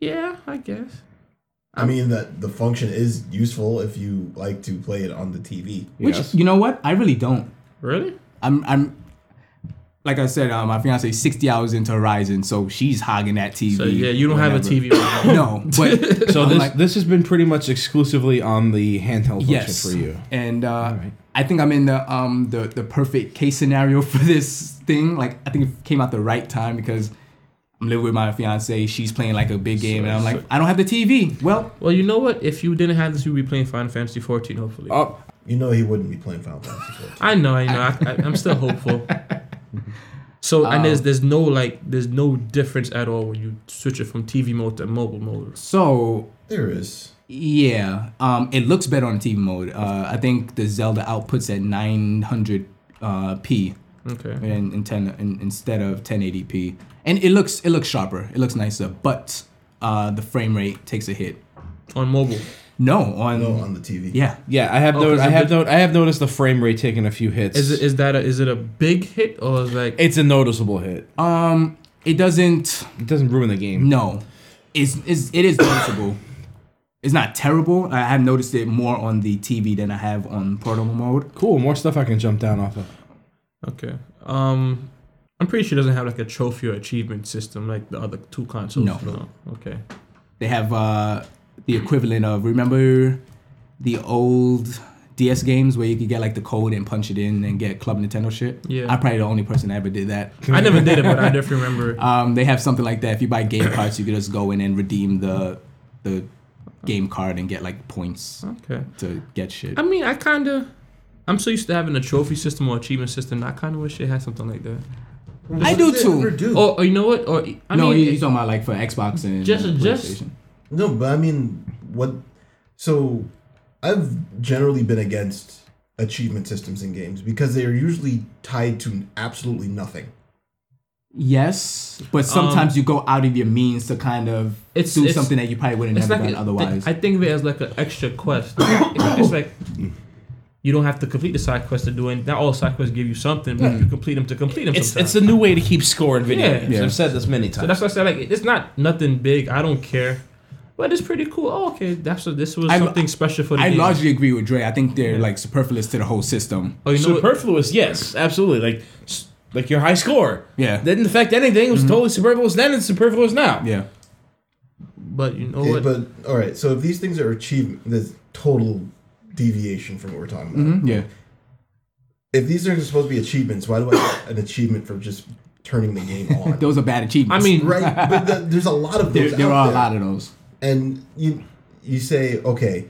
Speaker 4: Yeah, I guess.
Speaker 1: I mean that the function is useful if you like to play it on the TV.
Speaker 2: Which
Speaker 3: Yes.
Speaker 2: you know what? I really don't.
Speaker 4: Really?
Speaker 2: I'm I'm like I said, uh, my fiance is 60 hours into Horizon, so she's hogging that TV.
Speaker 4: So yeah, you don't have a
Speaker 2: whenever.
Speaker 4: TV. Right now.
Speaker 2: No, but
Speaker 3: So
Speaker 2: I'm
Speaker 3: this
Speaker 2: like-
Speaker 3: this has been pretty much exclusively on the handheld function
Speaker 2: yes
Speaker 3: for you.
Speaker 2: And uh,
Speaker 3: right.
Speaker 2: I think I'm in the um the the perfect case scenario for this thing. Like I think it came out the right time because I'm living with my fiance. She's playing like a big game, and I'm like, I don't have the TV. Well,
Speaker 4: Well, you know what? If you didn't have this, you'd be playing Final Fantasy 14, hopefully.
Speaker 3: Oh,
Speaker 1: You know he wouldn't be playing Final Fantasy. XIV.
Speaker 4: I know, I know. I, I, I'm still hopeful. So and
Speaker 2: Um.
Speaker 4: there's there's no like there's no difference at all when you switch it from TV mode to mobile mode.
Speaker 2: so
Speaker 1: There is.
Speaker 2: yeah, um, it looks better on TV mode. Uh, I think the Zelda outputs at 900 uh, p
Speaker 4: Okay.
Speaker 2: and, and 10 and instead of 1080p, and it looks it looks sharper. It looks nicer, but uh, the frame rate takes a hit.
Speaker 4: on mobile.
Speaker 2: No, on
Speaker 1: No, on the TV.
Speaker 2: yeah.
Speaker 3: yeah, I have
Speaker 4: Oh,
Speaker 3: no,
Speaker 4: 'cause
Speaker 3: I
Speaker 4: it
Speaker 3: have
Speaker 4: did-
Speaker 3: no, I have noticed the frame rate taking a few hits.
Speaker 4: Is it is that a, is it a big hit or is like
Speaker 3: it's a noticeable hit.
Speaker 2: Um, it doesn't.
Speaker 3: It doesn't ruin the game.
Speaker 2: No, it's, it's it is noticeable. it's not terrible. I have noticed it more on the TV than I have on portable mode.
Speaker 3: Cool, more stuff I can jump down off of.
Speaker 4: okay? Um, I'm pretty sure it doesn't have like a trophy or achievement system like the other two consoles.
Speaker 2: No.
Speaker 4: Okay.
Speaker 2: They have uh the equivalent of remember the old DS games where you could get like the code and punch it in and get Club Nintendo shit.
Speaker 4: Yeah.
Speaker 2: I'm probably the only person that ever did that.
Speaker 4: I never did it, but I definitely remember. it.
Speaker 2: Um, they have something like that. If you buy game cards, you could just go in and redeem the the game card and get like points
Speaker 4: Okay.
Speaker 2: to get shit.
Speaker 4: I mean, I kind of. I'm so used to having a trophy system or achievement system. I kind of wish they had something like that.
Speaker 2: I do
Speaker 1: They
Speaker 2: too. Oh,
Speaker 1: ever do.
Speaker 4: Or, or you know what? Or I
Speaker 2: no,
Speaker 4: mean,
Speaker 2: you- you're talking about like for Xbox and
Speaker 4: Just-
Speaker 2: and
Speaker 4: just-
Speaker 2: PlayStation.
Speaker 1: No, but I mean, what? So, I've generally been against achievement systems in games because they are usually tied to absolutely nothing.
Speaker 2: Yes, but sometimes you go out of your means to kind of
Speaker 4: Um, It's-
Speaker 2: do
Speaker 4: it's-
Speaker 2: something that you probably would have
Speaker 4: It's
Speaker 2: never
Speaker 4: like
Speaker 2: done
Speaker 4: a-
Speaker 2: otherwise.
Speaker 4: I think of it as like an extra quest. it's like you don't have to complete the side quest to do it. Not all side quests give you something, but you complete them to complete them.
Speaker 3: It's,
Speaker 4: sometimes.
Speaker 3: it's a new way to keep score in video
Speaker 4: Yeah.
Speaker 3: games.
Speaker 2: Yeah.
Speaker 3: I've said this many
Speaker 4: so
Speaker 3: times.
Speaker 4: that's why I said like it's not nothing big. I don't care, but it's pretty cool. Oh, okay, that's what this was
Speaker 2: I-
Speaker 4: something special for the
Speaker 2: I
Speaker 4: game.
Speaker 2: largely agree with Dre. I think they're like superfluous to the whole system.
Speaker 4: oh, you know what?
Speaker 3: superfluous, yes, absolutely. Like s- like your high score.
Speaker 2: Yeah.
Speaker 3: Didn't affect anything. It was totally superfluous then. It's superfluous now.
Speaker 2: Yeah.
Speaker 4: But you know
Speaker 1: Okay,
Speaker 4: what?
Speaker 1: but all right, so if these things are achievement, there's total deviation from what we're talking
Speaker 4: Mm-hmm.
Speaker 1: about.
Speaker 2: Hmm? Yeah.
Speaker 1: If these are supposed to be achievements, why do I get an achievement for just turning the game on?
Speaker 2: Those are bad
Speaker 4: I
Speaker 2: achievements.
Speaker 4: mean,
Speaker 1: right, but the, there's a lot of
Speaker 2: there,
Speaker 1: those.
Speaker 2: there
Speaker 1: out
Speaker 2: are a lot of those.
Speaker 1: and you you say okay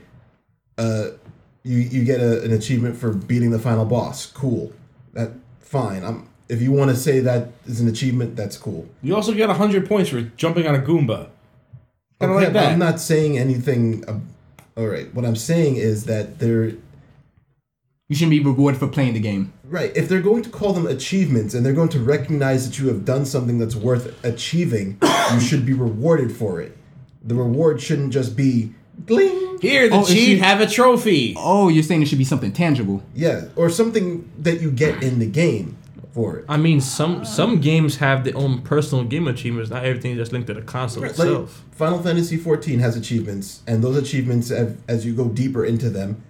Speaker 1: uh you you get a, an achievement for beating the final boss cool that fine i'm if you want to say that is an achievement that's cool
Speaker 3: You also get 100 points for jumping on a Goomba.
Speaker 1: Okay,
Speaker 3: Kinda like
Speaker 1: but
Speaker 3: that.
Speaker 1: i'm not saying anything ab- all right what i'm saying is that they're
Speaker 2: You shouldn't be rewarded for playing the game.
Speaker 1: right if they're going to call them achievements and they're going to recognize that you have done something that's worth achieving you should be rewarded for it the reward shouldn't just be bling
Speaker 3: Here, the
Speaker 2: Oh, is
Speaker 3: cheat,
Speaker 2: she-
Speaker 3: have a trophy.
Speaker 2: Oh, you're saying it should be something tangible.
Speaker 1: yeah or something that you get in the game for it
Speaker 4: I mean, some some games have their own personal game achievements. Not everything is just linked to the console
Speaker 1: Like,
Speaker 4: itself.
Speaker 1: Final Fantasy XIV has achievements, and those achievements, have, as you go deeper into them,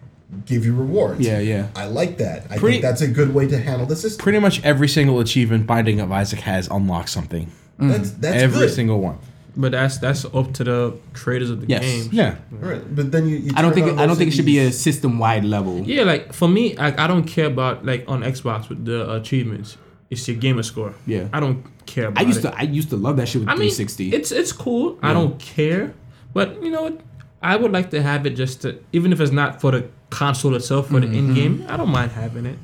Speaker 1: give you rewards.
Speaker 2: Yeah, yeah.
Speaker 1: I like that. I
Speaker 3: Pretty-
Speaker 1: think that's a good way to handle the system.
Speaker 3: Pretty much every single achievement Binding of Isaac has unlocked something.
Speaker 2: Mm.
Speaker 1: That's that's
Speaker 3: every
Speaker 1: good.
Speaker 3: single one.
Speaker 4: But that's that's up to the creators of the
Speaker 2: Yes.
Speaker 4: game.
Speaker 3: Yeah.
Speaker 1: All right, but then you. you
Speaker 2: I don't
Speaker 1: turn
Speaker 2: think
Speaker 1: on
Speaker 2: I don't
Speaker 1: those
Speaker 2: think it should be a
Speaker 1: indies-
Speaker 2: system wide level.
Speaker 4: Yeah, like for me, I, I don't care about like on Xbox with the achievements. It's your gamer score.
Speaker 2: Yeah.
Speaker 4: I don't care. About
Speaker 2: I used
Speaker 4: it.
Speaker 2: to I used to love that shit with
Speaker 4: I mean,
Speaker 2: 360.
Speaker 4: it's it's cool. I don't care, but you know what? I would like to have it just to, even if it's not for the console itself for the in game. I don't mind having it,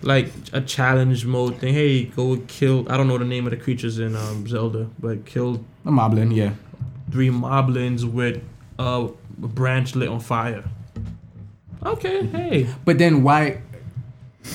Speaker 4: like a challenge mode thing. Hey, go kill. I don't know the name of the creatures in um, Zelda, but kill
Speaker 2: I'm mobbling, yeah.
Speaker 4: three moblins with a branch lit on fire. Okay, hey.
Speaker 2: But then why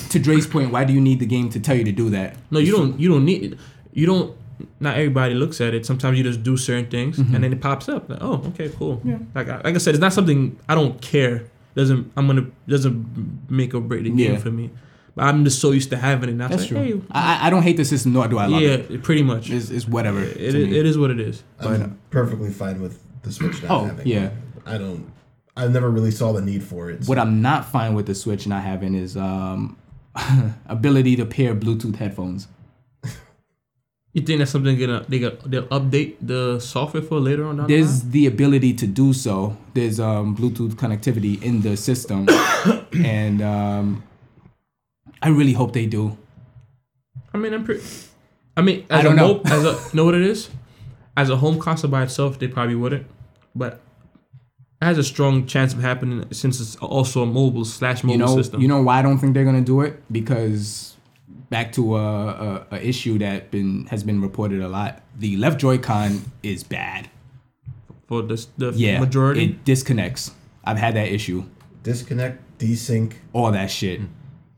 Speaker 2: to Dre's point, why do you need the game to tell you to do that?
Speaker 4: No, you don't. You don't need. You don't. Not everybody looks at it. Sometimes you just do certain things,
Speaker 2: Mm-hmm.
Speaker 4: and then it pops up. Like, oh, okay, cool. Yeah. Like, I, like I said, it's not something I don't care. Doesn't I'm gonna doesn't make or break the game
Speaker 2: Yeah.
Speaker 4: for me. But I'm just so used to having it. And I was
Speaker 2: That's
Speaker 4: like,
Speaker 2: true. I, I- I don't hate the system, nor do I
Speaker 4: Hey,
Speaker 2: love
Speaker 4: yeah,
Speaker 2: it.
Speaker 4: pretty much. It,
Speaker 2: It's, it's whatever. to
Speaker 4: it,
Speaker 2: me.
Speaker 4: it is what it is.
Speaker 1: I'm perfectly fine with the Switch not
Speaker 2: Oh,
Speaker 1: having.
Speaker 2: yeah.
Speaker 1: I don't. I never really saw the need for it.
Speaker 2: What I'm not fine with the Switch not having is um, ability to pair Bluetooth headphones.
Speaker 4: You think that's something gonna they got they'll update the software for later on down the
Speaker 2: There's
Speaker 4: line?
Speaker 2: the ability to do so. There's um, Bluetooth connectivity in the system, and um, I really hope they do.
Speaker 4: I mean, I'm pretty. I mean,
Speaker 2: I
Speaker 4: as
Speaker 2: don't
Speaker 4: a
Speaker 2: know.
Speaker 4: mo- as a know what it is, as a home console by itself, they probably wouldn't, but it has a strong chance of happening since it's also a mobile slash mobile
Speaker 2: You know,
Speaker 4: system.
Speaker 2: you know why I don't think they're gonna do it because back to a, a, a issue that been has been reported a lot. The left Joy-Con is bad.
Speaker 4: for the the
Speaker 2: Yeah,
Speaker 4: majority.
Speaker 2: it disconnects. I've had that issue.
Speaker 1: Disconnect, desync.
Speaker 2: all that shit.
Speaker 4: Mm.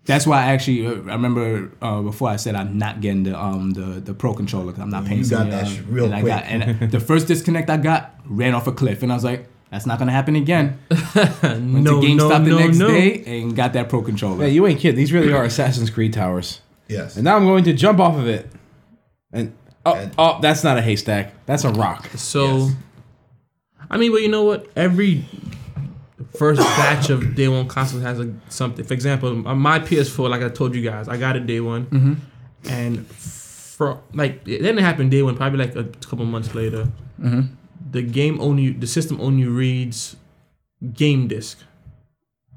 Speaker 2: That's why I actually uh, I remember uh, before I said I'm not getting the um the, the pro controller 'cause I'm not paying.
Speaker 1: You got
Speaker 2: somebody
Speaker 1: that
Speaker 2: else.
Speaker 1: shit real
Speaker 2: and I got,
Speaker 1: quick.
Speaker 2: and the first disconnect I got ran off a cliff, and I was like, "That's not gonna happen again." Went
Speaker 4: No,
Speaker 2: to
Speaker 4: no,
Speaker 2: GameStop the
Speaker 4: no,
Speaker 2: next
Speaker 4: no.
Speaker 2: day and got that pro controller.
Speaker 3: Hey, you ain't kidding. These really are Assassin's Creed towers.
Speaker 1: Yes.
Speaker 3: And now I'm going to jump off of it. And oh,
Speaker 1: And-
Speaker 3: oh that's not a haystack. That's a rock.
Speaker 4: so, I mean, but you know what? Every first batch of day one consoles has a, something. For example, on my PS4, like I told you guys, I got it day one,
Speaker 2: Mm-hmm.
Speaker 4: and for like it didn't happen day one. Probably like a couple months later, the game only the system only reads game disc.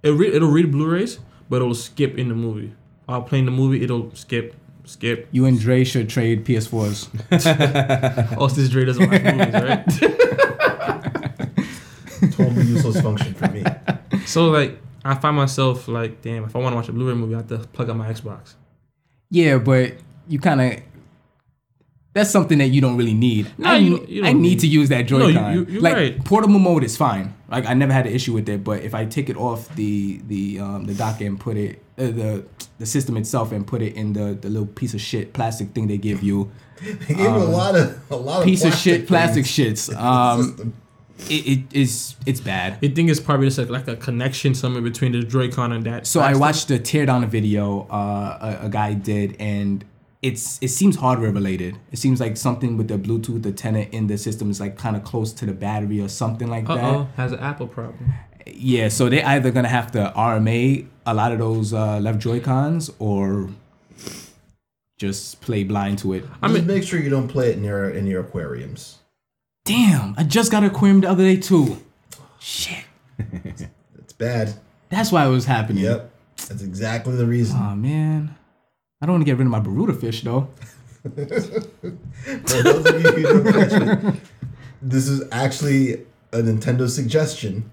Speaker 4: It re- it'll read Blu-rays, but it'll skip in the movie. While playing the movie, it'll skip, skip.
Speaker 2: You and Dre should trade PS4s.
Speaker 4: Austin Dre doesn't watch movies, right?
Speaker 1: Totally useless function for me.
Speaker 4: So like, I find myself like, damn, if I want to watch a Blu-ray movie, I have to plug up my Xbox.
Speaker 2: Yeah, but you kind of That's something that you don't really need.
Speaker 4: No,
Speaker 2: I,
Speaker 4: you
Speaker 2: ne-
Speaker 4: don't- you don't
Speaker 2: I need,
Speaker 4: need-
Speaker 2: to use that
Speaker 4: No,
Speaker 2: Joy-Con.
Speaker 4: you- you- you're
Speaker 2: like
Speaker 4: right.
Speaker 2: portable mode is fine. Like I never had an issue with it, but if I take it off the the um, the dock and put it uh, the the system itself and put it in the the little piece of shit plastic thing they give you,
Speaker 1: They gave him a lot of a lot of
Speaker 2: Um, piece of shit plastic
Speaker 1: things.
Speaker 2: shits. Um, it, it is it's bad.
Speaker 4: You think it's probably just like, like a connection somewhere between the Joy-Con and that.
Speaker 2: So I
Speaker 4: plastic?
Speaker 2: watched a teardown video uh, a, a guy did, and it's it seems hardware related. It seems like something with the Bluetooth antenna in the system is like kind of close to the battery or something like
Speaker 5: Uh oh, has an Apple problem.
Speaker 2: that. Yeah, so they either gonna have to RMA a lot of those uh, left Joy Cons or just play blind to it.
Speaker 1: I mean, make sure you don't play it near in your aquariums.
Speaker 2: Damn, I just got aquarium the other day too. Shit,
Speaker 1: It's bad.
Speaker 2: that's why it was happening.
Speaker 1: Yep, that's exactly the reason.
Speaker 2: Oh man, I don't want to get rid of my Baruta fish though.
Speaker 1: For those of you who don't catch it, this is actually a Nintendo suggestion.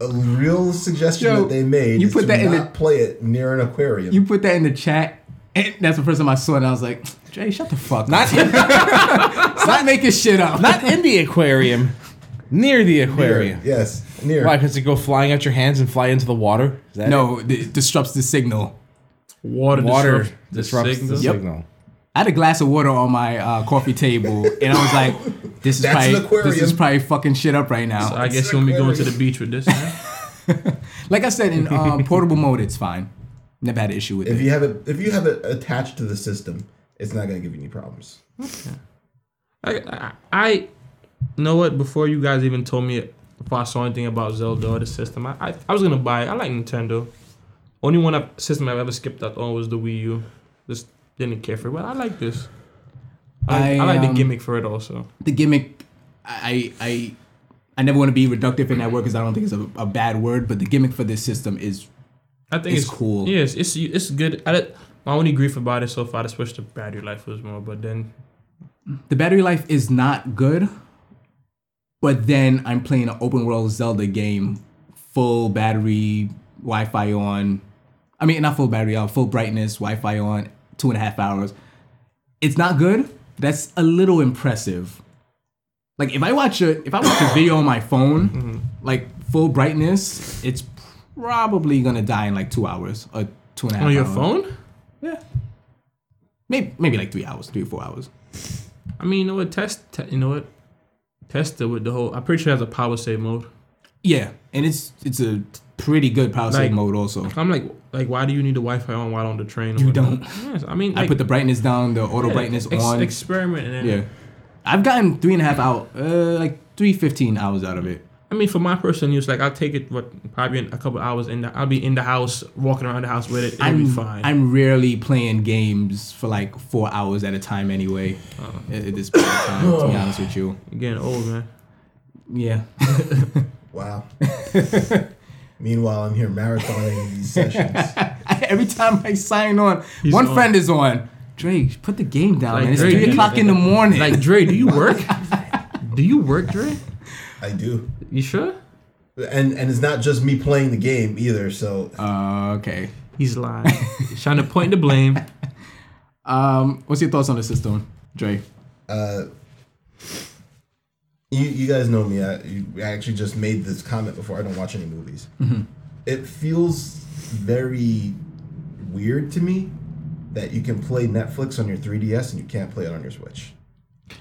Speaker 1: A real suggestion
Speaker 2: Yo,
Speaker 1: that they made.
Speaker 2: you
Speaker 1: is
Speaker 2: put
Speaker 1: to
Speaker 2: that in
Speaker 1: not
Speaker 2: the-
Speaker 1: play it near an aquarium.
Speaker 2: you put that in the chat, and that's the first time I saw it. And I was like, Jay, shut the fuck up. Stop making shit up.
Speaker 3: Not in the aquarium. Near the aquarium.
Speaker 1: Yes, near.
Speaker 3: Why? Because it go flying out your hands and fly into the water. Is that
Speaker 2: no, it disrupts the signal.
Speaker 4: water,
Speaker 3: it? water
Speaker 4: disrupts,
Speaker 3: disrupts
Speaker 4: the signal.
Speaker 3: the
Speaker 2: Yep.
Speaker 3: signal.
Speaker 2: I had a glass of water on my uh, coffee table, and I was like, this is
Speaker 1: That's an
Speaker 2: probably this is
Speaker 1: aquarium.
Speaker 2: probably fucking shit up right now.
Speaker 4: So I
Speaker 1: an
Speaker 4: guess you won't be going to the
Speaker 1: aquarium.
Speaker 4: beach with this. huh?
Speaker 2: like I said, in um, portable mode, it's fine. Never had an issue with
Speaker 1: If
Speaker 2: it.
Speaker 1: you have it, if you have it attached to the system, it's not going to give you any problems.
Speaker 4: I, I, I you know what? Before you guys even told me if I saw anything about Zelda or the system, I, I, I was gonna buy. it. I like Nintendo. Only one I've- system I've ever skipped out on was the Wii U. Just didn't care for it. But I like this. I, like-
Speaker 2: I,
Speaker 4: I like
Speaker 2: um,
Speaker 4: the gimmick for it also.
Speaker 2: The gimmick, I I I never want to be reductive in that word because I don't think it's a, a bad word, but the gimmick for this system is
Speaker 4: I think
Speaker 2: It's
Speaker 4: it's,
Speaker 2: cool.
Speaker 4: Yes, it's it's good. I, don't- my only grief about it so far is wish the battery life was more, but then
Speaker 2: the battery life is not good, but then I'm playing an open world Zelda game, full battery, Wi Fi on. I mean, not full battery, uh, full brightness, Wi Fi on, two and a half hours. It's not good. That's a little impressive. Like if I watch a if I watch a video on my phone,
Speaker 4: Mm-hmm.
Speaker 2: like full brightness, it's probably gonna die in like two hours or two and a half.
Speaker 4: on your
Speaker 2: hours.
Speaker 4: phone.
Speaker 2: Maybe maybe like three hours, three or four hours.
Speaker 4: I mean, you know what? Test, te- you know what? Test it with the whole. I'm pretty sure it has a power save mode.
Speaker 2: Yeah, and it's it's a pretty good power save
Speaker 4: Like-
Speaker 2: mode also.
Speaker 4: I'm like, like, why do you need the Wi-Fi on while on the train? or
Speaker 2: You
Speaker 4: whatnot?
Speaker 2: don't.
Speaker 4: Yes, I mean,
Speaker 2: I put the brightness down, the auto
Speaker 4: yeah,
Speaker 2: brightness
Speaker 4: ex-
Speaker 2: on.
Speaker 4: Experiment and then,
Speaker 2: yeah, I've gotten three and a half out, uh, like three fifteen hours out of it.
Speaker 4: I mean, for my personal use, like, I'll take it what probably in a couple hours, and I'll be in the house, walking around the house with it. It'll
Speaker 2: I'm
Speaker 4: be fine.
Speaker 2: I'm rarely playing games for like four hours at a time anyway.
Speaker 4: Uh-huh.
Speaker 2: At, at this point in time, to be honest with you.
Speaker 4: You're getting old, man.
Speaker 2: Yeah,
Speaker 1: Wow. Meanwhile, I'm here marathoning these sessions.
Speaker 2: every time I sign on,
Speaker 4: He's
Speaker 2: one
Speaker 4: on.
Speaker 2: friend is on. Drake, put the game down,
Speaker 4: Like,
Speaker 2: man. It's
Speaker 4: Drake,
Speaker 2: three
Speaker 4: you-
Speaker 2: o'clock in the morning.
Speaker 4: Like, Dre, do you work? do you work, Dre?
Speaker 1: I do,
Speaker 4: You sure?
Speaker 1: and and it's not just me playing the game either. So
Speaker 2: uh, okay.
Speaker 4: He's lying. He's trying to point the blame.
Speaker 2: Um, what's your thoughts on the system, Dre?
Speaker 1: uh, you you guys know me. I, you, I actually just made this comment before. I don't watch any movies.
Speaker 2: Mm-hmm.
Speaker 1: It feels very weird to me that you can play Netflix on your 3DS and you can't play it on your Switch.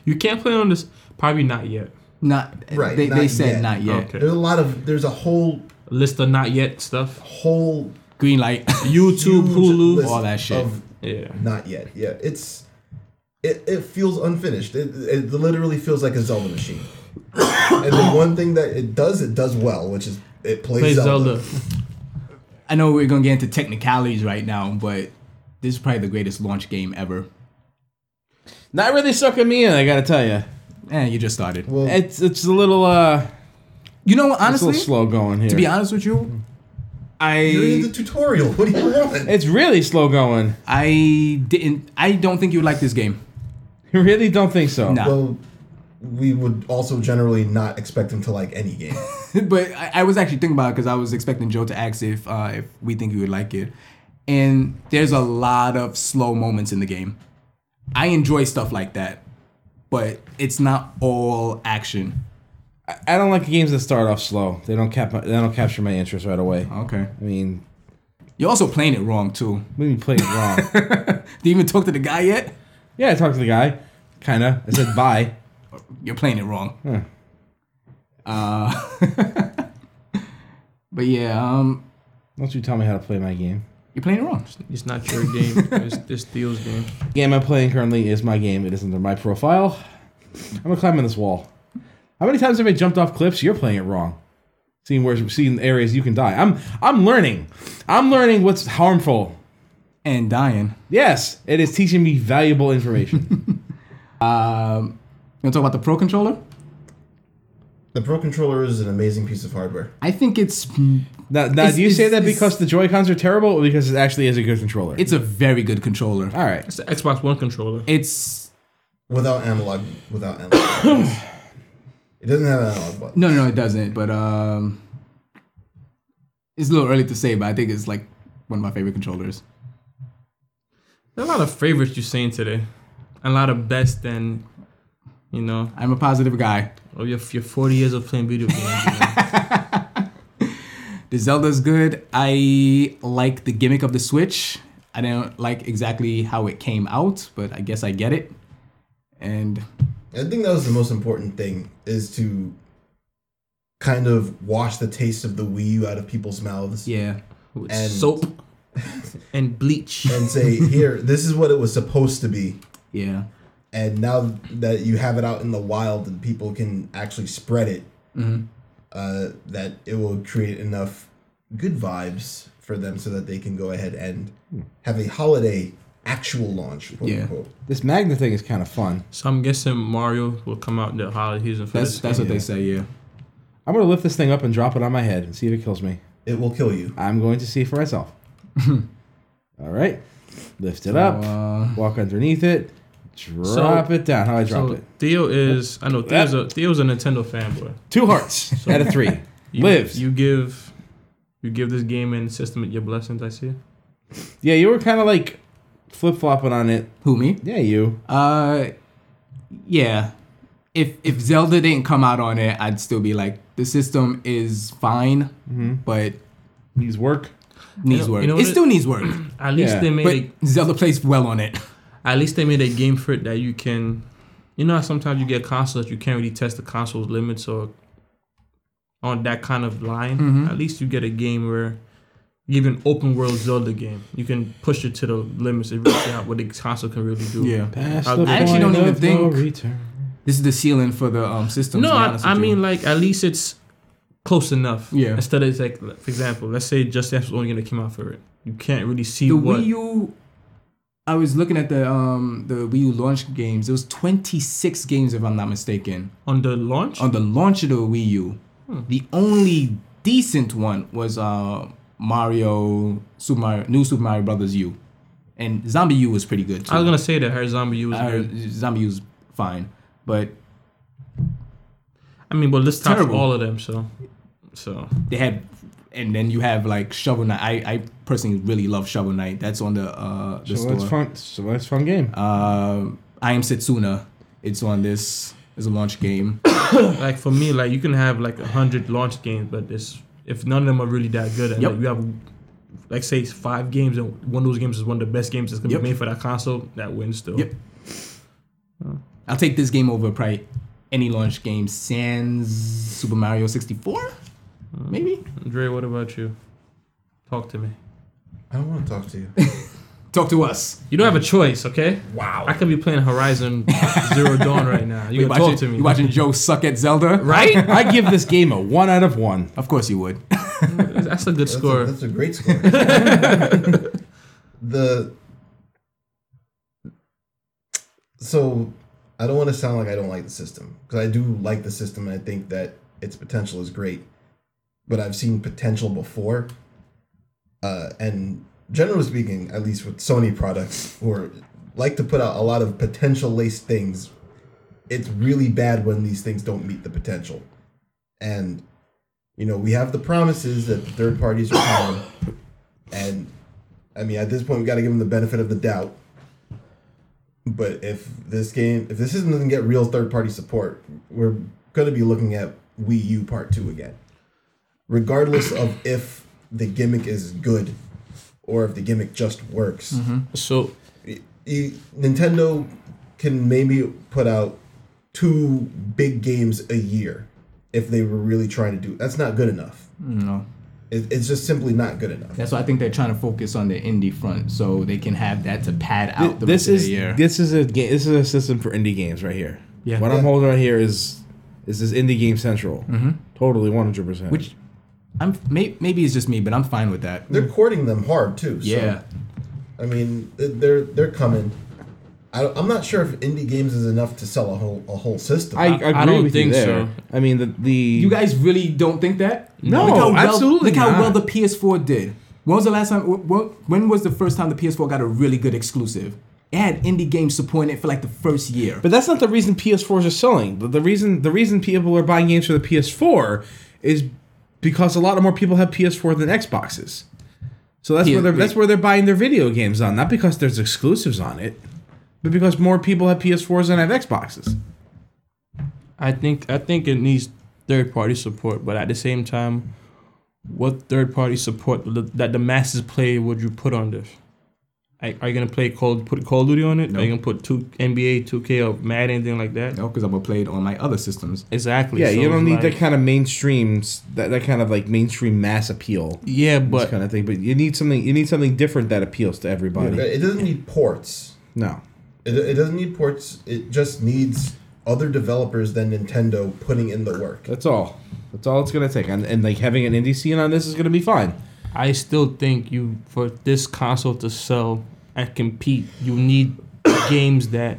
Speaker 4: You can't play on this. Probably not yet.
Speaker 2: Not
Speaker 1: Right,
Speaker 2: They, they
Speaker 1: not
Speaker 2: said
Speaker 1: yet.
Speaker 2: not yet.
Speaker 4: Okay.
Speaker 1: There's a lot of there's a whole
Speaker 4: List of not yet stuff.
Speaker 1: whole
Speaker 2: Green light.
Speaker 4: YouTube,
Speaker 1: huge
Speaker 4: Hulu,
Speaker 1: list
Speaker 2: all that shit.
Speaker 1: of
Speaker 4: yeah.
Speaker 1: Not yet. Yeah, it's it, it feels unfinished. It, it literally feels like a Zelda machine. and the one thing that it does, it does well, which is it plays,
Speaker 4: Play
Speaker 1: Zelda.
Speaker 4: Zelda.
Speaker 2: I know we're gonna get into technicalities right now, but this is probably the greatest launch game ever.
Speaker 3: Not really sucking me in. I gotta tell you,
Speaker 2: And Eh, you just started.
Speaker 1: Well,
Speaker 3: it's it's a little uh,
Speaker 2: you know what?
Speaker 3: it's a
Speaker 2: Honestly,
Speaker 3: little slow going here.
Speaker 2: to be honest with you,
Speaker 1: you're in the
Speaker 2: I
Speaker 1: tutorial. What do you want?
Speaker 3: it's really slow going.
Speaker 2: I didn't. I don't think you would like this game.
Speaker 3: I really don't think so.
Speaker 2: No,
Speaker 1: Well, we would also generally not expect him to like any game.
Speaker 2: but I, I was actually thinking about it because I was expecting Joe to ask if uh, if we think you would like it. And there's a lot of slow moments in the game. I enjoy stuff like that, but it's not all action.
Speaker 3: I, I don't like games that start off slow. They don't cap. They don't capture my interest right away.
Speaker 2: Okay.
Speaker 3: I mean,
Speaker 2: You're also playing it wrong too.
Speaker 3: we didn't play it wrong.
Speaker 2: Did you even talk to the guy yet?
Speaker 3: yeah, I talked to the guy. Kinda. I said bye.
Speaker 2: You're playing it wrong. Uh, but yeah, um,
Speaker 3: Why don't you tell me how to play my game?
Speaker 2: you're playing it wrong.
Speaker 4: It's not your game. It's, it's Theo's game.
Speaker 3: game I'm playing currently is my game. It is under my profile. I'm gonna climb on this wall. How many times have I jumped off cliffs? You're playing it wrong. Seeing where, seeing areas you can die. I'm, I'm learning. I'm learning what's harmful.
Speaker 2: And dying.
Speaker 3: Yes, it is teaching me valuable information.
Speaker 2: Um, you want to talk about the Pro Controller?
Speaker 1: The Pro Controller is an amazing piece of hardware.
Speaker 2: I think it's
Speaker 3: now, now
Speaker 2: It's-
Speaker 3: do you say
Speaker 2: it's-
Speaker 3: that
Speaker 2: it's-
Speaker 3: because the Joy Cons are terrible, or because it actually is a good controller?
Speaker 2: it's a very good controller.
Speaker 3: all right.
Speaker 4: It's the Xbox One controller.
Speaker 2: It's
Speaker 1: Without analog, without analog. buttons. it doesn't have analog buttons.
Speaker 2: No, no, it doesn't. But um, it's a little early to say, but I think it's like one of my favorite controllers.
Speaker 4: There's a lot of favorites you're saying today. A lot of best and, you know,
Speaker 2: I'm a positive guy.
Speaker 4: oh, your, your 40 years of playing video games. you know.
Speaker 2: The Zelda's good. I like the gimmick of the Switch. I don't like exactly how it came out, but I guess I get it. And
Speaker 1: I think that was the most important thing is to kind of wash the taste of the Wii U out of people's mouths
Speaker 2: yeah,
Speaker 4: With
Speaker 1: And-
Speaker 4: soap and bleach.
Speaker 1: and say, "Here, this is what it was supposed to be."
Speaker 2: yeah,
Speaker 1: And now that you have it out in the wild and people can actually spread it, uh, that it will create enough good vibes for them so that they can go ahead and have a holiday actual launch, quote
Speaker 2: Yeah.
Speaker 1: unquote.
Speaker 3: This Magna thing is kind of fun.
Speaker 4: So I'm guessing Mario will come out the holiday season for
Speaker 2: that's
Speaker 4: this.
Speaker 2: that's what they say. Yeah,
Speaker 3: I'm gonna lift this thing up and drop it on my head and see if it kills me.
Speaker 1: It will kill you.
Speaker 3: I'm going to see for myself. all right. Lift it up.
Speaker 2: Uh,
Speaker 3: walk underneath it, drop it down. How I drop
Speaker 4: so
Speaker 3: it?
Speaker 4: Theo is, I know Theo's a, Theo's a Nintendo fanboy.
Speaker 3: Two hearts out of three.
Speaker 4: You,
Speaker 3: Lives.
Speaker 4: You give, you give this game and system your blessings. I see.
Speaker 3: yeah, you were kind of like flip flopping on it.
Speaker 2: who me?
Speaker 3: Yeah, you.
Speaker 2: Uh, yeah. If if Zelda didn't come out on it, I'd still be like, the system is fine, but
Speaker 3: These Mm-hmm. work.
Speaker 2: needs
Speaker 4: You know-
Speaker 2: work.
Speaker 4: you know
Speaker 2: it
Speaker 4: what it-
Speaker 2: still needs work,
Speaker 4: At least
Speaker 3: Yeah.
Speaker 4: they made
Speaker 2: but
Speaker 4: a,
Speaker 2: Zelda plays well on it.
Speaker 4: at least they made a game for it that you can you know how sometimes you get consoles that you can't really test the console's limits or on that kind of line
Speaker 2: Mm-hmm.
Speaker 4: at least you get a game where you give an open world zelda game you can push it to the limits and really see out what the console can really do
Speaker 3: Past
Speaker 4: I
Speaker 3: the
Speaker 4: actually
Speaker 3: point
Speaker 2: don't even
Speaker 3: of
Speaker 2: think-
Speaker 3: no return.
Speaker 2: This is the ceiling for the um system.
Speaker 4: no
Speaker 2: to be
Speaker 4: I,
Speaker 2: honest
Speaker 4: I
Speaker 2: with you.
Speaker 4: mean like at least it's close enough
Speaker 2: Yeah.
Speaker 4: instead of it's like for example let's say just dance was only going to come out for it you can't really see
Speaker 2: the
Speaker 4: what
Speaker 2: Wii U. I was looking at the um the Wii U launch games. It was 26 games, if I'm not mistaken,
Speaker 4: on the launch
Speaker 2: on the launch of the Wii U.
Speaker 4: Hmm.
Speaker 2: The only decent one was uh Mario Super Mario New Super Mario Brothers U, and Zombie U was pretty good. Too.
Speaker 4: i was going to say that her zombie U was
Speaker 2: Uh,
Speaker 4: good.
Speaker 2: Zombie U's fine, but
Speaker 4: i mean but let's talk
Speaker 2: terrible.
Speaker 4: all of them so so
Speaker 2: they had, and then you have like Shovel Knight. I, I personally really love Shovel Knight. That's on the uh the
Speaker 3: So
Speaker 2: store.
Speaker 3: that's fun. So that's fun game.
Speaker 2: Um, I am Setsuna. It's on this. It's a launch game.
Speaker 4: like for me, like you can have like a hundred launch games, but it's if none of them are really that good, and
Speaker 2: Yep.
Speaker 4: like, you have like say it's five games, and one of those games is one of the best games that's gonna
Speaker 2: Yep.
Speaker 4: be made for that console, that wins still.
Speaker 2: Yep. I'll take this game over probably any launch game sans Super Mario 64,
Speaker 4: Hmm.
Speaker 2: maybe.
Speaker 4: Dre, what about you? Talk to me.
Speaker 1: I don't want to talk to you.
Speaker 2: Talk to us.
Speaker 4: You don't have a choice, okay?
Speaker 1: Wow.
Speaker 4: I could be playing Horizon Zero Dawn right now. You
Speaker 2: You
Speaker 4: can talk
Speaker 2: watching,
Speaker 4: to me,
Speaker 2: you watching Joe suck at Zelda?
Speaker 4: right?
Speaker 3: I give this game a one out of one.
Speaker 2: Of course you would.
Speaker 4: That's a good
Speaker 1: That's a-
Speaker 4: score.
Speaker 1: that's a great score. the so I don't want to sound like I don't like the system because I do like the system and I think that its potential is great, but I've seen potential before, uh, and generally speaking, at least with Sony products who are, like to put out a lot of potential laced things, it's really bad when these things don't meet the potential, and you know, we have the promises that the third parties are calling. and I mean, at this point, we got to give them the benefit of the doubt. But if this game, if this system doesn't get real third party support, we're going to be looking at Wii U Part 2 again. Regardless of if the gimmick is good or if the gimmick just works,
Speaker 4: So
Speaker 1: y- you, Nintendo can maybe put out two big games a year if they were really trying to do that's not good enough
Speaker 2: No.
Speaker 1: it, it's just simply not good enough
Speaker 2: That's why I think they're trying to focus on the indie front so they can have that to pad out the
Speaker 3: this
Speaker 2: rest
Speaker 3: is
Speaker 2: of the year.
Speaker 3: this is a game. This is a system for indie games right here.
Speaker 2: Yeah.
Speaker 3: What
Speaker 1: Yeah.
Speaker 3: I'm holding on here is is this indie game central. Totally one hundred percent.
Speaker 2: Mm-hmm. Which I'm may, maybe it's just me, but I'm fine with that.
Speaker 1: they're courting them hard too so
Speaker 2: Yeah.
Speaker 1: i mean th- they're they're coming I, don't- i'm not sure if indie games is enough to sell a whole a whole system
Speaker 3: I, I agree
Speaker 4: don't
Speaker 3: with
Speaker 4: think
Speaker 3: you there.
Speaker 4: so.
Speaker 3: I mean the the
Speaker 2: You guys really don't think that?
Speaker 3: No,
Speaker 2: Look how well-
Speaker 3: absolutely
Speaker 2: Look how
Speaker 3: not.
Speaker 2: well the PS4 did. When was the last time? wh- wh- When was the first time the PS4 got a really good exclusive? It had indie games supporting it for like the first year.
Speaker 3: But that's not the reason PS4s are selling. The, the reason the reason people are buying games for the PS4 is because a lot of more people have PS4 than Xboxes. So that's
Speaker 2: Yeah,
Speaker 3: where they're
Speaker 2: wait.
Speaker 3: that's where they're buying their video games on, not because there's exclusives on it, but because more people have PS4s than have Xboxes.
Speaker 4: I think I think it needs third party support, but at the same time, what third party support th- that the masses play would you put on this? Like, are you gonna play Call put Call of Duty on it? Are you gonna put two NBA, two K, or Madden, anything like that?
Speaker 2: No, because I would Oh, play it on my other systems.
Speaker 4: Exactly.
Speaker 3: Yeah,
Speaker 4: so
Speaker 3: you don't
Speaker 4: it's
Speaker 3: need that
Speaker 4: like-
Speaker 3: kind of mainstream s- that, that kind of like mainstream mass appeal
Speaker 4: Yeah,
Speaker 3: this
Speaker 4: but
Speaker 3: kind of thing. But you need something you need something different that appeals to everybody.
Speaker 1: it doesn't need ports
Speaker 3: No.
Speaker 1: it, it doesn't need ports it just needs other developers than nintendo putting in the work
Speaker 3: That's all. That's all it's gonna take. And, and like having an indie scene on this is gonna be fine.
Speaker 4: I still think you for this console to sell and compete, you need games that.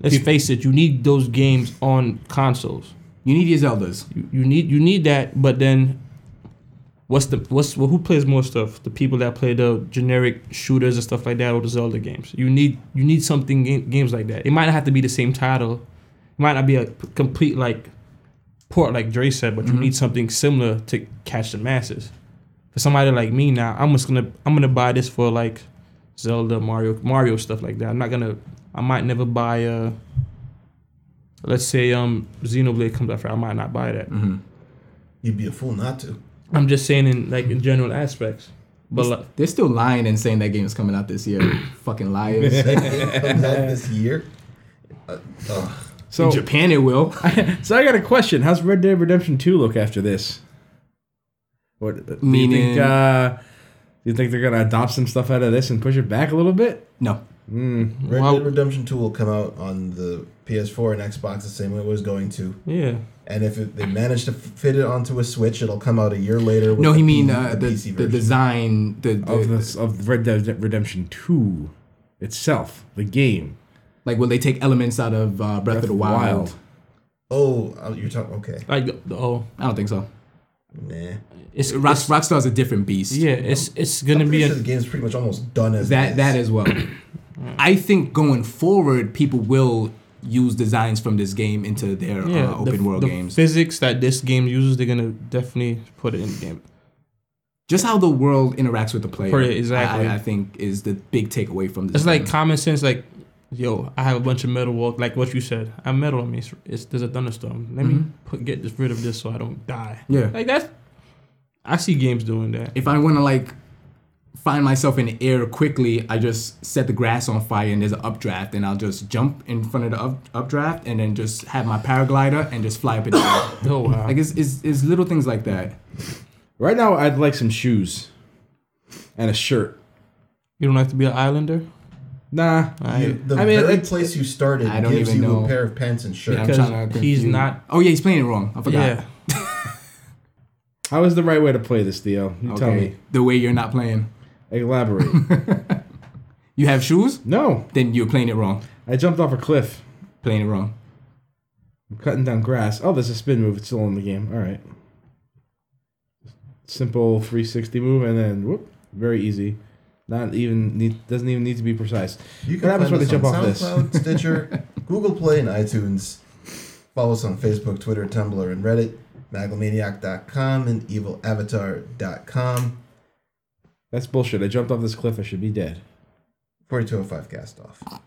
Speaker 4: Let's face it, you need those games on consoles.
Speaker 2: You need your Zeldas.
Speaker 4: You, you need you need that, but then what's the what's well, who plays more stuff? The people that play the generic shooters and stuff like that, or the Zelda games. You need you need something game, games like that. It might not have to be the same title. It might not be a p- complete like port like Dre said, but you need something similar to catch the masses. For somebody like me now, I'm just gonna I'm gonna buy this for like Zelda, Mario, Mario stuff like that. I'm not gonna I might never buy a let's say um Xenoblade comes out for I might not buy that.
Speaker 1: you'd be a fool not to
Speaker 4: I'm just saying in like in general aspects. But like,
Speaker 2: They're still lying and saying that game is coming out this year. Fucking liars.
Speaker 1: it comes out this year uh, ugh.
Speaker 3: So
Speaker 2: In Japan, it will.
Speaker 3: So I got a question. How's Red Dead Redemption 2 look after this? What do you
Speaker 2: Meaning-
Speaker 3: think uh do you think they're gonna adopt some stuff out of this and push it back a little bit?
Speaker 2: No.
Speaker 1: Red
Speaker 4: Wow.
Speaker 1: Dead Redemption 2 will come out on the PS4 and Xbox the same way it was going to.
Speaker 4: yeah.
Speaker 1: And if it, they manage to f- fit it onto a Switch, it'll come out a year later. With
Speaker 2: No,
Speaker 1: the
Speaker 2: he mean
Speaker 1: P-
Speaker 2: uh, the,
Speaker 1: PC
Speaker 2: the
Speaker 1: version.
Speaker 2: design, the, the-
Speaker 3: Of this of Red Dead Redemption 2 itself, the game.
Speaker 2: like will they take elements out of uh, Breath, of the Wild?
Speaker 1: oh, uh, you're talking. Okay.
Speaker 4: Like the- oh
Speaker 2: I don't think so.
Speaker 1: Nah.
Speaker 4: it's
Speaker 2: Rock,
Speaker 4: it's-
Speaker 2: Rockstar's a different beast.
Speaker 4: yeah, it's it's
Speaker 1: I'm
Speaker 4: gonna
Speaker 1: pretty
Speaker 4: be
Speaker 1: sure
Speaker 4: a,
Speaker 1: the game's pretty much almost done as
Speaker 2: That that
Speaker 1: is.
Speaker 2: as well. I think going forward, people will use designs from this game into their
Speaker 4: yeah
Speaker 2: uh, open
Speaker 4: the,
Speaker 2: world
Speaker 4: the
Speaker 2: games.
Speaker 4: Physics that this game uses, they're gonna definitely put it in the game.
Speaker 2: Just how the world interacts with the player.
Speaker 4: Right, exactly.
Speaker 2: I, I think is the big takeaway from this.
Speaker 4: It's like
Speaker 2: game.
Speaker 4: common sense. Like, yo, I have a bunch of metal. Walk like what you said. I have metal on me. It's, it's there's a thunderstorm. Let me put, get this rid of this so I don't die.
Speaker 2: Mm-hmm. yeah.
Speaker 4: Like that's. I see games doing that.
Speaker 2: if I want to like find myself in the air quickly, I just set the grass on fire and there's an updraft, and I'll just jump in front of the up, updraft and then just have my paraglider and just fly up in the air.
Speaker 4: Oh wow.
Speaker 2: Like it's, it's, it's little things like that.
Speaker 3: Right now I'd like some shoes. And a shirt.
Speaker 4: you don't have to be an islander.
Speaker 3: Nah.
Speaker 1: You, the
Speaker 3: I mean,
Speaker 1: very
Speaker 3: it's-
Speaker 1: place you started
Speaker 2: I don't
Speaker 1: gives
Speaker 2: even
Speaker 1: you
Speaker 2: know.
Speaker 1: a pair of pants and shirt.
Speaker 2: Yeah, I'm
Speaker 4: Because
Speaker 2: tryna
Speaker 4: he's
Speaker 2: confuse-
Speaker 4: not.
Speaker 2: Oh yeah, he's playing it wrong. I forgot.
Speaker 4: Yeah.
Speaker 3: How is the right way to play this, Theo? You tell
Speaker 2: Okay.
Speaker 3: me.
Speaker 2: The way you're not playing.
Speaker 3: Elaborate.
Speaker 2: You have shoes?
Speaker 3: no.
Speaker 2: Then you're playing it wrong.
Speaker 3: I jumped off a cliff.
Speaker 2: Playing it wrong.
Speaker 3: I'm cutting down grass. Oh, there's a spin move. It's still in the game. All right. Simple 360 move, and then whoop, very easy. Not even need, doesn't even need to be precise.
Speaker 1: You
Speaker 3: What happens
Speaker 1: find
Speaker 3: when they
Speaker 1: us on
Speaker 3: jump
Speaker 1: SoundCloud, Stitcher, Google Play, and iTunes. Follow us on Facebook, Twitter, Tumblr, and Reddit. Magomaniac.com and evilavatar.com.
Speaker 3: That's bullshit. I jumped off this cliff. I should be dead.
Speaker 1: 4205 cast off.